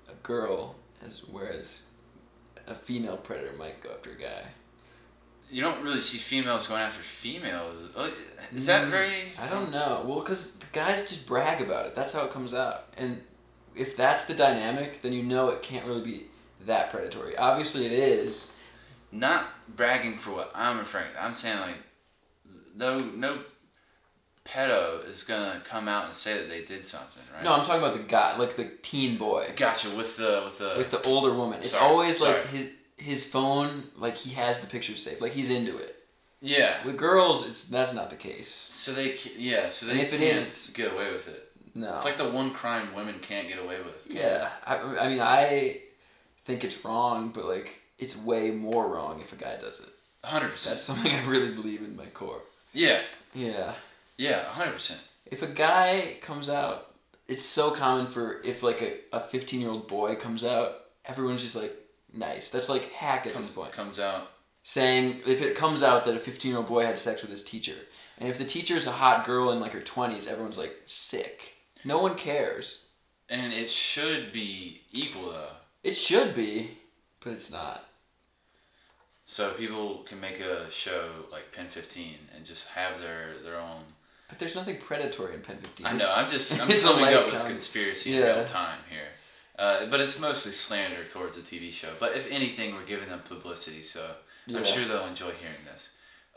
Speaker 3: a girl, as whereas a female predator might go after a guy.
Speaker 2: You don't really see females going after females. Uh, Is that
Speaker 3: Mm,
Speaker 2: very.
Speaker 3: I don't know. Well, because the guys just brag about it. That's how it comes out. And if that's the dynamic, then you know it can't really be that predatory. Obviously, it is.
Speaker 2: Not bragging for what I'm referring to. I'm saying, like, no, no pedo is going to come out and say that they did something, right?
Speaker 3: No, I'm talking about the guy, like the teen boy,
Speaker 2: Gotcha, with the. With the
Speaker 3: like the older woman. It's
Speaker 2: Sorry,
Speaker 3: always like
Speaker 2: sorry.
Speaker 3: his his phone, like he has the pictures saved, like he's into it.
Speaker 2: yeah.
Speaker 3: With girls, it's that's not the case.
Speaker 2: So they, ca- yeah, so they
Speaker 3: And if it
Speaker 2: can't
Speaker 3: is, it's-
Speaker 2: get away with it.
Speaker 3: No.
Speaker 2: It's like the one crime women can't get away with.
Speaker 3: yeah, I, I mean, I think it's wrong, but like it's way more wrong if a guy does it.
Speaker 2: 100%.
Speaker 3: That's something I really believe in my core.
Speaker 2: yeah,
Speaker 3: Yeah.
Speaker 2: yeah, 100%.
Speaker 3: If a guy comes out, it's so common for if like a a 15 year old boy comes out, everyone's just like, nice. That's like hack at
Speaker 2: comes,
Speaker 3: this point.
Speaker 2: comes out.
Speaker 3: saying if it comes out that a 15 year old boy had sex with his teacher, and if the teacher's a hot girl in like her 20s, everyone's like, sick. No one cares.
Speaker 2: And it should be equal though.
Speaker 3: It should be, but it's not.
Speaker 2: So people can make a show like Pen 15 and just have their their own.
Speaker 3: But there's nothing predatory in Pen 15.
Speaker 2: I know. I'm just I'm
Speaker 3: It's a
Speaker 2: coming
Speaker 3: light
Speaker 2: up with
Speaker 3: comedy.
Speaker 2: conspiracy in
Speaker 3: Yeah.
Speaker 2: real time here, uh, but it's mostly slander towards the TV show. But if anything, we're giving them publicity, so
Speaker 3: Yeah.
Speaker 2: I'm sure they'll enjoy hearing this.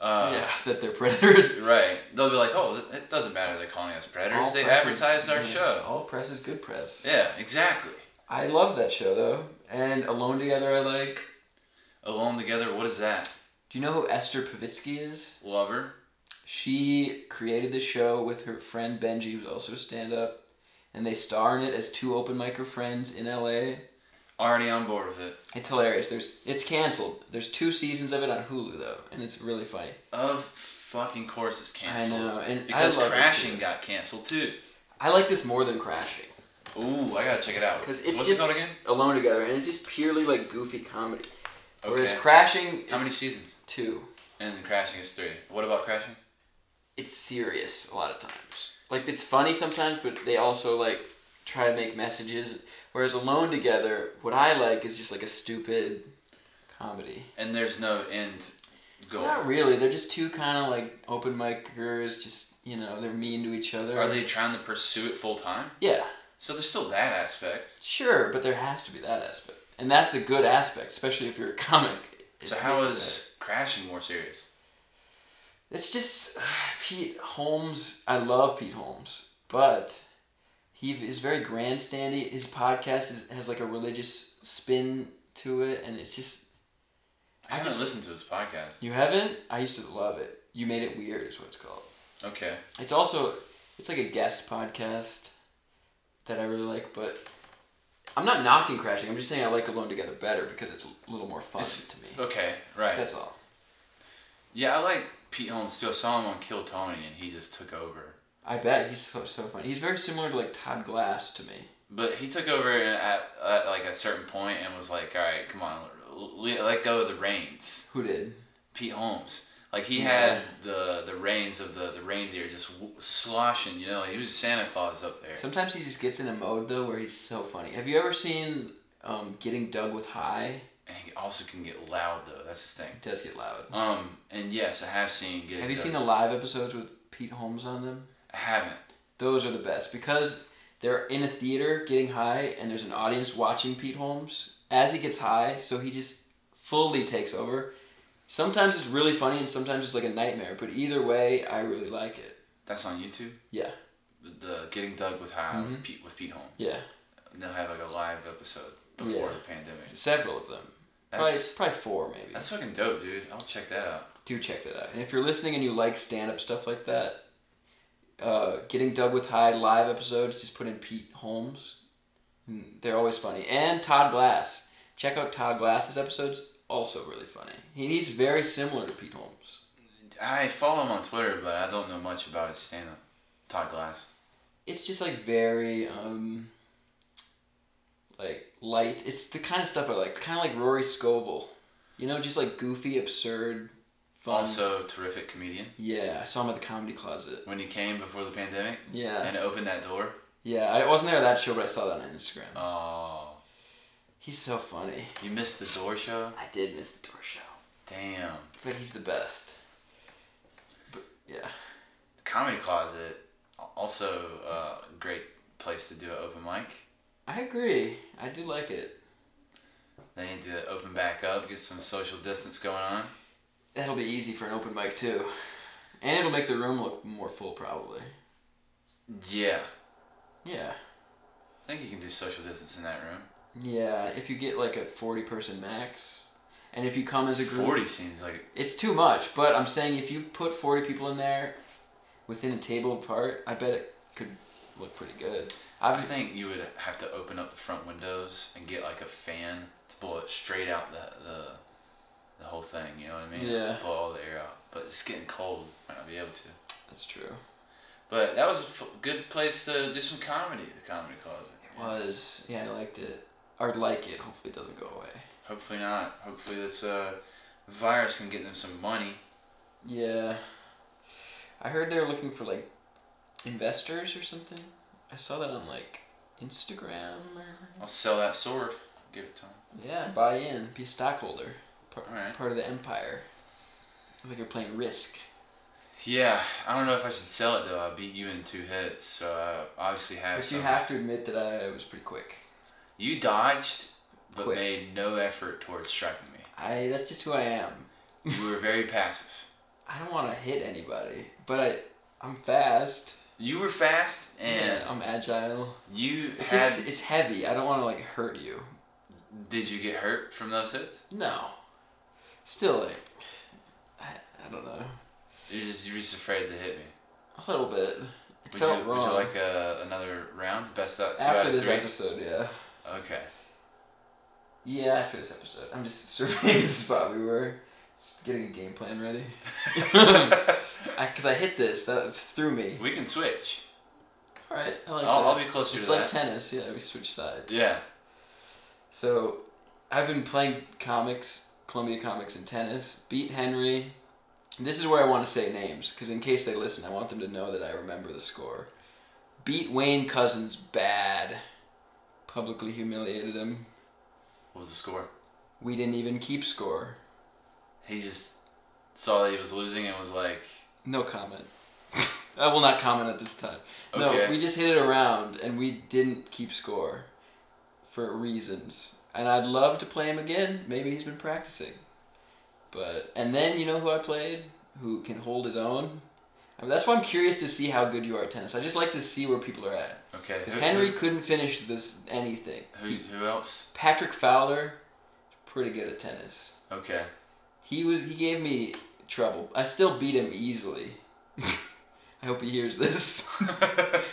Speaker 2: Uh,
Speaker 3: yeah, that they're predators.
Speaker 2: Right. They'll be like, oh, it doesn't matter. They're calling us predators.
Speaker 3: All
Speaker 2: they
Speaker 3: press is-
Speaker 2: advertised our
Speaker 3: yeah,
Speaker 2: show.
Speaker 3: All press is good press.
Speaker 2: Yeah, exactly.
Speaker 3: I love that show though, and Alone Together I like.
Speaker 2: Alone together. What is that?
Speaker 3: Do you know who Esther Pavitsky is?
Speaker 2: Lover.
Speaker 3: She created the show with her friend Benji, who's also a stand-up, and they star in it as two open micer friends in LA.
Speaker 2: Already on board with it.
Speaker 3: It's hilarious. There's it's canceled. There's two seasons of it on Hulu though, and it's really funny.
Speaker 2: Of fucking course, it's canceled.
Speaker 3: I know, and
Speaker 2: Because
Speaker 3: I love it,
Speaker 2: crashing
Speaker 3: too.
Speaker 2: got canceled too.
Speaker 3: I like this more than crashing.
Speaker 2: Ooh, I gotta check it out.
Speaker 3: 'Cause it's
Speaker 2: What's
Speaker 3: just-
Speaker 2: it called again?
Speaker 3: Alone Together, and it's just purely like goofy comedy. Whereas
Speaker 2: Okay.
Speaker 3: crashing,
Speaker 2: How many
Speaker 3: it's
Speaker 2: seasons?
Speaker 3: two.
Speaker 2: And crashing is three. What about crashing?
Speaker 3: It's serious a lot of times. Like it's funny sometimes, but they also like try to make messages. Whereas Alone Together, what I like is just like a stupid comedy.
Speaker 2: And there's no end goal.
Speaker 3: Not really. They're just two kind of like open micers. Just you know, they're mean to each other.
Speaker 2: Are they trying to pursue it full time?
Speaker 3: Yeah,
Speaker 2: So there's still that aspect.
Speaker 3: sure, but there has to be that aspect, and that's a good aspect, especially if you're a comic. It
Speaker 2: So how
Speaker 3: makes it
Speaker 2: is crashing more serious?
Speaker 3: better. It's just Pete Holmes. I love Pete Holmes, but he is very grandstandy. His podcast is, has like a religious spin to it, and it's just
Speaker 2: I
Speaker 3: I
Speaker 2: haven't
Speaker 3: just-
Speaker 2: listened to his podcast.
Speaker 3: you haven't. I used to love it. You made it weird is what it's called.
Speaker 2: Okay.
Speaker 3: It's also it's like a guest podcast that I really like, but I'm not knocking crashing. I'm just saying I like Alone Together better because it's a little more fun
Speaker 2: It's-
Speaker 3: to me.
Speaker 2: Okay. Right.
Speaker 3: That's all.
Speaker 2: Yeah, I like Pete Holmes too. I saw him on Kill Tony, and he just took over.
Speaker 3: I bet he's so so funny. He's very similar to like Todd Glass to me.
Speaker 2: But he took over at, at like a certain point and was like, "All right, come on, l- le- let go of the reins."
Speaker 3: Who did?
Speaker 2: Pete Holmes, like he
Speaker 3: Yeah.
Speaker 2: had the the reins of the the reindeer just w- sloshing. You know, like he was Santa Claus up there.
Speaker 3: Sometimes he just gets in a mode though where he's so funny. Have you ever seen um, Getting Dug with High?
Speaker 2: And he also can get loud though. That's his thing.
Speaker 3: It does get loud.
Speaker 2: Um, and yes, I have seen. Get It
Speaker 3: Have you
Speaker 2: Done.
Speaker 3: seen the live episodes with Pete Holmes on them?
Speaker 2: I haven't.
Speaker 3: Those are the best because they're in a theater getting high and there's an audience watching Pete Holmes as he gets high, so he just fully takes over. Sometimes it's really funny and sometimes it's like a nightmare, but either way, I really like it.
Speaker 2: That's on YouTube.
Speaker 3: Yeah.
Speaker 2: The, the Getting Dug with High with
Speaker 3: Mhm.
Speaker 2: Pete with Pete Holmes.
Speaker 3: Yeah.
Speaker 2: And they'll have like a live episode before
Speaker 3: Yeah.
Speaker 2: the pandemic.
Speaker 3: Several of them. Probably,
Speaker 2: That's
Speaker 3: probably four, maybe.
Speaker 2: that's fucking dope, dude. I'll check that out.
Speaker 3: Do check that out. And if you're listening and you like stand up stuff like that, uh, Getting Dug with High live episodes, just put in Pete Holmes. Mm, They're always funny. And Todd Glass. Check out Todd Glass's episodes, also really funny. And he's very similar to Pete Holmes.
Speaker 2: I follow him on Twitter, but I don't know much about his stand up. Todd Glass.
Speaker 3: It's just like very, um, like light. It's the kind of stuff I like. Kind of like Rory Scovel. You know, just like goofy, absurd, fun.
Speaker 2: Also, terrific comedian.
Speaker 3: Yeah, I saw him at the Comedy Closet.
Speaker 2: When he came before the pandemic
Speaker 3: Yeah.
Speaker 2: and opened that door.
Speaker 3: Yeah, I wasn't there at that show, but I saw that on Instagram.
Speaker 2: Oh,
Speaker 3: He's so funny.
Speaker 2: you missed the door show?
Speaker 3: I did miss the door show,
Speaker 2: Damn.
Speaker 3: but he's the best. But, yeah,
Speaker 2: Comedy Closet, also uh, great place to do an open mic.
Speaker 3: I agree. I do like it.
Speaker 2: They need to open back up, get some social distance going on.
Speaker 3: That'll be easy for an open mic too, and it'll make the room look more full probably.
Speaker 2: Yeah.
Speaker 3: Yeah,
Speaker 2: I think you can do social distance in that room.
Speaker 3: yeah. If you get like a forty person max, and if you come as a group,
Speaker 2: 40 seems like
Speaker 3: it's too much. But I'm saying if you put forty people in there, within a table apart, I bet it could look pretty good.
Speaker 2: I
Speaker 3: I've
Speaker 2: think you would have to open up the front windows and get like a fan to blow it straight out the the, the whole thing. You know what I mean?
Speaker 3: Yeah.
Speaker 2: Blow all the air out. But it's getting cold. Might not be able to.
Speaker 3: that's true.
Speaker 2: But that was a f- good place to do some comedy. The comedy closet.
Speaker 3: Was yeah, I liked it. Or like it. Hopefully, it doesn't go away.
Speaker 2: Hopefully not. Hopefully this uh, virus can get them some money.
Speaker 3: Yeah. I heard they're looking for like investors or something. I saw that on like Instagram or
Speaker 2: I'll sell that sword. Give it to them.
Speaker 3: yeah, buy in, be a stockholder. Part,
Speaker 2: Alright.
Speaker 3: part of the empire. Like you're playing Risk.
Speaker 2: Yeah, I don't know if I should sell it though. I beat you in two hits, so I obviously have.
Speaker 3: But you
Speaker 2: some-
Speaker 3: have to admit that I was pretty quick.
Speaker 2: You dodged, but
Speaker 3: Quick.
Speaker 2: made no effort towards striking me.
Speaker 3: I that's just who I am.
Speaker 2: You were very passive.
Speaker 3: I don't want to hit anybody, but I I'm fast.
Speaker 2: You were fast, and
Speaker 3: Yeah, I'm agile.
Speaker 2: you
Speaker 3: It's
Speaker 2: had.
Speaker 3: just it's heavy. I don't want to like hurt you.
Speaker 2: Did you get hurt from those hits?
Speaker 3: No. Still like I, I don't know.
Speaker 2: You're just you're just afraid to hit me.
Speaker 3: A little bit. It
Speaker 2: Would
Speaker 3: felt
Speaker 2: you,
Speaker 3: wrong.
Speaker 2: would you like uh, another round? Best out two out
Speaker 3: after
Speaker 2: of
Speaker 3: this
Speaker 2: three.
Speaker 3: episode, yeah.
Speaker 2: Okay.
Speaker 3: Yeah, after this episode. I'm just surveying the spot we were. Just getting a game plan ready. I, Cause I hit this, that threw me.
Speaker 2: we can switch.
Speaker 3: All right, I like
Speaker 2: I'll,
Speaker 3: that.
Speaker 2: I'll be closer
Speaker 3: it's
Speaker 2: to that.
Speaker 3: like tennis, yeah. We switch sides.
Speaker 2: Yeah.
Speaker 3: So, I've been playing comics, Columbia Comics, and tennis. Beat Henry. This is where I want to say names, because in case they listen, I want them to know that I remember the score. Beat Wayne Cousins bad. Publicly humiliated him.
Speaker 2: What was the score?
Speaker 3: We didn't even keep score.
Speaker 2: He just saw that he was losing and was like,
Speaker 3: No comment. I will not comment at this time.
Speaker 2: okay.
Speaker 3: No, we just hit it around and we didn't keep score for reasons. And I'd love to play him again. Maybe he's been practicing. But and then you know who I played who can hold his own? I mean, that's why I'm curious to see how good you are at tennis. I just like to see where people are at.
Speaker 2: okay.
Speaker 3: Because
Speaker 2: who-
Speaker 3: Henry couldn't finish this anything.
Speaker 2: Who, who, who else?
Speaker 3: Patrick Fowler, pretty good at tennis.
Speaker 2: Okay.
Speaker 3: He was he gave me trouble. I still beat him easily. I hope he hears this.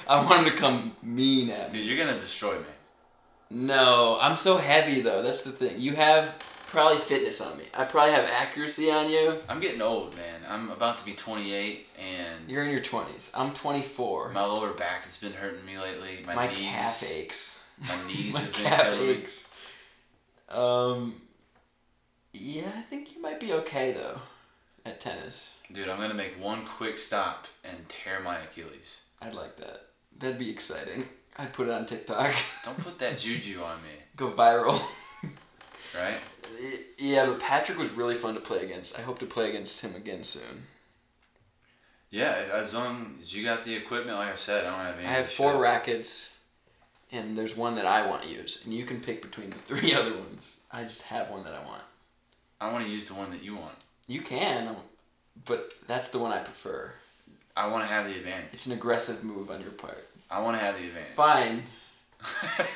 Speaker 3: I want him to come mean at me.
Speaker 2: Dude, you're gonna destroy me.
Speaker 3: No, I'm so heavy though. That's the thing. You have probably fitness on me. I probably have accuracy on you.
Speaker 2: I'm getting old, man. I'm about to be 28, and
Speaker 3: You're in your 20s. I'm 24.
Speaker 2: my lower back has been hurting me lately. My,
Speaker 3: My
Speaker 2: knees.
Speaker 3: calf aches.
Speaker 2: My knees
Speaker 3: My
Speaker 2: have been
Speaker 3: calf
Speaker 2: killing me.
Speaker 3: aches. Um. Yeah, I think you might be okay though at tennis.
Speaker 2: Dude, I'm gonna make one quick stop and tear my Achilles.
Speaker 3: I'd like that. That'd be exciting. I'd put it on TikTok.
Speaker 2: Don't put that juju on me,
Speaker 3: Go viral.
Speaker 2: right?
Speaker 3: yeah, but Patrick was really fun to play against. I hope to play against him again soon.
Speaker 2: Yeah, as long as you got the equipment, like I said, I don't have any.
Speaker 3: I have
Speaker 2: shit.
Speaker 3: four rackets, and there's one that I want to use, and you can pick between the three other ones. I just have one that I want.
Speaker 2: I want to use the one that you want.
Speaker 3: You can, um, but that's the one I prefer.
Speaker 2: I want to have the advantage.
Speaker 3: It's an aggressive move on your part.
Speaker 2: I want to have the advantage.
Speaker 3: Fine.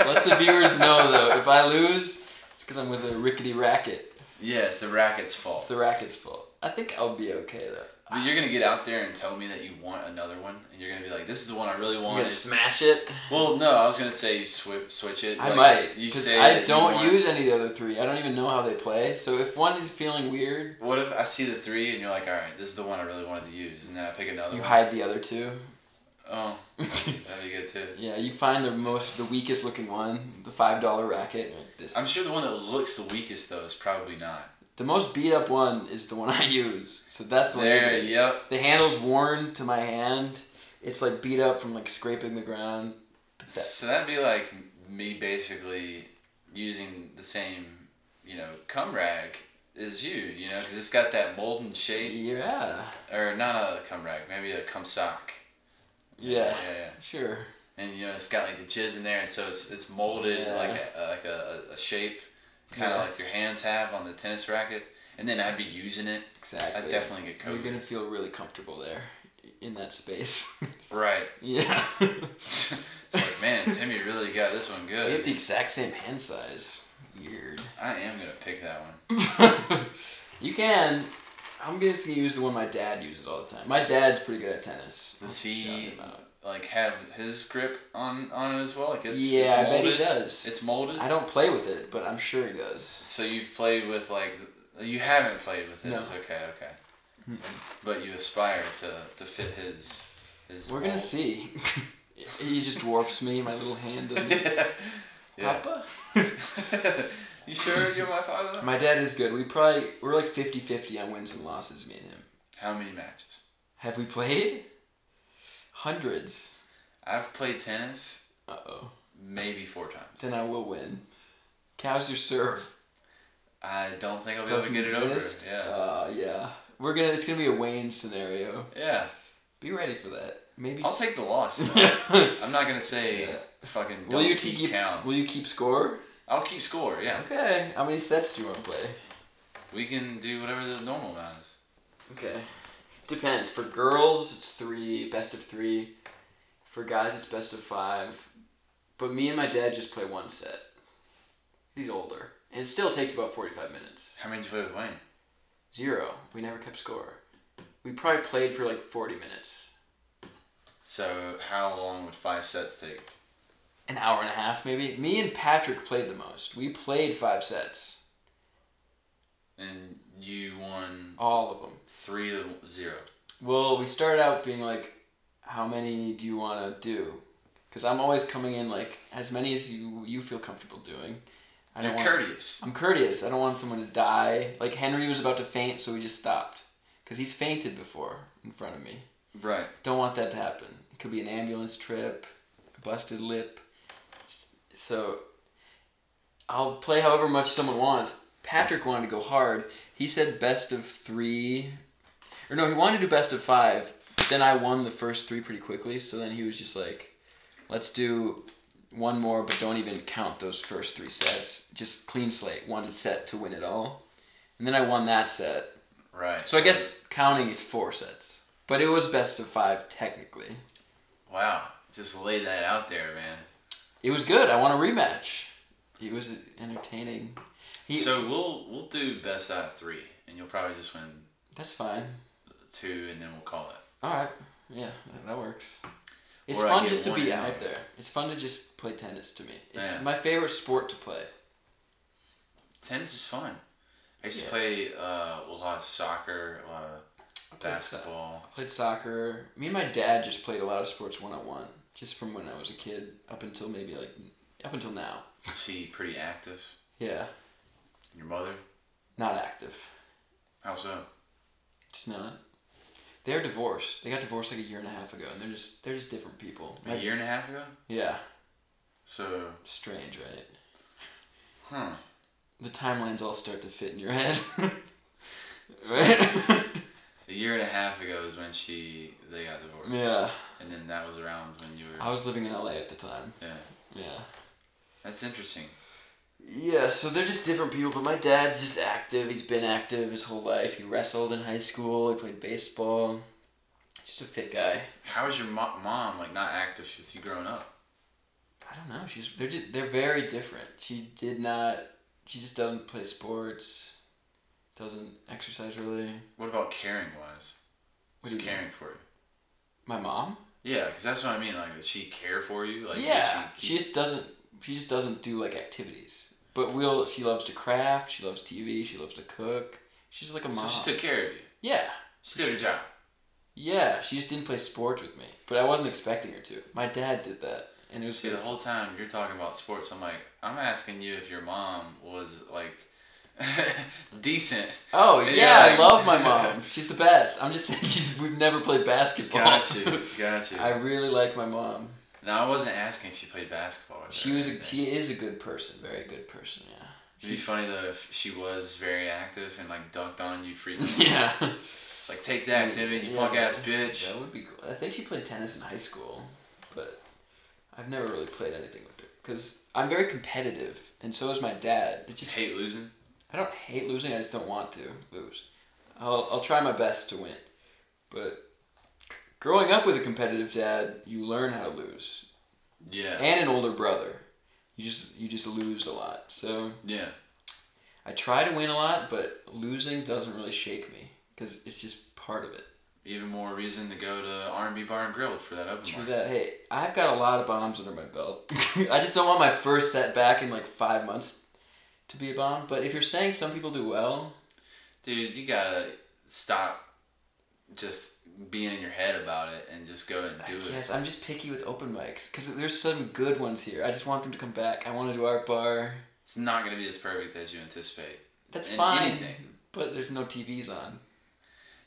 Speaker 3: Let the viewers know though, if I lose, it's because I'm with a rickety racket.
Speaker 2: Yes, the racket's
Speaker 3: It's
Speaker 2: fault.
Speaker 3: the racket's fault. I think I'll be okay though.
Speaker 2: But you're gonna get out there and tell me that you want another one, and you're gonna be like, "This is the one I really
Speaker 3: I'm gonna
Speaker 2: wanted."
Speaker 3: smash it.
Speaker 2: well, no, I was gonna say you swi switch it.
Speaker 3: I
Speaker 2: like,
Speaker 3: might.
Speaker 2: You
Speaker 3: 'cause
Speaker 2: say that
Speaker 3: I
Speaker 2: you
Speaker 3: don't
Speaker 2: want-
Speaker 3: use any of the other three. I don't even know how they play. So if one is feeling weird,
Speaker 2: What if I see the three and you're like, "All right, this is the one I really wanted to use," and then I pick another
Speaker 3: you
Speaker 2: one.
Speaker 3: hide the other two.
Speaker 2: Oh, that'd be good too.
Speaker 3: Yeah, you find the most the weakest looking one, the five dollar racket. and like This
Speaker 2: I'm sure the one that looks the weakest though is probably not.
Speaker 3: the most beat up one is the one I use, so that's the one. I
Speaker 2: There,
Speaker 3: use.
Speaker 2: yep.
Speaker 3: The handle's worn to my hand. It's like beat up from like scraping the ground. That-
Speaker 2: So that'd be like me basically using the same, you know, cum rag as you, you know, because it's got that molden shape,
Speaker 3: Yeah,
Speaker 2: or not a cum rag, maybe a cum sock.
Speaker 3: yeah,
Speaker 2: yeah, yeah.
Speaker 3: sure.
Speaker 2: And you know, it's got like the jizz in there, and so it's it's molded
Speaker 3: Yeah.
Speaker 2: like a, like a, a shape, kind of
Speaker 3: Yeah.
Speaker 2: like your hands have on the tennis racket. And then I'd be using it.
Speaker 3: Exactly.
Speaker 2: I'd definitely get
Speaker 3: You're
Speaker 2: COVID.
Speaker 3: gonna feel really comfortable there, in that space.
Speaker 2: Right.
Speaker 3: yeah.
Speaker 2: it's like, man, Timmy really got this one
Speaker 3: we have
Speaker 2: good.
Speaker 3: the exact same hand size. Weird.
Speaker 2: I am gonna pick that one.
Speaker 3: you can. I'm just gonna use the one my dad uses all the time. My dad's pretty good at tennis.
Speaker 2: Does he-
Speaker 3: Shout him out.
Speaker 2: like have his grip on on it as well? Like it's
Speaker 3: yeah,
Speaker 2: it's
Speaker 3: I bet
Speaker 2: molded.
Speaker 3: he does.
Speaker 2: It's molded.
Speaker 3: I don't play with it, but I'm sure he does.
Speaker 2: So you've played with like you haven't played with his.
Speaker 3: No.
Speaker 2: Okay, okay. Hmm.
Speaker 3: Mm-mm.
Speaker 2: But you aspire to to fit his his.
Speaker 3: We're gonna
Speaker 2: mold.
Speaker 3: see. he just dwarfs me. My little hand doesn't. He?
Speaker 2: yeah.
Speaker 3: Papa.
Speaker 2: you sure you're my father?
Speaker 3: My dad is good. We probably we're like 50-50 on wins and losses. Me and him.
Speaker 2: How many matches?
Speaker 3: Have we played? Hundreds.
Speaker 2: I've played tennis
Speaker 3: Uh oh.
Speaker 2: maybe four times.
Speaker 3: Then I will win. Cows your serve.
Speaker 2: I don't think I'll be able to
Speaker 3: doesn't
Speaker 2: get it
Speaker 3: exist.
Speaker 2: over. Yeah.
Speaker 3: Uh, yeah. We're gonna. It's gonna be a Wayne scenario.
Speaker 2: yeah.
Speaker 3: Be ready for that. Maybe.
Speaker 2: I'll
Speaker 3: s-
Speaker 2: take the loss. I'm not gonna say
Speaker 3: Yeah.
Speaker 2: fucking don't
Speaker 3: Will you
Speaker 2: keep
Speaker 3: keep?
Speaker 2: count.
Speaker 3: Will you keep score?
Speaker 2: I'll keep score. Yeah.
Speaker 3: Okay. How many sets do you want to play?
Speaker 2: We can do whatever the normal amount is.
Speaker 3: Okay. Depends. For girls, it's three, best of three. For guys, it's best of five. But me and my dad just play one set. He's older. And it still takes about 45 minutes.
Speaker 2: How many did you play with Wayne?
Speaker 3: Zero. We never kept score. We probably played for like 40 minutes.
Speaker 2: So how long would five sets take?
Speaker 3: An hour and a half, maybe. Me and Patrick played the most. We played five sets.
Speaker 2: And you won
Speaker 3: All of them.
Speaker 2: three to zero.
Speaker 3: Well, we started out being like, how many do you want to do? Because I'm always coming in like, as many as you, you feel comfortable doing. I
Speaker 2: You're
Speaker 3: don't want
Speaker 2: courteous.
Speaker 3: I'm courteous. I don't want someone to die. Like Henry was about to faint, so we just stopped because he's fainted before in front of me.
Speaker 2: Right.
Speaker 3: Don't want that to happen. It could be an ambulance trip, a busted lip. S- So I'll play however much someone wants. Patrick wanted to go hard. He said best of three, or no, he wanted to do best of five. But then I won the first three pretty quickly, so then he was just like, "Let's do one more, but don't even count those first three sets. Just clean slate, one set to win it all." And then I won that set.
Speaker 2: Right.
Speaker 3: So I guess counting it's four sets, but it was best of five technically.
Speaker 2: Wow. Just lay that out there, man.
Speaker 3: It was good. I want a rematch. It was entertaining. He-
Speaker 2: so we'll we'll do best out of three, and you'll probably just win
Speaker 3: That's fine.
Speaker 2: two, and then we'll call it.
Speaker 3: All right. Yeah, that- that works. It's
Speaker 2: Or I
Speaker 3: fun
Speaker 2: get
Speaker 3: just to
Speaker 2: one
Speaker 3: be
Speaker 2: in
Speaker 3: out there. It's fun to just play tennis to me. It's
Speaker 2: Yeah.
Speaker 3: my favorite sport to play.
Speaker 2: Tennis is fun. I used
Speaker 3: Yeah.
Speaker 2: to play uh, a lot of soccer, a lot of
Speaker 3: I played so-
Speaker 2: basketball.
Speaker 3: played soccer. Me and my dad just played a lot of sports one on one, just from when I was a kid up until maybe like up until now.
Speaker 2: Is he pretty active?
Speaker 3: Yeah,
Speaker 2: Your mother?
Speaker 3: not active.
Speaker 2: How so?
Speaker 3: Just not. They're divorced. They got divorced like a year and a half ago, and they're just they're just different people.
Speaker 2: A
Speaker 3: My-
Speaker 2: year and a half ago?
Speaker 3: Yeah,
Speaker 2: So,
Speaker 3: strange, right?
Speaker 2: huh.
Speaker 3: The timelines all start to fit in your head, right?
Speaker 2: A year and a half ago is when she they got divorced.
Speaker 3: yeah,
Speaker 2: And then that was around when you were.
Speaker 3: I was living in LA at the time.
Speaker 2: Yeah.
Speaker 3: Yeah.
Speaker 2: That's interesting.
Speaker 3: Yeah, so they're just different people, but my dad's just active. He's been active his whole life. He wrestled in high school, he played baseball. Just a fit guy.
Speaker 2: How was your mo- mom like not active with you growing up?
Speaker 3: I don't know. She's they're just they're very different. She did not she just doesn't play sports. Doesn't exercise really.
Speaker 2: What about caring wise?
Speaker 3: What do
Speaker 2: Just
Speaker 3: you mean?
Speaker 2: caring for you.
Speaker 3: My mom?
Speaker 2: Yeah, because that's what I mean. Like, does she care for you? Like, does
Speaker 3: yeah.
Speaker 2: She,
Speaker 3: She,
Speaker 2: keep-
Speaker 3: just doesn't she just doesn't do like activities. But will she loves to craft, she loves TV, she loves to cook. She's just like a
Speaker 2: so
Speaker 3: mom.
Speaker 2: she took care of you.
Speaker 3: yeah.
Speaker 2: She did her job.
Speaker 3: Yeah, she just didn't play sports with me, but I wasn't expecting her to. My dad did that, and it was
Speaker 2: See, the whole time you're talking about sports, I'm like, I'm asking you if your mom was like decent.
Speaker 3: oh
Speaker 2: Yeah,
Speaker 3: yeah,
Speaker 2: like-
Speaker 3: I love my mom. She's the best. I'm just saying, she's, we've never played basketball.
Speaker 2: Got you, got you.
Speaker 3: I really like my mom.
Speaker 2: No, I wasn't asking if you played basketball. with her
Speaker 3: She
Speaker 2: or
Speaker 3: was a,
Speaker 2: anything.
Speaker 3: she is a good person, very good person.
Speaker 2: It'd be funny though if she was very active and like dunked on you
Speaker 3: Yeah.
Speaker 2: freaking.
Speaker 3: yeah.
Speaker 2: It's like take that, Timmy, you punk ass bitch.
Speaker 3: That would be cool. I think she played tennis in high school, but I've never really played anything with her because I'm very competitive, and so is my dad. It
Speaker 2: Just
Speaker 3: just
Speaker 2: hate losing.
Speaker 3: I don't hate losing. I just don't want to lose. I'll I'll try my best to win, but growing up with a competitive dad, you learn how to lose,
Speaker 2: Yeah.
Speaker 3: and an older brother, you just you just lose a lot. So
Speaker 2: Yeah.
Speaker 3: I try to win a lot, but losing doesn't really shake me because it's just part of it.
Speaker 2: Even more reason to go to R&B Bar and Grill for that open
Speaker 3: True
Speaker 2: mic.
Speaker 3: that. Hey, I've got a lot of bombs under my belt. I just don't want my first setback in like five months to be a bomb. But if you're saying some people do well,
Speaker 2: Dude, you gotta stop just being in your head about it and just go and do
Speaker 3: I
Speaker 2: it.
Speaker 3: guess I'm just picky with open mics because there's some good ones here. I just want them to come back. I want to do art bar.
Speaker 2: It's not gonna be as perfect as you anticipate.
Speaker 3: That's
Speaker 2: in
Speaker 3: fine.
Speaker 2: Anything.
Speaker 3: But there's no TVs on.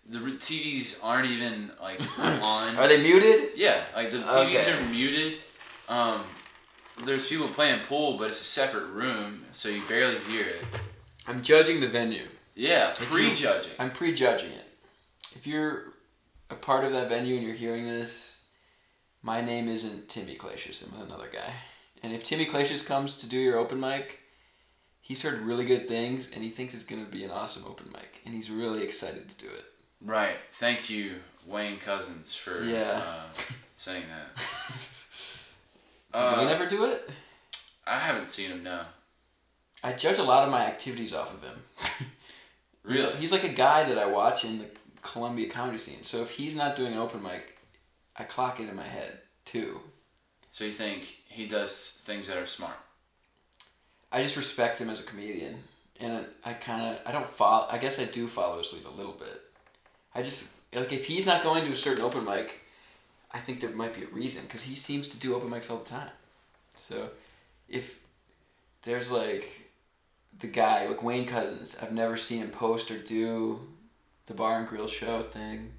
Speaker 2: The re- TVs aren't even like on.
Speaker 3: Are they muted?
Speaker 2: Yeah, like the TVs
Speaker 3: Okay.
Speaker 2: are muted. Um, there's people playing pool, but it's a separate room, so you barely hear it.
Speaker 3: I'm judging the venue.
Speaker 2: Yeah,
Speaker 3: If you-
Speaker 2: prejudging.
Speaker 3: I'm prejudging it. If you're a part of that venue and you're hearing this, my name isn't Timmy Glacius. I'm with another guy. And if Timmy Glacius comes to do your open mic, he's heard really good things and he thinks it's going to be an awesome open mic. And he's really excited to do it.
Speaker 2: Right. Thank you, Wayne Cousins, for
Speaker 3: Yeah.
Speaker 2: uh, saying that.
Speaker 3: Did
Speaker 2: Uh,
Speaker 3: Wayne ever do it?
Speaker 2: I haven't seen him now.
Speaker 3: I judge a lot of my activities off of him.
Speaker 2: Really?
Speaker 3: He's like a guy that I watch in the Columbia comedy scene. So if he's not doing an open mic, I clock it in my head too.
Speaker 2: So you think he does things that are smart?
Speaker 3: I just respect him as a comedian, and I kind of I don't follow. I guess I do follow his lead a little bit. I just like if he's not going to a certain open mic, I think there might be a reason because he seems to do open mics all the time. So if there's like the guy like Wayne Cousins, I've never seen him post or do the bar and grill show thing.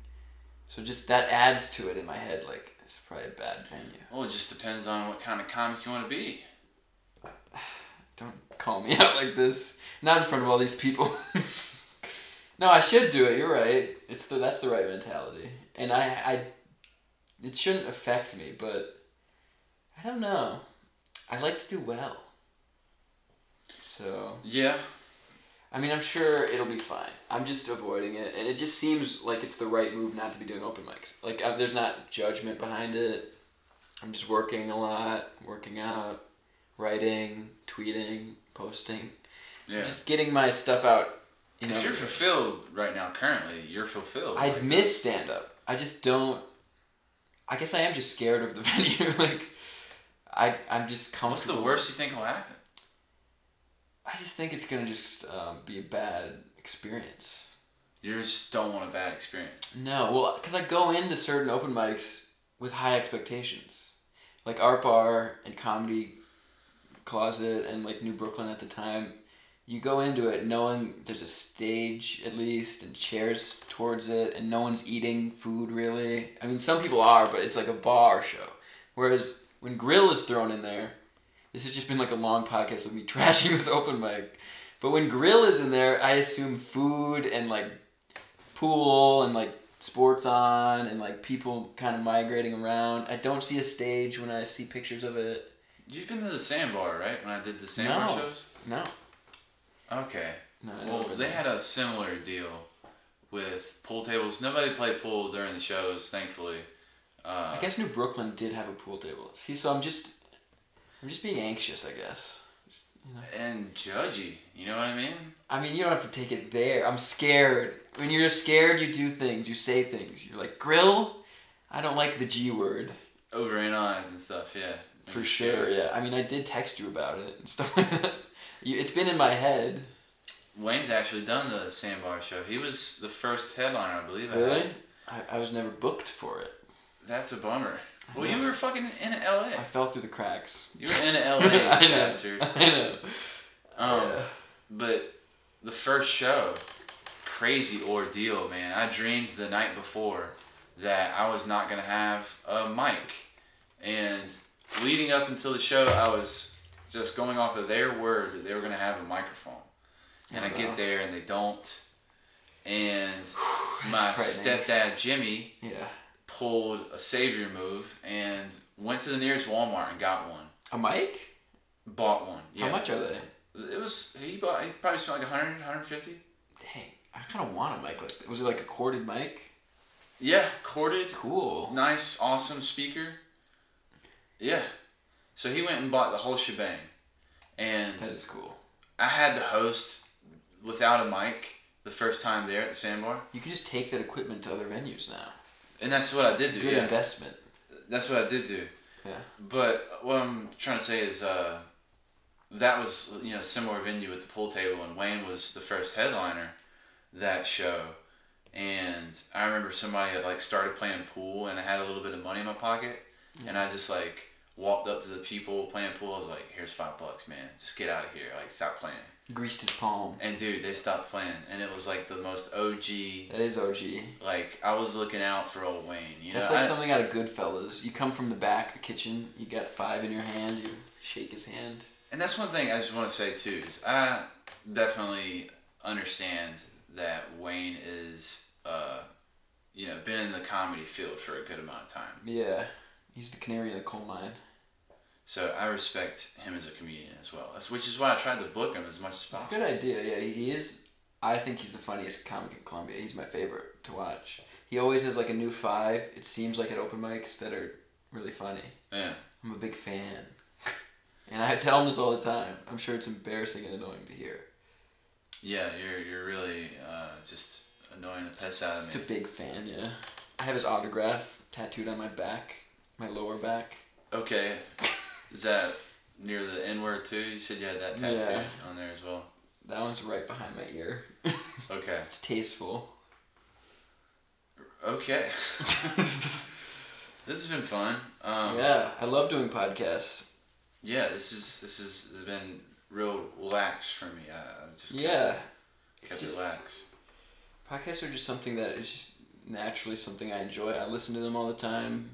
Speaker 3: So just that adds to it in my head. Like it's probably a bad venue.
Speaker 2: Well, it just depends on what kind of comic you want to be.
Speaker 3: Don't call me out like this. Not in front of all these people. no, I should do it. You're right. It's the that's the right mentality, and I I it shouldn't affect me, but I don't know. I like to do well. So
Speaker 2: Yeah.
Speaker 3: I mean, I'm sure it'll be fine. I'm just avoiding it, and it just seems like it's the right move not to be doing open mics. Like I, there's not judgment behind it. I'm just working a lot, working out, writing, tweeting, posting,
Speaker 2: Yeah.
Speaker 3: just getting my stuff out. You know,
Speaker 2: if you're fulfilled right now, currently, you're fulfilled.
Speaker 3: I
Speaker 2: Like,
Speaker 3: miss stand up. I just don't. I guess I am just scared of the venue. like, I I'm just comfortable.
Speaker 2: What's the worst you think will happen?
Speaker 3: I just think it's gonna just um, be a bad experience.
Speaker 2: You just don't want a bad experience.
Speaker 3: No, well, because I go into certain open mics with high expectations, like Art Bar and Comedy Closet and like New Brooklyn at the time. You go into it knowing there's a stage at least and chairs towards it, and no one's eating food really. I mean, some people are, but it's like a bar show. Whereas when Grill is thrown in there, this has just been like a long podcast of me trashing this open mic. But when Grill is in there, I assume food and like pool and like sports on and like people kind of migrating around. I don't see a stage when I see pictures of it.
Speaker 2: You've been to the sandbar, right? When I did the sandbar
Speaker 3: No.
Speaker 2: shows?
Speaker 3: No,
Speaker 2: Okay.
Speaker 3: no. I
Speaker 2: Well,
Speaker 3: don't
Speaker 2: they had a similar deal with pool tables. Nobody played pool during the shows, thankfully. Uh,
Speaker 3: I guess New Brooklyn did have a pool table. See, so I'm just, I'm just being anxious. I guess.
Speaker 2: And judgy, you know what I mean?
Speaker 3: I mean, you don't have to take it there. I'm scared. When you're scared, you do things. You say things. You're like grill. I don't like the G word.
Speaker 2: Overanalyze and stuff, yeah.
Speaker 3: For sure, yeah. I mean, I did text you about it and stuff like that. You, it's been in my head.
Speaker 2: Wayne's actually done the sandbar show. He was the first headliner, I believe. I had.
Speaker 3: Really? I, I was never booked for it.
Speaker 2: That's a bummer.
Speaker 3: I
Speaker 2: Well, you
Speaker 3: know.
Speaker 2: were fucking in LA.
Speaker 3: I fell through the cracks.
Speaker 2: You were in LA,
Speaker 3: I know.
Speaker 2: bastard.
Speaker 3: I know.
Speaker 2: Um,
Speaker 3: Yeah.
Speaker 2: But the first show, crazy ordeal, man. I dreamed the night before that I was not gonna have a mic, and leading up until the show, I was just going off of their word that they were gonna have a microphone. And I
Speaker 3: Wow.
Speaker 2: get there and they don't. And
Speaker 3: Whew,
Speaker 2: my
Speaker 3: that's frightening.
Speaker 2: stepdad Jimmy
Speaker 3: Yeah.
Speaker 2: pulled a savior move and went to the nearest Walmart and got one.
Speaker 3: A mic?
Speaker 2: Bought one. Yeah.
Speaker 3: How much are they?
Speaker 2: It was he bought he probably spent like 100, 150.
Speaker 3: Dang. I kind of want a mic like that. Was it like a corded mic?
Speaker 2: Yeah, corded,
Speaker 3: Cool.
Speaker 2: nice, awesome speaker. Yeah. So he went and bought the whole shebang. And
Speaker 3: That is cool.
Speaker 2: I had the host without a mic the first time there at the sandbar.
Speaker 3: You can just take that equipment to other venues now.
Speaker 2: And that's what I did
Speaker 3: It's a
Speaker 2: do.
Speaker 3: good
Speaker 2: yeah.
Speaker 3: investment.
Speaker 2: That's what I did do.
Speaker 3: Yeah.
Speaker 2: But what I'm trying to say is uh, that was you know similar venue with the pool table, and Wayne was the first headliner that show. And I remember somebody had like started playing pool, and I had a little bit of money in my pocket, and I just like walked up to the people playing pool. I was like, "Here's five bucks, man. Just get out of here. Like, stop playing."
Speaker 3: Greased his palm.
Speaker 2: And dude, they stopped playing, and it was like the most OG.
Speaker 3: That is OG.
Speaker 2: Like I was looking out for old Wayne. You know,
Speaker 3: That's like
Speaker 2: I-
Speaker 3: something out of Goodfellas. You come from the back, the kitchen, you got five in your hand, you shake his hand.
Speaker 2: And that's one thing I just want to say too is I definitely understand that Wayne is, uh, you know, been in the comedy field for a good amount of time.
Speaker 3: Yeah, he's the canary in the coal mine.
Speaker 2: So I respect him as a comedian as well. That's, which is why I tried to book him as much as
Speaker 3: It's a
Speaker 2: possible.
Speaker 3: good idea. Yeah, he is. I think he's the funniest comic in Columbia. He's my favorite to watch. He always has like a new five. It seems like at open mics that are really funny.
Speaker 2: Yeah.
Speaker 3: I'm a big fan, and I tell him this all the time. I'm sure it's embarrassing and annoying to hear.
Speaker 2: Yeah, you're you're really uh, just annoying the piss out of
Speaker 3: Just
Speaker 2: me.
Speaker 3: a big fan. Yeah, I have his autograph tattooed on my back, my lower back.
Speaker 2: Okay, is that near the N word too? You said you had that tattoo
Speaker 3: Yeah.
Speaker 2: on there as well.
Speaker 3: That one's right behind my ear.
Speaker 2: Okay.
Speaker 3: it's tasteful.
Speaker 2: Okay. this has been fun. Um,
Speaker 3: yeah, I love doing podcasts.
Speaker 2: yeah, This is this is has been real lax for me. I, I just kept
Speaker 3: Yeah.
Speaker 2: it,
Speaker 3: It's
Speaker 2: kept it
Speaker 3: just-
Speaker 2: lax.
Speaker 3: podcasts are just something that is just naturally something I enjoy. I listen to them all the time.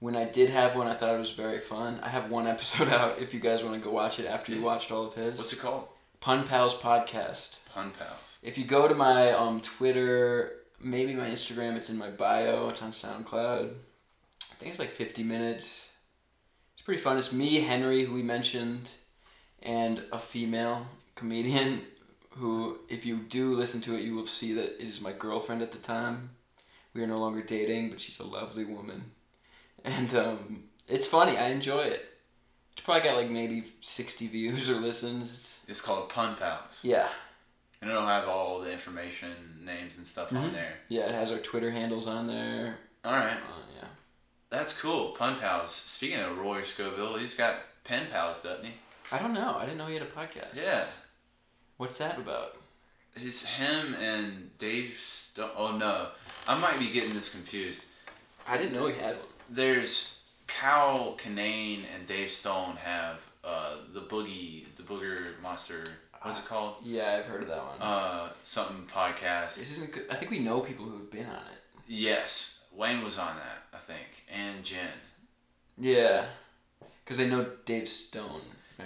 Speaker 3: When I did have one, I thought it was very fun. I have one episode out if you guys want to go watch it after you
Speaker 2: Yeah.
Speaker 3: watched all of his.
Speaker 2: What's it called?
Speaker 3: Pun Pals Podcast.
Speaker 2: Pun pals.
Speaker 3: If you go to my um, Twitter, maybe my Instagram, it's in my bio, it's on SoundCloud. I think it's like 50 minutes. It's pretty fun. It's me, Henry, who we mentioned, and a female comedian who, if you do listen to it, you will see that it is my girlfriend at the time. We are no longer dating, but she's a lovely woman. And um, it's funny. I enjoy it. It's probably got like maybe 60 views or listens. It's,
Speaker 2: It's called Pun Pals.
Speaker 3: yeah.
Speaker 2: And it'll have all the information, names, and stuff
Speaker 3: Mhm.
Speaker 2: on there.
Speaker 3: Yeah, it has our Twitter handles on there.
Speaker 2: All right.
Speaker 3: Uh, yeah.
Speaker 2: That's cool. Pun pals. Speaking of Roy Scoville, he's got pen pals, doesn't he?
Speaker 3: I don't know. I didn't know he had a podcast.
Speaker 2: Yeah.
Speaker 3: What's that about?
Speaker 2: It's him and Dave. Sto- oh no, I might be getting this confused.
Speaker 3: I didn't know he had one.
Speaker 2: There's Kyle Kinane and Dave Stone have uh, the boogie, the booger monster. What's
Speaker 3: Ah.
Speaker 2: it called?
Speaker 3: Yeah, I've heard of that one.
Speaker 2: Uh, something podcast.
Speaker 3: this isn't good. I think we know people who have been on it.
Speaker 2: Yes, Wayne was on that, I think, and Jen.
Speaker 3: Yeah. Because they know Dave Stone.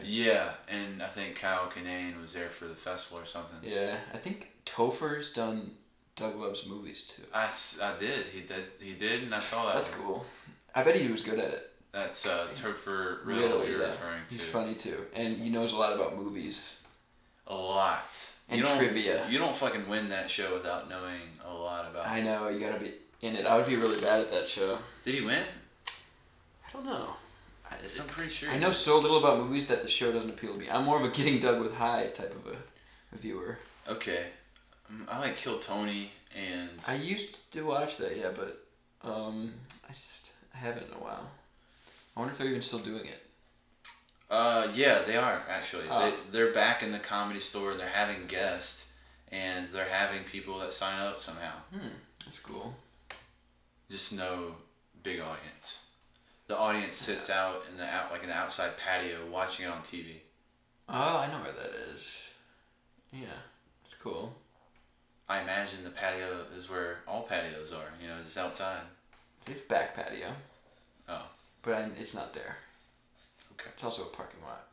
Speaker 2: Yeah, and I think Kyle Kinane was there for the festival or something.
Speaker 3: Yeah. I think Topher's done Doug Love's movies too.
Speaker 2: I, s- I did. He did. He did, and I saw that.
Speaker 3: That's
Speaker 2: one.
Speaker 3: cool. I bet he was good at it.
Speaker 2: That's uh, Topher Riddle,
Speaker 3: Riddle,
Speaker 2: you're
Speaker 3: yeah.
Speaker 2: referring to.
Speaker 3: He's funny too. And he knows a lot about movies.
Speaker 2: A lot.
Speaker 3: And
Speaker 2: you don't,
Speaker 3: trivia.
Speaker 2: You don't fucking win that show without knowing a lot about.
Speaker 3: I know, you gotta be in it. I would be really bad at that show.
Speaker 2: Did he win?
Speaker 3: I don't know. I,
Speaker 2: Yes, I'm pretty sure.
Speaker 3: I
Speaker 2: he
Speaker 3: know
Speaker 2: did.
Speaker 3: so little about movies that the show doesn't appeal to me. I'm more of a getting dug with high type of a, a viewer.
Speaker 2: Okay. Mm, I like Kill Tony and
Speaker 3: I used to watch that, yeah, but um, I just I haven't in a while. I wonder if they're even still doing it.
Speaker 2: uh yeah they are actually
Speaker 3: Oh.
Speaker 2: they, they're back in the comedy store and they're having guests and they're having people that sign up somehow
Speaker 3: Hmm, That's cool.
Speaker 2: just no big audience. The audience sits out in the out like an outside patio watching it on TV.
Speaker 3: Oh, I know where that is. Yeah, it's cool.
Speaker 2: I imagine the patio is where all patios are. You know, just outside.
Speaker 3: They've back patio.
Speaker 2: Oh.
Speaker 3: But I, it's not there.
Speaker 2: Okay.
Speaker 3: It's also a parking lot.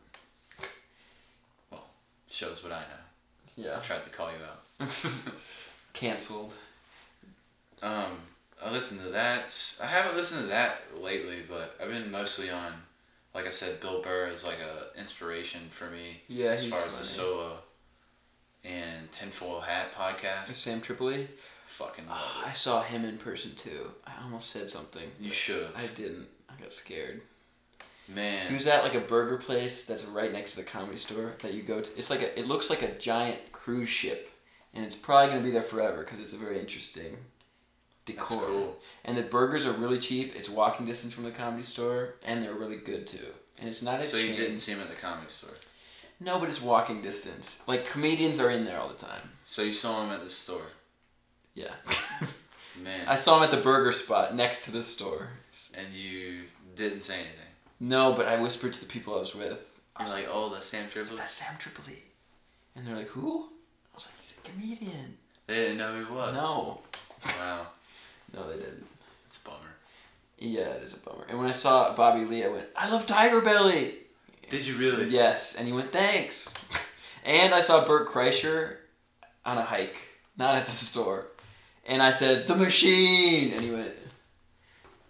Speaker 2: Shows what I know. I
Speaker 3: Yeah.
Speaker 2: tried to call you out.
Speaker 3: Cancelled.
Speaker 2: Um, I listened to that. I haven't listened to that lately, but I've been mostly on, like I said, Bill Burr is like a inspiration for me
Speaker 3: Yeah,
Speaker 2: as
Speaker 3: he's
Speaker 2: far as the
Speaker 3: funny.
Speaker 2: solo and Tinfoil Hat podcast.
Speaker 3: Sam Tripoli.
Speaker 2: Fucking love
Speaker 3: Ah, I
Speaker 2: it.
Speaker 3: saw him in person too. I almost said something.
Speaker 2: You should have.
Speaker 3: I didn't. I got scared. He
Speaker 2: Man,
Speaker 3: was at like a burger place that's right next to the comedy store that you go to. It's like a, it looks like a giant cruise ship, and it's probably gonna be there forever because it's a very interesting
Speaker 2: that's
Speaker 3: decor.
Speaker 2: cool.
Speaker 3: And the burgers are really cheap. It's walking distance from the comedy store, and they're really good too. And it's not a
Speaker 2: So you
Speaker 3: chain-
Speaker 2: didn't see him at the comic store.
Speaker 3: No, but it's walking distance. Like comedians are in there all the time.
Speaker 2: So you saw him at the store.
Speaker 3: Yeah.
Speaker 2: Man.
Speaker 3: I saw him at the burger spot next to the store.
Speaker 2: and you didn't say anything.
Speaker 3: No, but I whispered to the people I was with. I
Speaker 2: You're
Speaker 3: was
Speaker 2: like, oh, that's Sam
Speaker 3: "That's-
Speaker 2: Tripoli.
Speaker 3: that's Sam Tripoli, and they're like, who? I was like, he's a comedian.
Speaker 2: They didn't know who he was.
Speaker 3: No.
Speaker 2: Wow,
Speaker 3: No, they didn't.
Speaker 2: it's a bummer.
Speaker 3: Yeah, it is a bummer. And when I saw Bobby Lee, I went, I love Tiger Belly!
Speaker 2: Did you really?
Speaker 3: Yes, and he went thanks. And I saw Bert Kreischer on a hike, not at the store. And I said the machine, and he went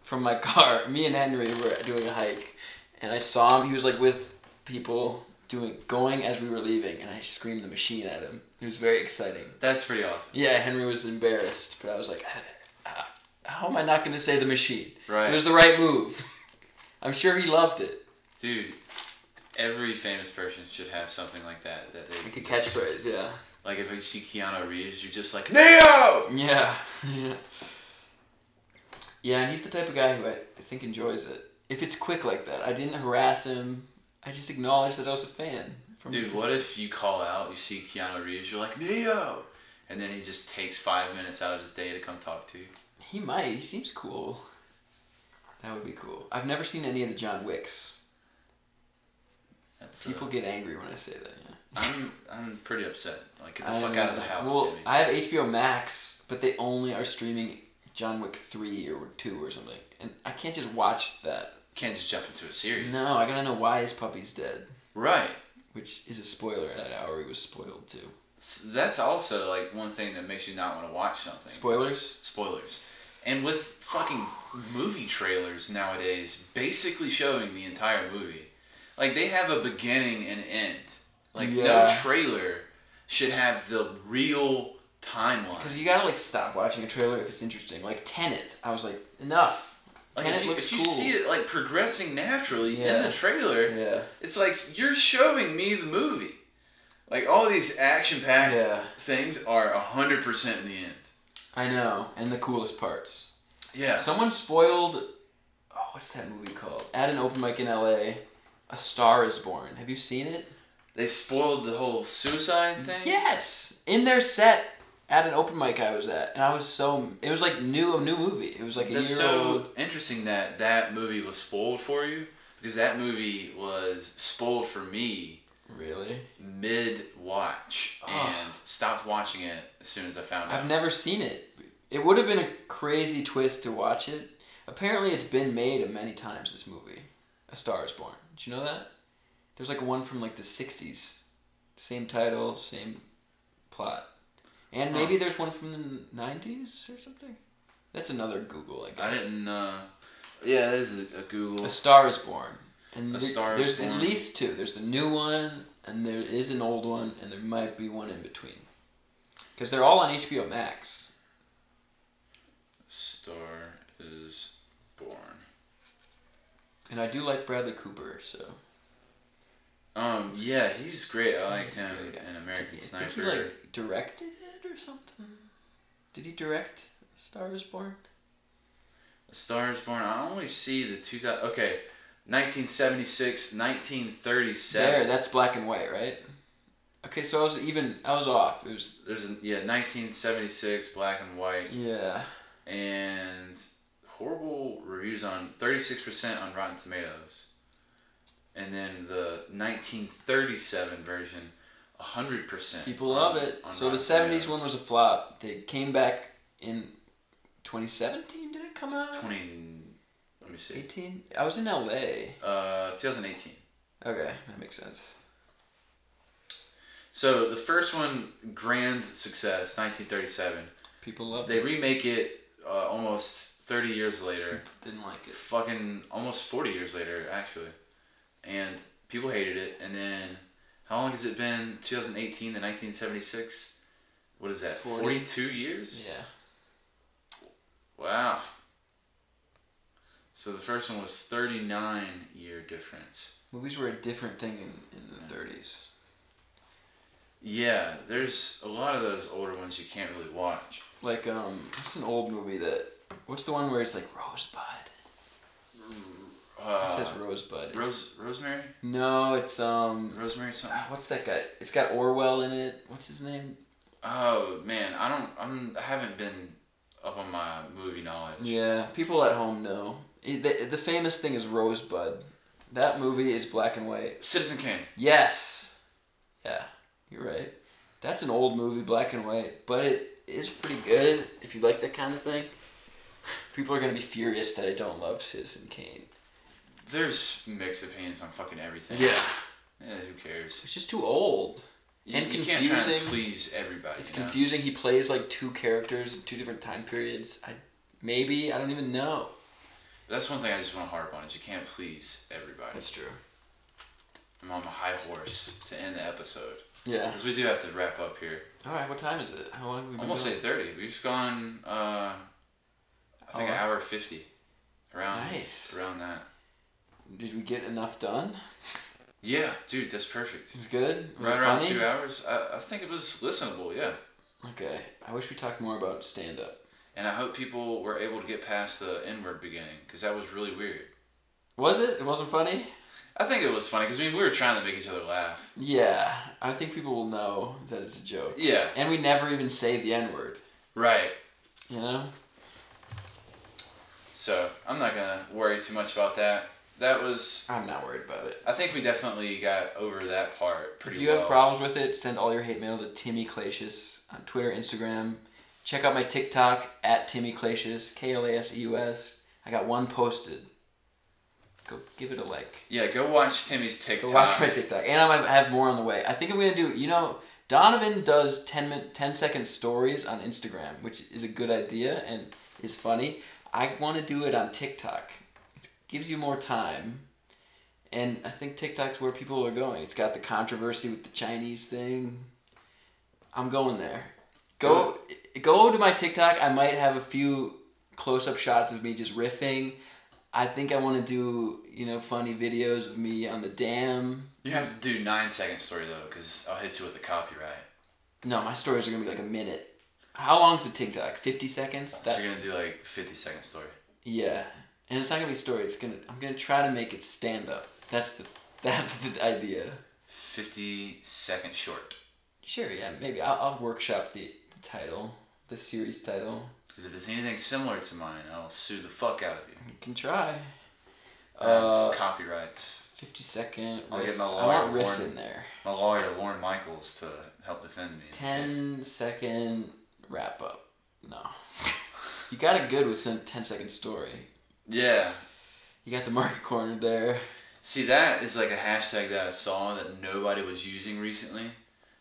Speaker 3: from my car. Me and Henry were doing a hike, and I saw him. He was like with people doing going as we were leaving, and I screamed the machine at him. It was very exciting.
Speaker 2: That's pretty awesome.
Speaker 3: Yeah, Henry was embarrassed, but I was like, "Ah, how am I not gonna say the machine? It
Speaker 2: Right.
Speaker 3: was the right move. I'm sure he loved it.
Speaker 2: Dude, every famous person should have something like that. that they
Speaker 3: Like a
Speaker 2: just-
Speaker 3: catchphrase, yeah.
Speaker 2: Like if you see Keanu Reeves, you're just like, Neo!
Speaker 3: Yeah, yeah. Yeah, and he's the type of guy who I, I think enjoys it. If it's quick like that, I didn't harass him. I just acknowledged that I was a fan. From
Speaker 2: Dude, what if you call out, you see Keanu Reeves, you're like, Neo! And then he just takes five minutes out of his day to come talk to you.
Speaker 3: he might? He seems cool. That would be cool. I've never seen any of the John Wicks.
Speaker 2: That's uh,
Speaker 3: People get angry when I say that. Yeah.
Speaker 2: I'm I'm pretty upset. Like get the
Speaker 3: I
Speaker 2: fuck
Speaker 3: don't
Speaker 2: out of the
Speaker 3: know.
Speaker 2: house,
Speaker 3: Well,
Speaker 2: Timmy.
Speaker 3: I have HBO Max, but they only are streaming John Wick three or two or something, and I can't just watch that.
Speaker 2: Can't just jump into a series.
Speaker 3: No, I gotta know why his puppy's dead,
Speaker 2: Right.
Speaker 3: which is a spoiler. That hour he was spoiled too.
Speaker 2: S that's also like one thing that makes you not want to watch something.
Speaker 3: Spoilers?
Speaker 2: Spoilers. And with fucking movie trailers nowadays, basically showing the entire movie, like they have a beginning and end. Like no
Speaker 3: Yeah.
Speaker 2: trailer should have the real timeline.
Speaker 3: Because you gotta like stop watching a trailer if it's interesting. Like Tenet, I was like enough.
Speaker 2: Like
Speaker 3: Tenet
Speaker 2: if you,
Speaker 3: looks
Speaker 2: if you
Speaker 3: cool.
Speaker 2: see it like progressing naturally in
Speaker 3: Yeah.
Speaker 2: the trailer,
Speaker 3: Yeah,
Speaker 2: it's like you're showing me the movie. Like all these action packed
Speaker 3: yeah,
Speaker 2: things are hundred percent in the end.
Speaker 3: I know. And the coolest parts.
Speaker 2: Yeah.
Speaker 3: Someone spoiled. Oh, what's that movie called? At an open mic in L.A., A Star Is Born. Have you seen it?
Speaker 2: They spoiled the whole suicide thing.
Speaker 3: Yes, in their set at an open mic I was at, and I was so it was like new a new movie. It was like a
Speaker 2: That's
Speaker 3: year
Speaker 2: so
Speaker 3: old.
Speaker 2: interesting that that movie was spoiled for you because that movie was spoiled for me
Speaker 3: Really?
Speaker 2: mid watch
Speaker 3: Ah.
Speaker 2: and stopped watching it as soon as I found out.
Speaker 3: I've never seen it. It would have been a crazy twist to watch it. Apparently, it's been made many times. This movie, A Star Is Born. Did you know that? There's like one from like the '60s, same title, same plot, and maybe there's one from the '90s or something. That's another Google, I guess.
Speaker 2: I didn't. Uh, yeah, that is a, a Google.
Speaker 3: A Star Is Born. And
Speaker 2: A
Speaker 3: there-
Speaker 2: Star Is
Speaker 3: there's
Speaker 2: Born.
Speaker 3: at least two. There's the new one, and there is an old one, and there might be one in between. Because they're all on HBO Max.
Speaker 2: Star is born.
Speaker 3: And I do like Bradley Cooper, so
Speaker 2: Um. Yeah, he's great. I liked
Speaker 3: He's a
Speaker 2: him
Speaker 3: great guy.
Speaker 2: in American
Speaker 3: I
Speaker 2: Sniper.
Speaker 3: think he like directed it or something. Did he direct A Star Is Born?
Speaker 2: A Star is Born. I only see the 2000. Okay, 1976, 1937.
Speaker 3: There, that's black and white, right? Okay, so I was even I was off. It was
Speaker 2: There's a yeah, 1976, black and white,
Speaker 3: yeah.
Speaker 2: and horrible reviews on 36% on Rotten Tomatoes. And then the 1937 version, 100%.
Speaker 3: People love
Speaker 2: on-
Speaker 3: it.
Speaker 2: on
Speaker 3: So the
Speaker 2: Rotten
Speaker 3: '70s one was
Speaker 2: Tomatoes.
Speaker 3: a flop. They came back in 2017. Did it come out?
Speaker 2: 20. Let me see.
Speaker 3: 18? I was in LA.
Speaker 2: Uh, 2018.
Speaker 3: Okay, that makes sense.
Speaker 2: So the first one, grand success, 1937.
Speaker 3: People loved
Speaker 2: They
Speaker 3: it.
Speaker 2: remake it uh, almost 30 years later.
Speaker 3: People didn't like it.
Speaker 2: fucking almost 40 years later actually and people hated it and then how long has it been 2018 to 1976 what is that
Speaker 3: Forty.
Speaker 2: 42 years
Speaker 3: Yeah.
Speaker 2: wow so the first one was 39 year difference
Speaker 3: Movies were a different thing in, in the 30s.
Speaker 2: yeah there's a lot of those older ones you can't really watch
Speaker 3: Like, um, what's an old movie that. What's the one where it's like Rosebud? it
Speaker 2: uh,
Speaker 3: says Rosebud. It's-
Speaker 2: Rose, Rosemary
Speaker 3: No, it's, um.
Speaker 2: Rosemary something
Speaker 3: ah, What's that guy? It's got Orwell in it. What's his name?
Speaker 2: oh man I don't I'm I haven't been up on my movie knowledge
Speaker 3: Yeah, people at home know. It- the, the famous thing is Rosebud. That movie is black and white.
Speaker 2: Citizen Kane
Speaker 3: Yes. Yeah, you're right. That's an old movie, black and white, but it is pretty good if you like that kind of thing. People are gonna be furious that I don't love Citizen Kane.
Speaker 2: There's mixed opinions on fucking everything.
Speaker 3: Yeah.
Speaker 2: Yeah, who cares?
Speaker 3: It's just too old.
Speaker 2: You,
Speaker 3: And
Speaker 2: you can't try and
Speaker 3: confusing.
Speaker 2: please everybody.
Speaker 3: It's
Speaker 2: you know?
Speaker 3: confusing. He plays like two characters in two different time periods. I maybe I don't even know.
Speaker 2: That's one thing I just want to harp on is you can't please everybody.
Speaker 3: true.
Speaker 2: I'm on a high horse to end the episode.
Speaker 3: Yeah.
Speaker 2: Because we do have to wrap up here.
Speaker 3: All right. What time is it? How long have we been?
Speaker 2: Almost
Speaker 3: going?
Speaker 2: 8.30. We've just gone, uh, I think
Speaker 3: Hour?
Speaker 2: an hour 50. Around,
Speaker 3: Nice.
Speaker 2: around that.
Speaker 3: Did we get enough done?
Speaker 2: Yeah, dude, that's perfect.
Speaker 3: It was good. Was
Speaker 2: right
Speaker 3: it
Speaker 2: around
Speaker 3: funny?
Speaker 2: two hours. I, I think it was listenable, yeah.
Speaker 3: Okay. I wish we talked more about stand up.
Speaker 2: And I hope people were able to get past the N word beginning because that was really weird.
Speaker 3: Was it? It wasn't funny.
Speaker 2: I think it was funny because I mean, we were trying to make each other laugh.
Speaker 3: Yeah. I think people will know that it's a joke.
Speaker 2: Yeah,
Speaker 3: And we never even say the N word.
Speaker 2: right.
Speaker 3: You know.
Speaker 2: So I'm not gonna worry too much about that. That was.
Speaker 3: I'm not worried about it.
Speaker 2: I think we definitely got over that part pretty
Speaker 3: if you
Speaker 2: well.
Speaker 3: have problems with it, send all your hate mail to Timmy Clacius on Twitter, Instagram. Check out my TikTok at Timmy Clacius, K L A S E U S. I got one posted. Go give it a like.
Speaker 2: yeah, go watch Timmy's TikTok.
Speaker 3: Go watch my TikTok, and I might have more on the way. I think I'm gonna do. You know, Donovan does 10 min, 10 second stories on Instagram, which is a good idea and is funny. I want to do it on TikTok. It gives you more time, and I think TikTok's where people are going. It's got the controversy with the Chinese thing. I'm going there. Go go to my TikTok. I might have a few close up shots of me just riffing. I think I want to do you know funny videos of me on the dam.
Speaker 2: You have to do nine second story though, because I'll hit you with a copyright.
Speaker 3: No, my stories are gonna be like a minute. How long's a TikTok? Fifty seconds.
Speaker 2: So you're gonna do like 50 second story.
Speaker 3: yeah, and it's not gonna be a story. It's gonna I'm gonna try to make it stand up. That's the that's the idea.
Speaker 2: 50 second short.
Speaker 3: Sure, yeah, maybe I'll, I'll workshop the, the title, the series title.
Speaker 2: Because if it's anything similar to mine, I'll sue the fuck out of you.
Speaker 3: You can try.
Speaker 2: I have
Speaker 3: Uh,
Speaker 2: copyrights.
Speaker 3: fifty second.
Speaker 2: I'll
Speaker 3: riff.
Speaker 2: get my
Speaker 3: I want
Speaker 2: lawyer
Speaker 3: riff
Speaker 2: warning.
Speaker 3: in there.
Speaker 2: My lawyer, Lauren Michaels, to help defend me. in case.
Speaker 3: 10 second wrap up. No. You got it good with some 10 second story.
Speaker 2: Yeah.
Speaker 3: You got the market corner there.
Speaker 2: See, that is like a hashtag that I saw that nobody was using recently.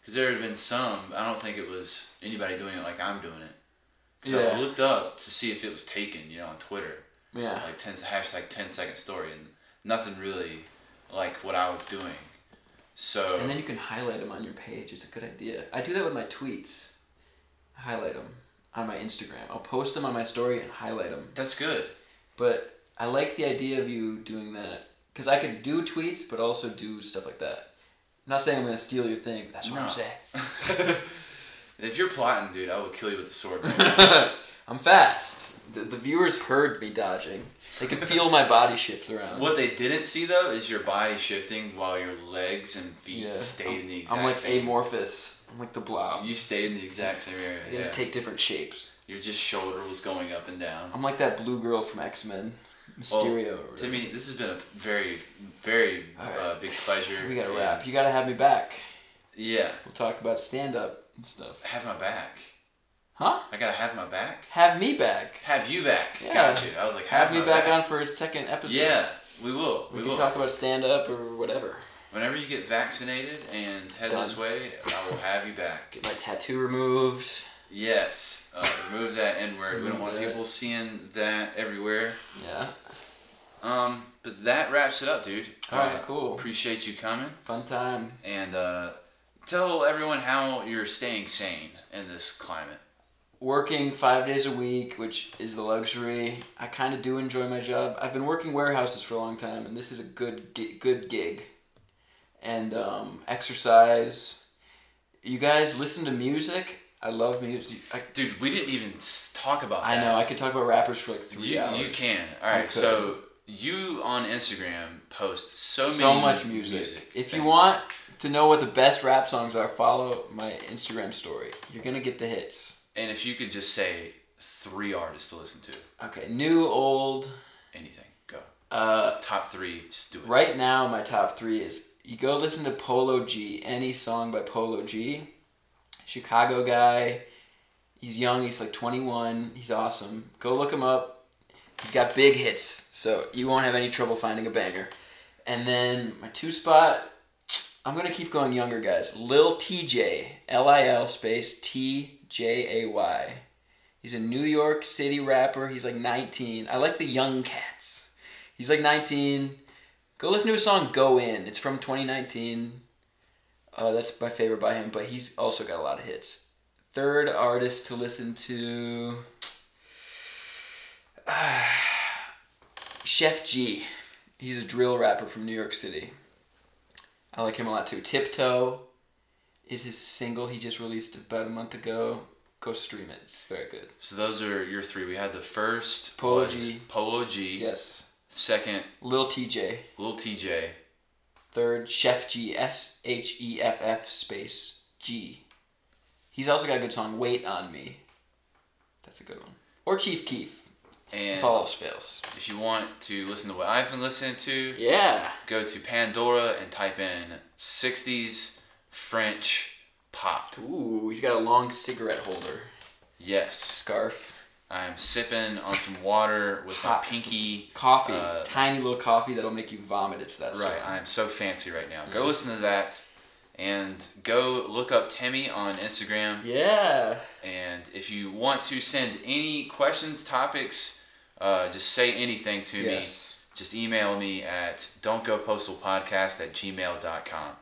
Speaker 2: Because there had been some, I don't think it was anybody doing it like I'm doing it. Because I
Speaker 3: Yeah.
Speaker 2: looked up to see if it was taken, you know, on Twitter.
Speaker 3: Yeah.
Speaker 2: Like 10, hashtag 10 second story, and nothing really like what I was doing. So,
Speaker 3: And then you can highlight them on your page. It's a good idea. I do that with my tweets. I highlight them on my Instagram. I'll post them on my story and highlight them.
Speaker 2: that's good.
Speaker 3: But I like the idea of you doing that because I could do tweets, but also do stuff like that. not saying I'm gonna steal your thing. But that's what
Speaker 2: No.
Speaker 3: I'm saying.
Speaker 2: if you're plotting, dude, I will kill you with the sword. right now.
Speaker 3: I'm fast. The, the viewers heard me dodging. They can feel my body shift around.
Speaker 2: What they didn't see though is your body shifting while your legs and feet
Speaker 3: Yeah.
Speaker 2: stayed in the exact
Speaker 3: I'm like
Speaker 2: same.
Speaker 3: amorphous. I'm like the blob.
Speaker 2: You stayed in the exact same area.
Speaker 3: They
Speaker 2: Yeah.
Speaker 3: just take different shapes.
Speaker 2: Your just shoulder was going up and down.
Speaker 3: I'm like that blue girl from X Men, Mysterio. or whatever.
Speaker 2: Timmy, this has been a very, very
Speaker 3: All right.
Speaker 2: uh, big pleasure.
Speaker 3: we gotta
Speaker 2: and-
Speaker 3: wrap. You gotta have me back.
Speaker 2: Yeah,
Speaker 3: We'll talk about stand up and stuff.
Speaker 2: have my back.
Speaker 3: Huh?
Speaker 2: I gotta have my back.
Speaker 3: Have me back.
Speaker 2: Have you back?
Speaker 3: Yeah.
Speaker 2: Got you. I was like,
Speaker 3: Have,
Speaker 2: have,
Speaker 3: me
Speaker 2: my
Speaker 3: back, on for a second episode.
Speaker 2: Yeah, we will.
Speaker 3: We,
Speaker 2: We,
Speaker 3: can
Speaker 2: will.
Speaker 3: talk about stand up or whatever.
Speaker 2: Whenever you get vaccinated and head this
Speaker 3: Done.
Speaker 2: way, I will have you back.
Speaker 3: Get my tattoo removed.
Speaker 2: Yes, uh, remove that N word. We don't want
Speaker 3: Remove that.
Speaker 2: people seeing that everywhere.
Speaker 3: Yeah.
Speaker 2: Um, but that wraps it up, dude.
Speaker 3: All right.
Speaker 2: Uh,
Speaker 3: Cool.
Speaker 2: Appreciate you coming
Speaker 3: Fun time.
Speaker 2: and uh, tell everyone how you're staying sane in this climate.
Speaker 3: working five days a week, which is a luxury. I kind of do enjoy my job. I've been working warehouses for a long time, and this is a good gi- good gig. And um, exercise. You guys listen to music. I love music. I,
Speaker 2: Dude, we didn't even s- talk about
Speaker 3: I
Speaker 2: that.
Speaker 3: know I could talk about rappers for like three
Speaker 2: You,
Speaker 3: hours.
Speaker 2: you can. All
Speaker 3: I
Speaker 2: right,
Speaker 3: could.
Speaker 2: so you on Instagram post so,
Speaker 3: so
Speaker 2: many
Speaker 3: much
Speaker 2: mu-
Speaker 3: music. if you
Speaker 2: things.
Speaker 3: want to know what the best rap songs are, follow my Instagram story. You're gonna get the hits.
Speaker 2: And if you could just say three artists to listen to,
Speaker 3: Okay, new, old.
Speaker 2: anything, go.
Speaker 3: Uh,
Speaker 2: Top three, just do it.
Speaker 3: Right now, my top three is you go listen to Polo G, any song by Polo G. Chicago guy. He's young, he's like 21, he's awesome. Go look him up. He's got big hits, so you won't have any trouble finding a banger. And then my two spot, I'm gonna keep going younger guys. Lil TJ, L I L space T J A Y. He's a New York City rapper. He's like 19. I like the young cats. He's like 19. Go listen to his song "Go In." It's from 2019. Uh, that's my favorite by him, but he's also got a lot of hits. Third artist to listen to. Chef G. He's a drill rapper from New York City. I like him a lot too. Tiptoe is his single he just released about a month ago. Go stream it. It's very good.
Speaker 2: So those are your three. We had the first
Speaker 3: Polo
Speaker 2: was
Speaker 3: G.
Speaker 2: Polo G.
Speaker 3: Yes.
Speaker 2: Second,
Speaker 3: Lil TJ.
Speaker 2: Lil TJ.
Speaker 3: Third, Chef G. S H E F F space G. He's also got a good song, Wait on Me. That's a good one. Or Chief Keef.
Speaker 2: And
Speaker 3: If all else fails.
Speaker 2: if you want to listen to what I've been listening to,
Speaker 3: Yeah.
Speaker 2: go to Pandora and type in 60s French pop.
Speaker 3: Ooh, he's got a long cigarette holder.
Speaker 2: Yes.
Speaker 3: Scarf.
Speaker 2: I am sipping on some water with my
Speaker 3: Hot.
Speaker 2: pinky.
Speaker 3: Coffee,
Speaker 2: Uh,
Speaker 3: tiny little coffee that'll make you vomit. It's that song.
Speaker 2: Right, I am so fancy right now. Go
Speaker 3: Mhm.
Speaker 2: listen to that and go look up Timmy on Instagram.
Speaker 3: Yeah.
Speaker 2: And if you want to send any questions, topics, uh, just say anything to me.
Speaker 3: Yes.
Speaker 2: Just email me at don'tgopostalpodcast at gmail.com.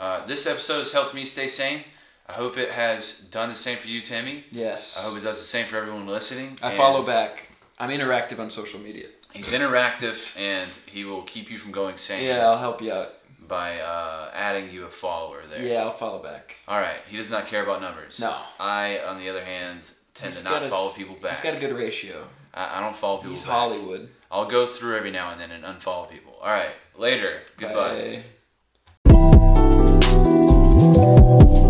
Speaker 2: Uh, this episode has helped me stay sane. I hope it has done the same for you, Timmy.
Speaker 3: Yes.
Speaker 2: I hope it does the same for everyone listening.
Speaker 3: I
Speaker 2: And
Speaker 3: follow back. I'm interactive on social media.
Speaker 2: He's interactive and he will keep you from going sane
Speaker 3: Yeah, I'll help you out.
Speaker 2: by uh, adding you a follower there.
Speaker 3: Yeah, I'll follow back.
Speaker 2: All right. He does not care about numbers.
Speaker 3: No.
Speaker 2: I, on the other hand, tend
Speaker 3: He's
Speaker 2: to not
Speaker 3: got a-
Speaker 2: follow people back.
Speaker 3: He's got a good ratio.
Speaker 2: I, I don't follow people
Speaker 3: He's
Speaker 2: back.
Speaker 3: Hollywood.
Speaker 2: I'll go through every now and then and unfollow people. All right, later. Goodbye.
Speaker 3: Bye.